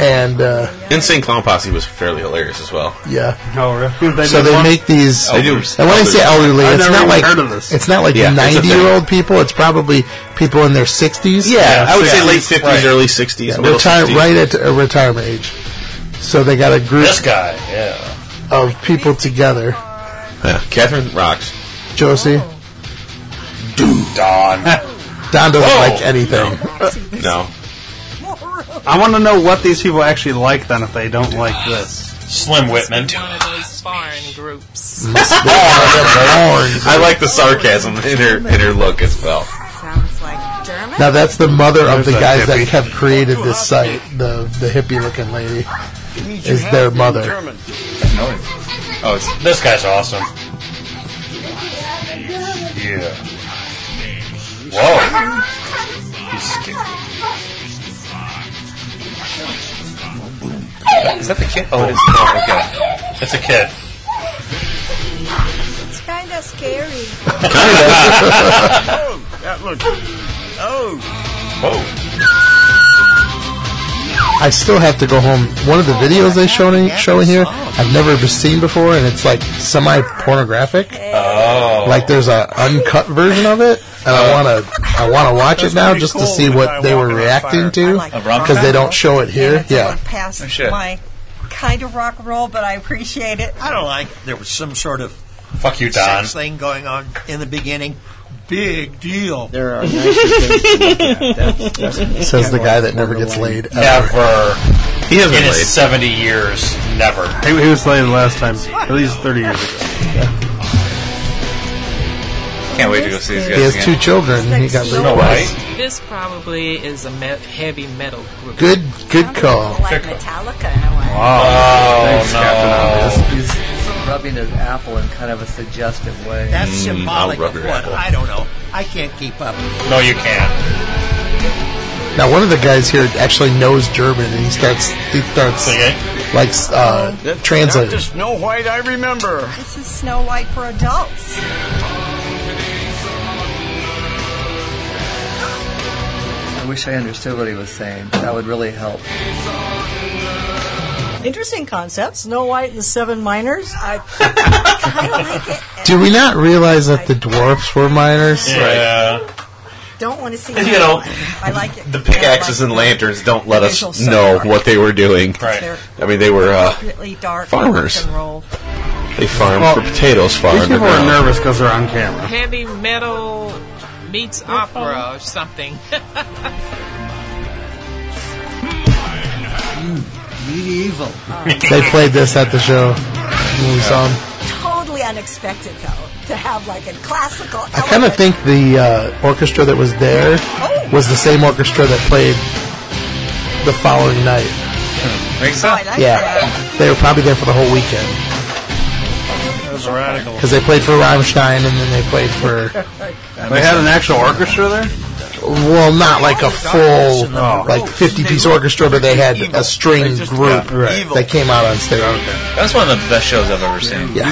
[SPEAKER 1] and uh,
[SPEAKER 7] Insane Clown Posse was fairly hilarious as well.
[SPEAKER 1] yeah.
[SPEAKER 12] Oh,
[SPEAKER 5] No, really?
[SPEAKER 1] so
[SPEAKER 5] did
[SPEAKER 1] they
[SPEAKER 5] one?
[SPEAKER 1] make these.
[SPEAKER 7] They do.
[SPEAKER 1] And when I say elderly,
[SPEAKER 5] I've
[SPEAKER 1] it's
[SPEAKER 5] never
[SPEAKER 1] not
[SPEAKER 5] even
[SPEAKER 1] like
[SPEAKER 5] heard of this.
[SPEAKER 1] it's not like
[SPEAKER 7] Yeah, it's a thing.
[SPEAKER 1] ninety year old people. It's probably people in their sixties.
[SPEAKER 7] Yeah, I would say
[SPEAKER 4] yeah.
[SPEAKER 7] late fifties,
[SPEAKER 4] Right.
[SPEAKER 7] early sixties,
[SPEAKER 1] Yeah, retire, right at uh, retirement age. So they got a group
[SPEAKER 4] This guy, yeah.
[SPEAKER 1] of people together.
[SPEAKER 7] Yeah. Catherine rocks.
[SPEAKER 1] Josie,
[SPEAKER 4] Don.
[SPEAKER 1] Don doesn't
[SPEAKER 4] Whoa.
[SPEAKER 1] like anything.
[SPEAKER 7] No,
[SPEAKER 5] I want to know what these people actually like then if they don't like this.
[SPEAKER 4] Slim Whitman.
[SPEAKER 14] One of those foreign groups.
[SPEAKER 7] I like the sarcasm in her in her look as well.
[SPEAKER 14] Sounds like German.
[SPEAKER 1] Now that's the mother of the
[SPEAKER 5] There's that
[SPEAKER 1] guys that
[SPEAKER 5] hippie.
[SPEAKER 1] have created this site. The the hippie looking lady is their mother.
[SPEAKER 4] Oh, it's, this guy's awesome. Yeah. Whoa. He's scared.
[SPEAKER 10] Is that the kid?
[SPEAKER 4] Oh,
[SPEAKER 10] What
[SPEAKER 4] it's,
[SPEAKER 10] is-
[SPEAKER 4] oh, okay. It's a kid.
[SPEAKER 14] It's kind of scary.
[SPEAKER 4] Whoa.
[SPEAKER 1] I still have to go home. One of the videos they showed in, showing here, I've never be- seen before, and it's like semi pornographic.
[SPEAKER 4] Oh.
[SPEAKER 1] Like there's a uncut version of it, and I wanna I wanna watch it now just to see what they were reacting to
[SPEAKER 14] Like
[SPEAKER 1] because they don't show it here. Yeah.
[SPEAKER 14] past
[SPEAKER 15] Oh, shit.
[SPEAKER 14] my kind of rock and roll, but I appreciate it.
[SPEAKER 15] I don't like there was some sort of
[SPEAKER 4] Fuck you, Don.
[SPEAKER 15] sex thing going on in the beginning. Big deal.
[SPEAKER 16] There are nicer things to look at. That's- that's-
[SPEAKER 1] Says the guy that never gets laid ever.
[SPEAKER 4] Ever.
[SPEAKER 1] He hasn't
[SPEAKER 4] In
[SPEAKER 1] played.
[SPEAKER 4] his 70 years, never.
[SPEAKER 5] He, he was laid last time, at least 30 years ago.
[SPEAKER 10] Can't wait to go see these guys.
[SPEAKER 1] He has
[SPEAKER 10] again.
[SPEAKER 1] two children. He got laid twice.
[SPEAKER 17] This probably is a me- heavy metal group.
[SPEAKER 1] Good good call.
[SPEAKER 17] Like Metallica in a way.
[SPEAKER 4] Oh,
[SPEAKER 16] Thanks,
[SPEAKER 4] no.
[SPEAKER 16] Captain Obvious. He's rubbing his apple in kind of a suggestive way.
[SPEAKER 15] That's symbolic
[SPEAKER 16] I'll rub
[SPEAKER 15] of
[SPEAKER 16] your
[SPEAKER 15] what?
[SPEAKER 16] apple.
[SPEAKER 15] I don't know. I can't keep up.
[SPEAKER 4] No, you can't.
[SPEAKER 1] Now one of the guys here actually knows German, and he starts he starts like uh, translating.
[SPEAKER 15] Not the Snow White I remember.
[SPEAKER 14] This is Snow White for adults.
[SPEAKER 16] I wish I understood what he was saying. That would really help.
[SPEAKER 14] Interesting concept. Snow White and the Seven Miners. I, I don't like it.
[SPEAKER 1] Do we not realize that the dwarfs were miners?
[SPEAKER 7] Yeah.
[SPEAKER 14] Don't want to see.
[SPEAKER 7] You know,
[SPEAKER 14] I like it.
[SPEAKER 7] The pickaxes and lanterns don't let us know what they were doing.
[SPEAKER 14] Right.
[SPEAKER 7] I mean, they were uh,
[SPEAKER 14] Appropriately dark
[SPEAKER 7] farmers.
[SPEAKER 14] rock and roll.
[SPEAKER 7] They farmed for potatoes far
[SPEAKER 5] These people are
[SPEAKER 7] underground.
[SPEAKER 5] nervous because they're on camera.
[SPEAKER 17] Heavy metal meets opera or something.
[SPEAKER 16] Medieval.
[SPEAKER 1] they played this at the show when we saw 'em.
[SPEAKER 14] Totally unexpected though to have like a classical.
[SPEAKER 1] I kind of think the uh, orchestra that was there was the same orchestra that played the following night.
[SPEAKER 10] Makes sense.
[SPEAKER 1] Yeah, they were probably there for the whole weekend
[SPEAKER 6] That was radical.
[SPEAKER 1] because they played for Rammstein and then they played for
[SPEAKER 5] They had an actual orchestra there?
[SPEAKER 1] well, not like a full like fifty piece orchestra, but they had a string group that came out on stage.
[SPEAKER 10] That's one of the best shows I've ever seen.
[SPEAKER 1] Yeah.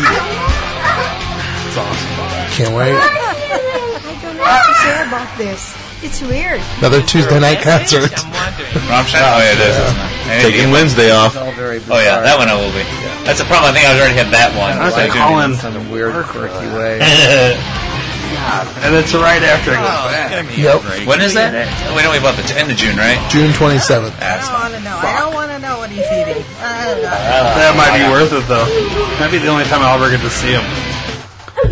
[SPEAKER 10] It's awesome.
[SPEAKER 1] Can't wait.
[SPEAKER 14] I don't know what to say about this. It's weird.
[SPEAKER 1] Another Tuesday night concert.
[SPEAKER 10] Rammstein. Oh yeah, it is. Isn't it?
[SPEAKER 7] Taking Wednesday off.
[SPEAKER 10] Oh yeah, that one I will be. That's the problem. I think I already had that one.
[SPEAKER 5] I was like, oh,
[SPEAKER 10] Like,
[SPEAKER 5] Colin.
[SPEAKER 16] It's in a weird, quirky way.
[SPEAKER 5] And it's right after it goes back.
[SPEAKER 1] Yep.
[SPEAKER 10] When is that? We know we bought the t- end of June, right?
[SPEAKER 1] June twenty seventh.
[SPEAKER 14] I don't want to know. I don't want to know what he's eating. I don't know.
[SPEAKER 5] That might be worth it, though. Might be the only time I'll ever get to see him.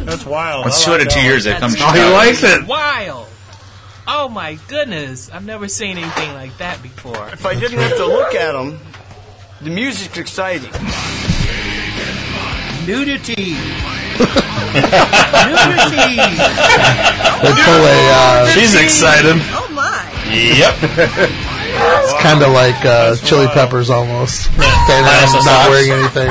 [SPEAKER 6] That's wild.
[SPEAKER 10] It's two out of two years that comes.
[SPEAKER 5] Oh, he likes it.
[SPEAKER 17] Wild. Oh my goodness! I've never seen anything like that before.
[SPEAKER 18] If I didn't have to look at them, the music's exciting. Nudity.
[SPEAKER 1] They pull a. Uh,
[SPEAKER 5] She's excited.
[SPEAKER 14] Oh my!
[SPEAKER 4] Yep.
[SPEAKER 1] It's kind of like uh, Chili Peppers almost. They're not,
[SPEAKER 5] Dinosaur
[SPEAKER 1] not
[SPEAKER 5] sauce.
[SPEAKER 1] wearing anything.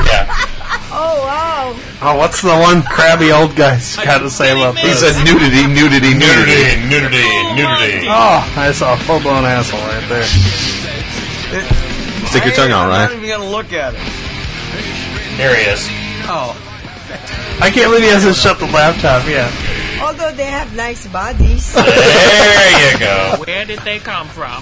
[SPEAKER 14] Oh wow!
[SPEAKER 5] Oh, what's the one crabby old guy's got to say about
[SPEAKER 7] He
[SPEAKER 5] this?
[SPEAKER 7] said nudity, nudity, nudity.
[SPEAKER 4] Nudity, nudity.
[SPEAKER 5] Oh, I saw a full blown asshole right there.
[SPEAKER 7] Stick your tongue out,
[SPEAKER 15] I'm not
[SPEAKER 7] Ryan.
[SPEAKER 15] even gonna look at it.
[SPEAKER 4] There he is.
[SPEAKER 15] Oh,
[SPEAKER 5] I can't believe he hasn't shut the laptop yet.
[SPEAKER 14] Although they have nice bodies.
[SPEAKER 4] There you go.
[SPEAKER 17] Where did they come from?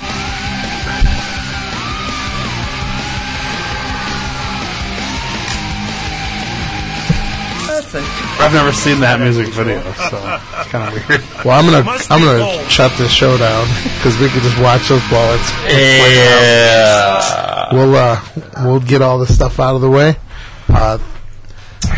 [SPEAKER 16] That's a
[SPEAKER 5] I've never seen that music video, so it's kind of weird.
[SPEAKER 1] Well, I'm gonna I'm gonna shut this show down because we could just watch those bullets.
[SPEAKER 4] Yeah.
[SPEAKER 1] We'll uh we'll get all this stuff out of the way. Uh,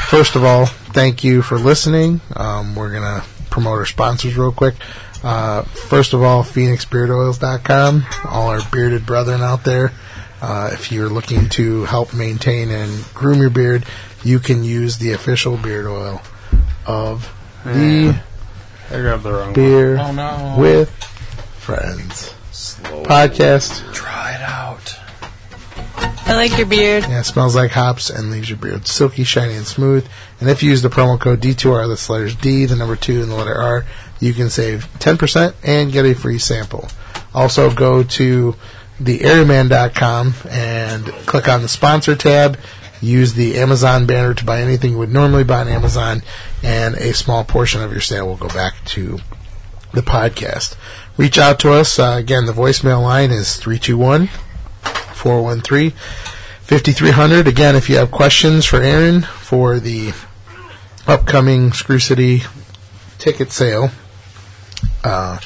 [SPEAKER 1] first of all, thank you for listening. Um, we're gonna promote our sponsors real quick. Uh, first of all, PhoenixBeardOils.com. All our bearded brethren out there, uh, if you're looking to help maintain and groom your beard, you can use the official beard oil of the
[SPEAKER 5] I grabbed the wrong
[SPEAKER 1] beer
[SPEAKER 5] one. Oh, no.
[SPEAKER 1] with friends podcast.
[SPEAKER 4] Try it out.
[SPEAKER 1] I like your beard. Yeah, it smells like hops and leaves your beard silky, shiny, and smooth. And if you use the promo code D2R, that's letters D, the number 2, and the letter R, you can save 10% and get a free sample. Also, go to theairyman.com and click on the sponsor tab. Use the Amazon banner to buy anything you would normally buy on Amazon, and a small portion of your sale will go back to the podcast. Reach out to us. Uh, again, the voicemail line is 321 413 5300. Again, if you have questions for Aaron for the upcoming Screw City ticket sale, uh,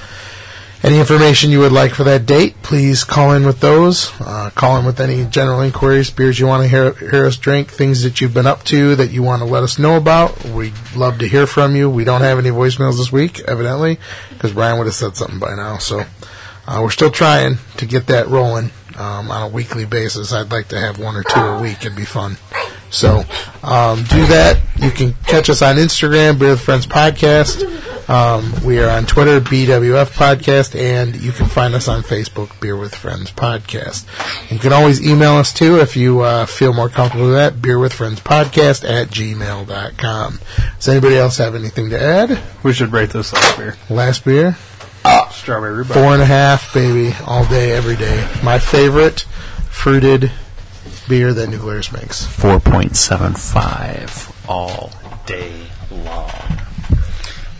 [SPEAKER 1] any information you would like for that date, please call in with those. Uh, call in with any general inquiries, beers you want to hear, hear us drink, things that you've been up to that you want to let us know about. We'd love to hear from you. We don't have any voicemails this week, evidently, because Brian would have said something by now. So uh, we're still trying to get that rolling um, on a weekly basis. I'd like to have one or two a week. It'd be fun. So um, do that. You can catch us on Instagram, Beer with Friends Podcast. Um, we are on Twitter, BWF Podcast, and you can find us on Facebook, Beer with Friends Podcast. You can always email us too if you uh, feel more comfortable with that, Beer with Friends Podcast at gmail.com. Does anybody else have anything to add?
[SPEAKER 5] We should rate this last beer.
[SPEAKER 1] Last beer?
[SPEAKER 5] Strawberry rhubarb.
[SPEAKER 1] Four and a half, baby, all day, every day. My favorite fruited beer that Nuclearis makes.
[SPEAKER 13] 4.75 all day long.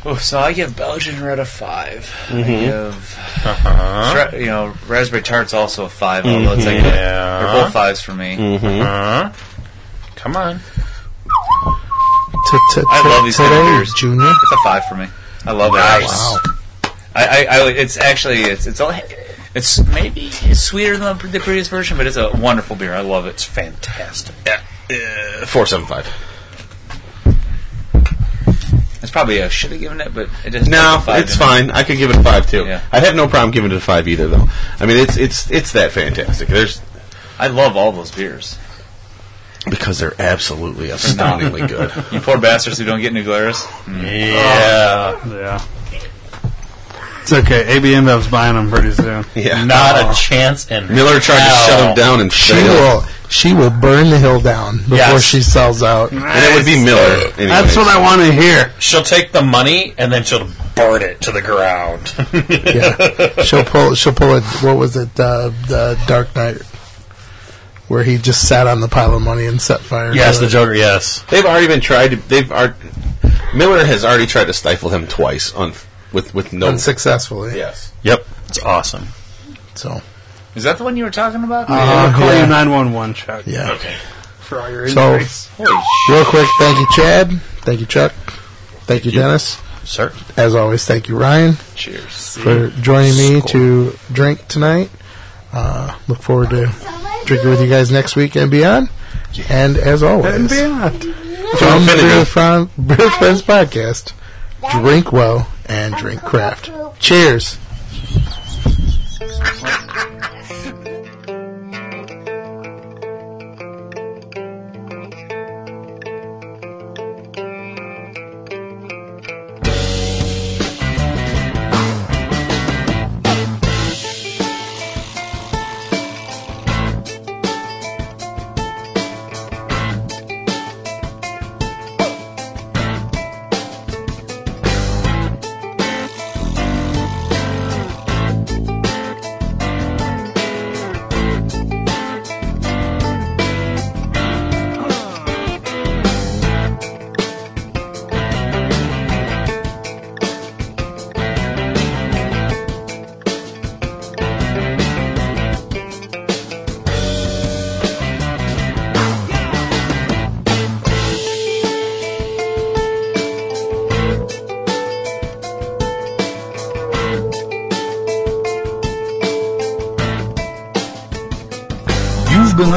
[SPEAKER 10] Oh, so I give Belgian Red a 5 I
[SPEAKER 13] Mhm.
[SPEAKER 10] give,
[SPEAKER 13] Uh-huh.
[SPEAKER 10] Stra- you know, Raspberry Tart's also a five. Although it's like
[SPEAKER 13] Mhm.
[SPEAKER 10] they're both fives for me.
[SPEAKER 13] Mhm.
[SPEAKER 10] Uh-huh. Come on, I love these kind of
[SPEAKER 1] Today,
[SPEAKER 10] beers.
[SPEAKER 1] Junior.
[SPEAKER 10] It's a five for me. I love it.
[SPEAKER 1] Wow.
[SPEAKER 10] I, I, I, it's actually it's it's all, it's maybe it's sweeter than the, the previous version, but it's a wonderful beer. I love it. It's fantastic.
[SPEAKER 7] Four seven five.
[SPEAKER 10] It's probably I should have given it, but it doesn't.
[SPEAKER 7] No, it's fine. I could give it a five too.
[SPEAKER 10] Yeah.
[SPEAKER 7] I'd have no problem giving it a five either, though. I mean, it's it's it's that fantastic. There's,
[SPEAKER 10] I love all those beers
[SPEAKER 7] because they're absolutely astoundingly good.
[SPEAKER 10] you poor bastards who don't get new glares.
[SPEAKER 5] Yeah.
[SPEAKER 10] yeah.
[SPEAKER 5] It's okay. ABM Bev's buying them pretty soon.
[SPEAKER 7] Yeah.
[SPEAKER 4] Not a chance in
[SPEAKER 7] Miller tried
[SPEAKER 4] hell.
[SPEAKER 7] to shut him down and
[SPEAKER 1] She
[SPEAKER 7] failed.
[SPEAKER 1] will she will burn the hill down before
[SPEAKER 4] Yes.
[SPEAKER 1] she sells out.
[SPEAKER 7] And it would be Miller. Anyways.
[SPEAKER 5] That's what I want to hear.
[SPEAKER 4] She'll take the money and then she'll burn it to the ground.
[SPEAKER 1] yeah. She'll pull. She'll pull it. What was it? Uh, the Dark Knight, where he just sat on the pile of money and set fire. to it.
[SPEAKER 7] Joker. Yes, they've already been tried. To, they've ar- Miller has already tried to stifle him twice on with with no
[SPEAKER 1] unsuccessfully.
[SPEAKER 7] Yes. Yep. It's awesome.
[SPEAKER 1] So
[SPEAKER 10] Is that the one you were talking about?
[SPEAKER 5] I'm gonna Uh, call you nine one one, Chuck.
[SPEAKER 1] Yeah.
[SPEAKER 5] Okay. For all your
[SPEAKER 1] So,
[SPEAKER 5] injuries.
[SPEAKER 1] real quick, thank you, Chad. Thank you, Chuck. Thank you, Dennis.
[SPEAKER 4] Sir.
[SPEAKER 1] As always, thank you, Ryan.
[SPEAKER 4] Cheers.
[SPEAKER 1] For joining me to drink tonight. Uh, look forward to drinking with you guys next week and beyond. And as always,
[SPEAKER 5] And beyond.
[SPEAKER 1] from the Beer Fran- Beer Friends Podcast, drink well and drink craft. Cheers.
[SPEAKER 19] You've been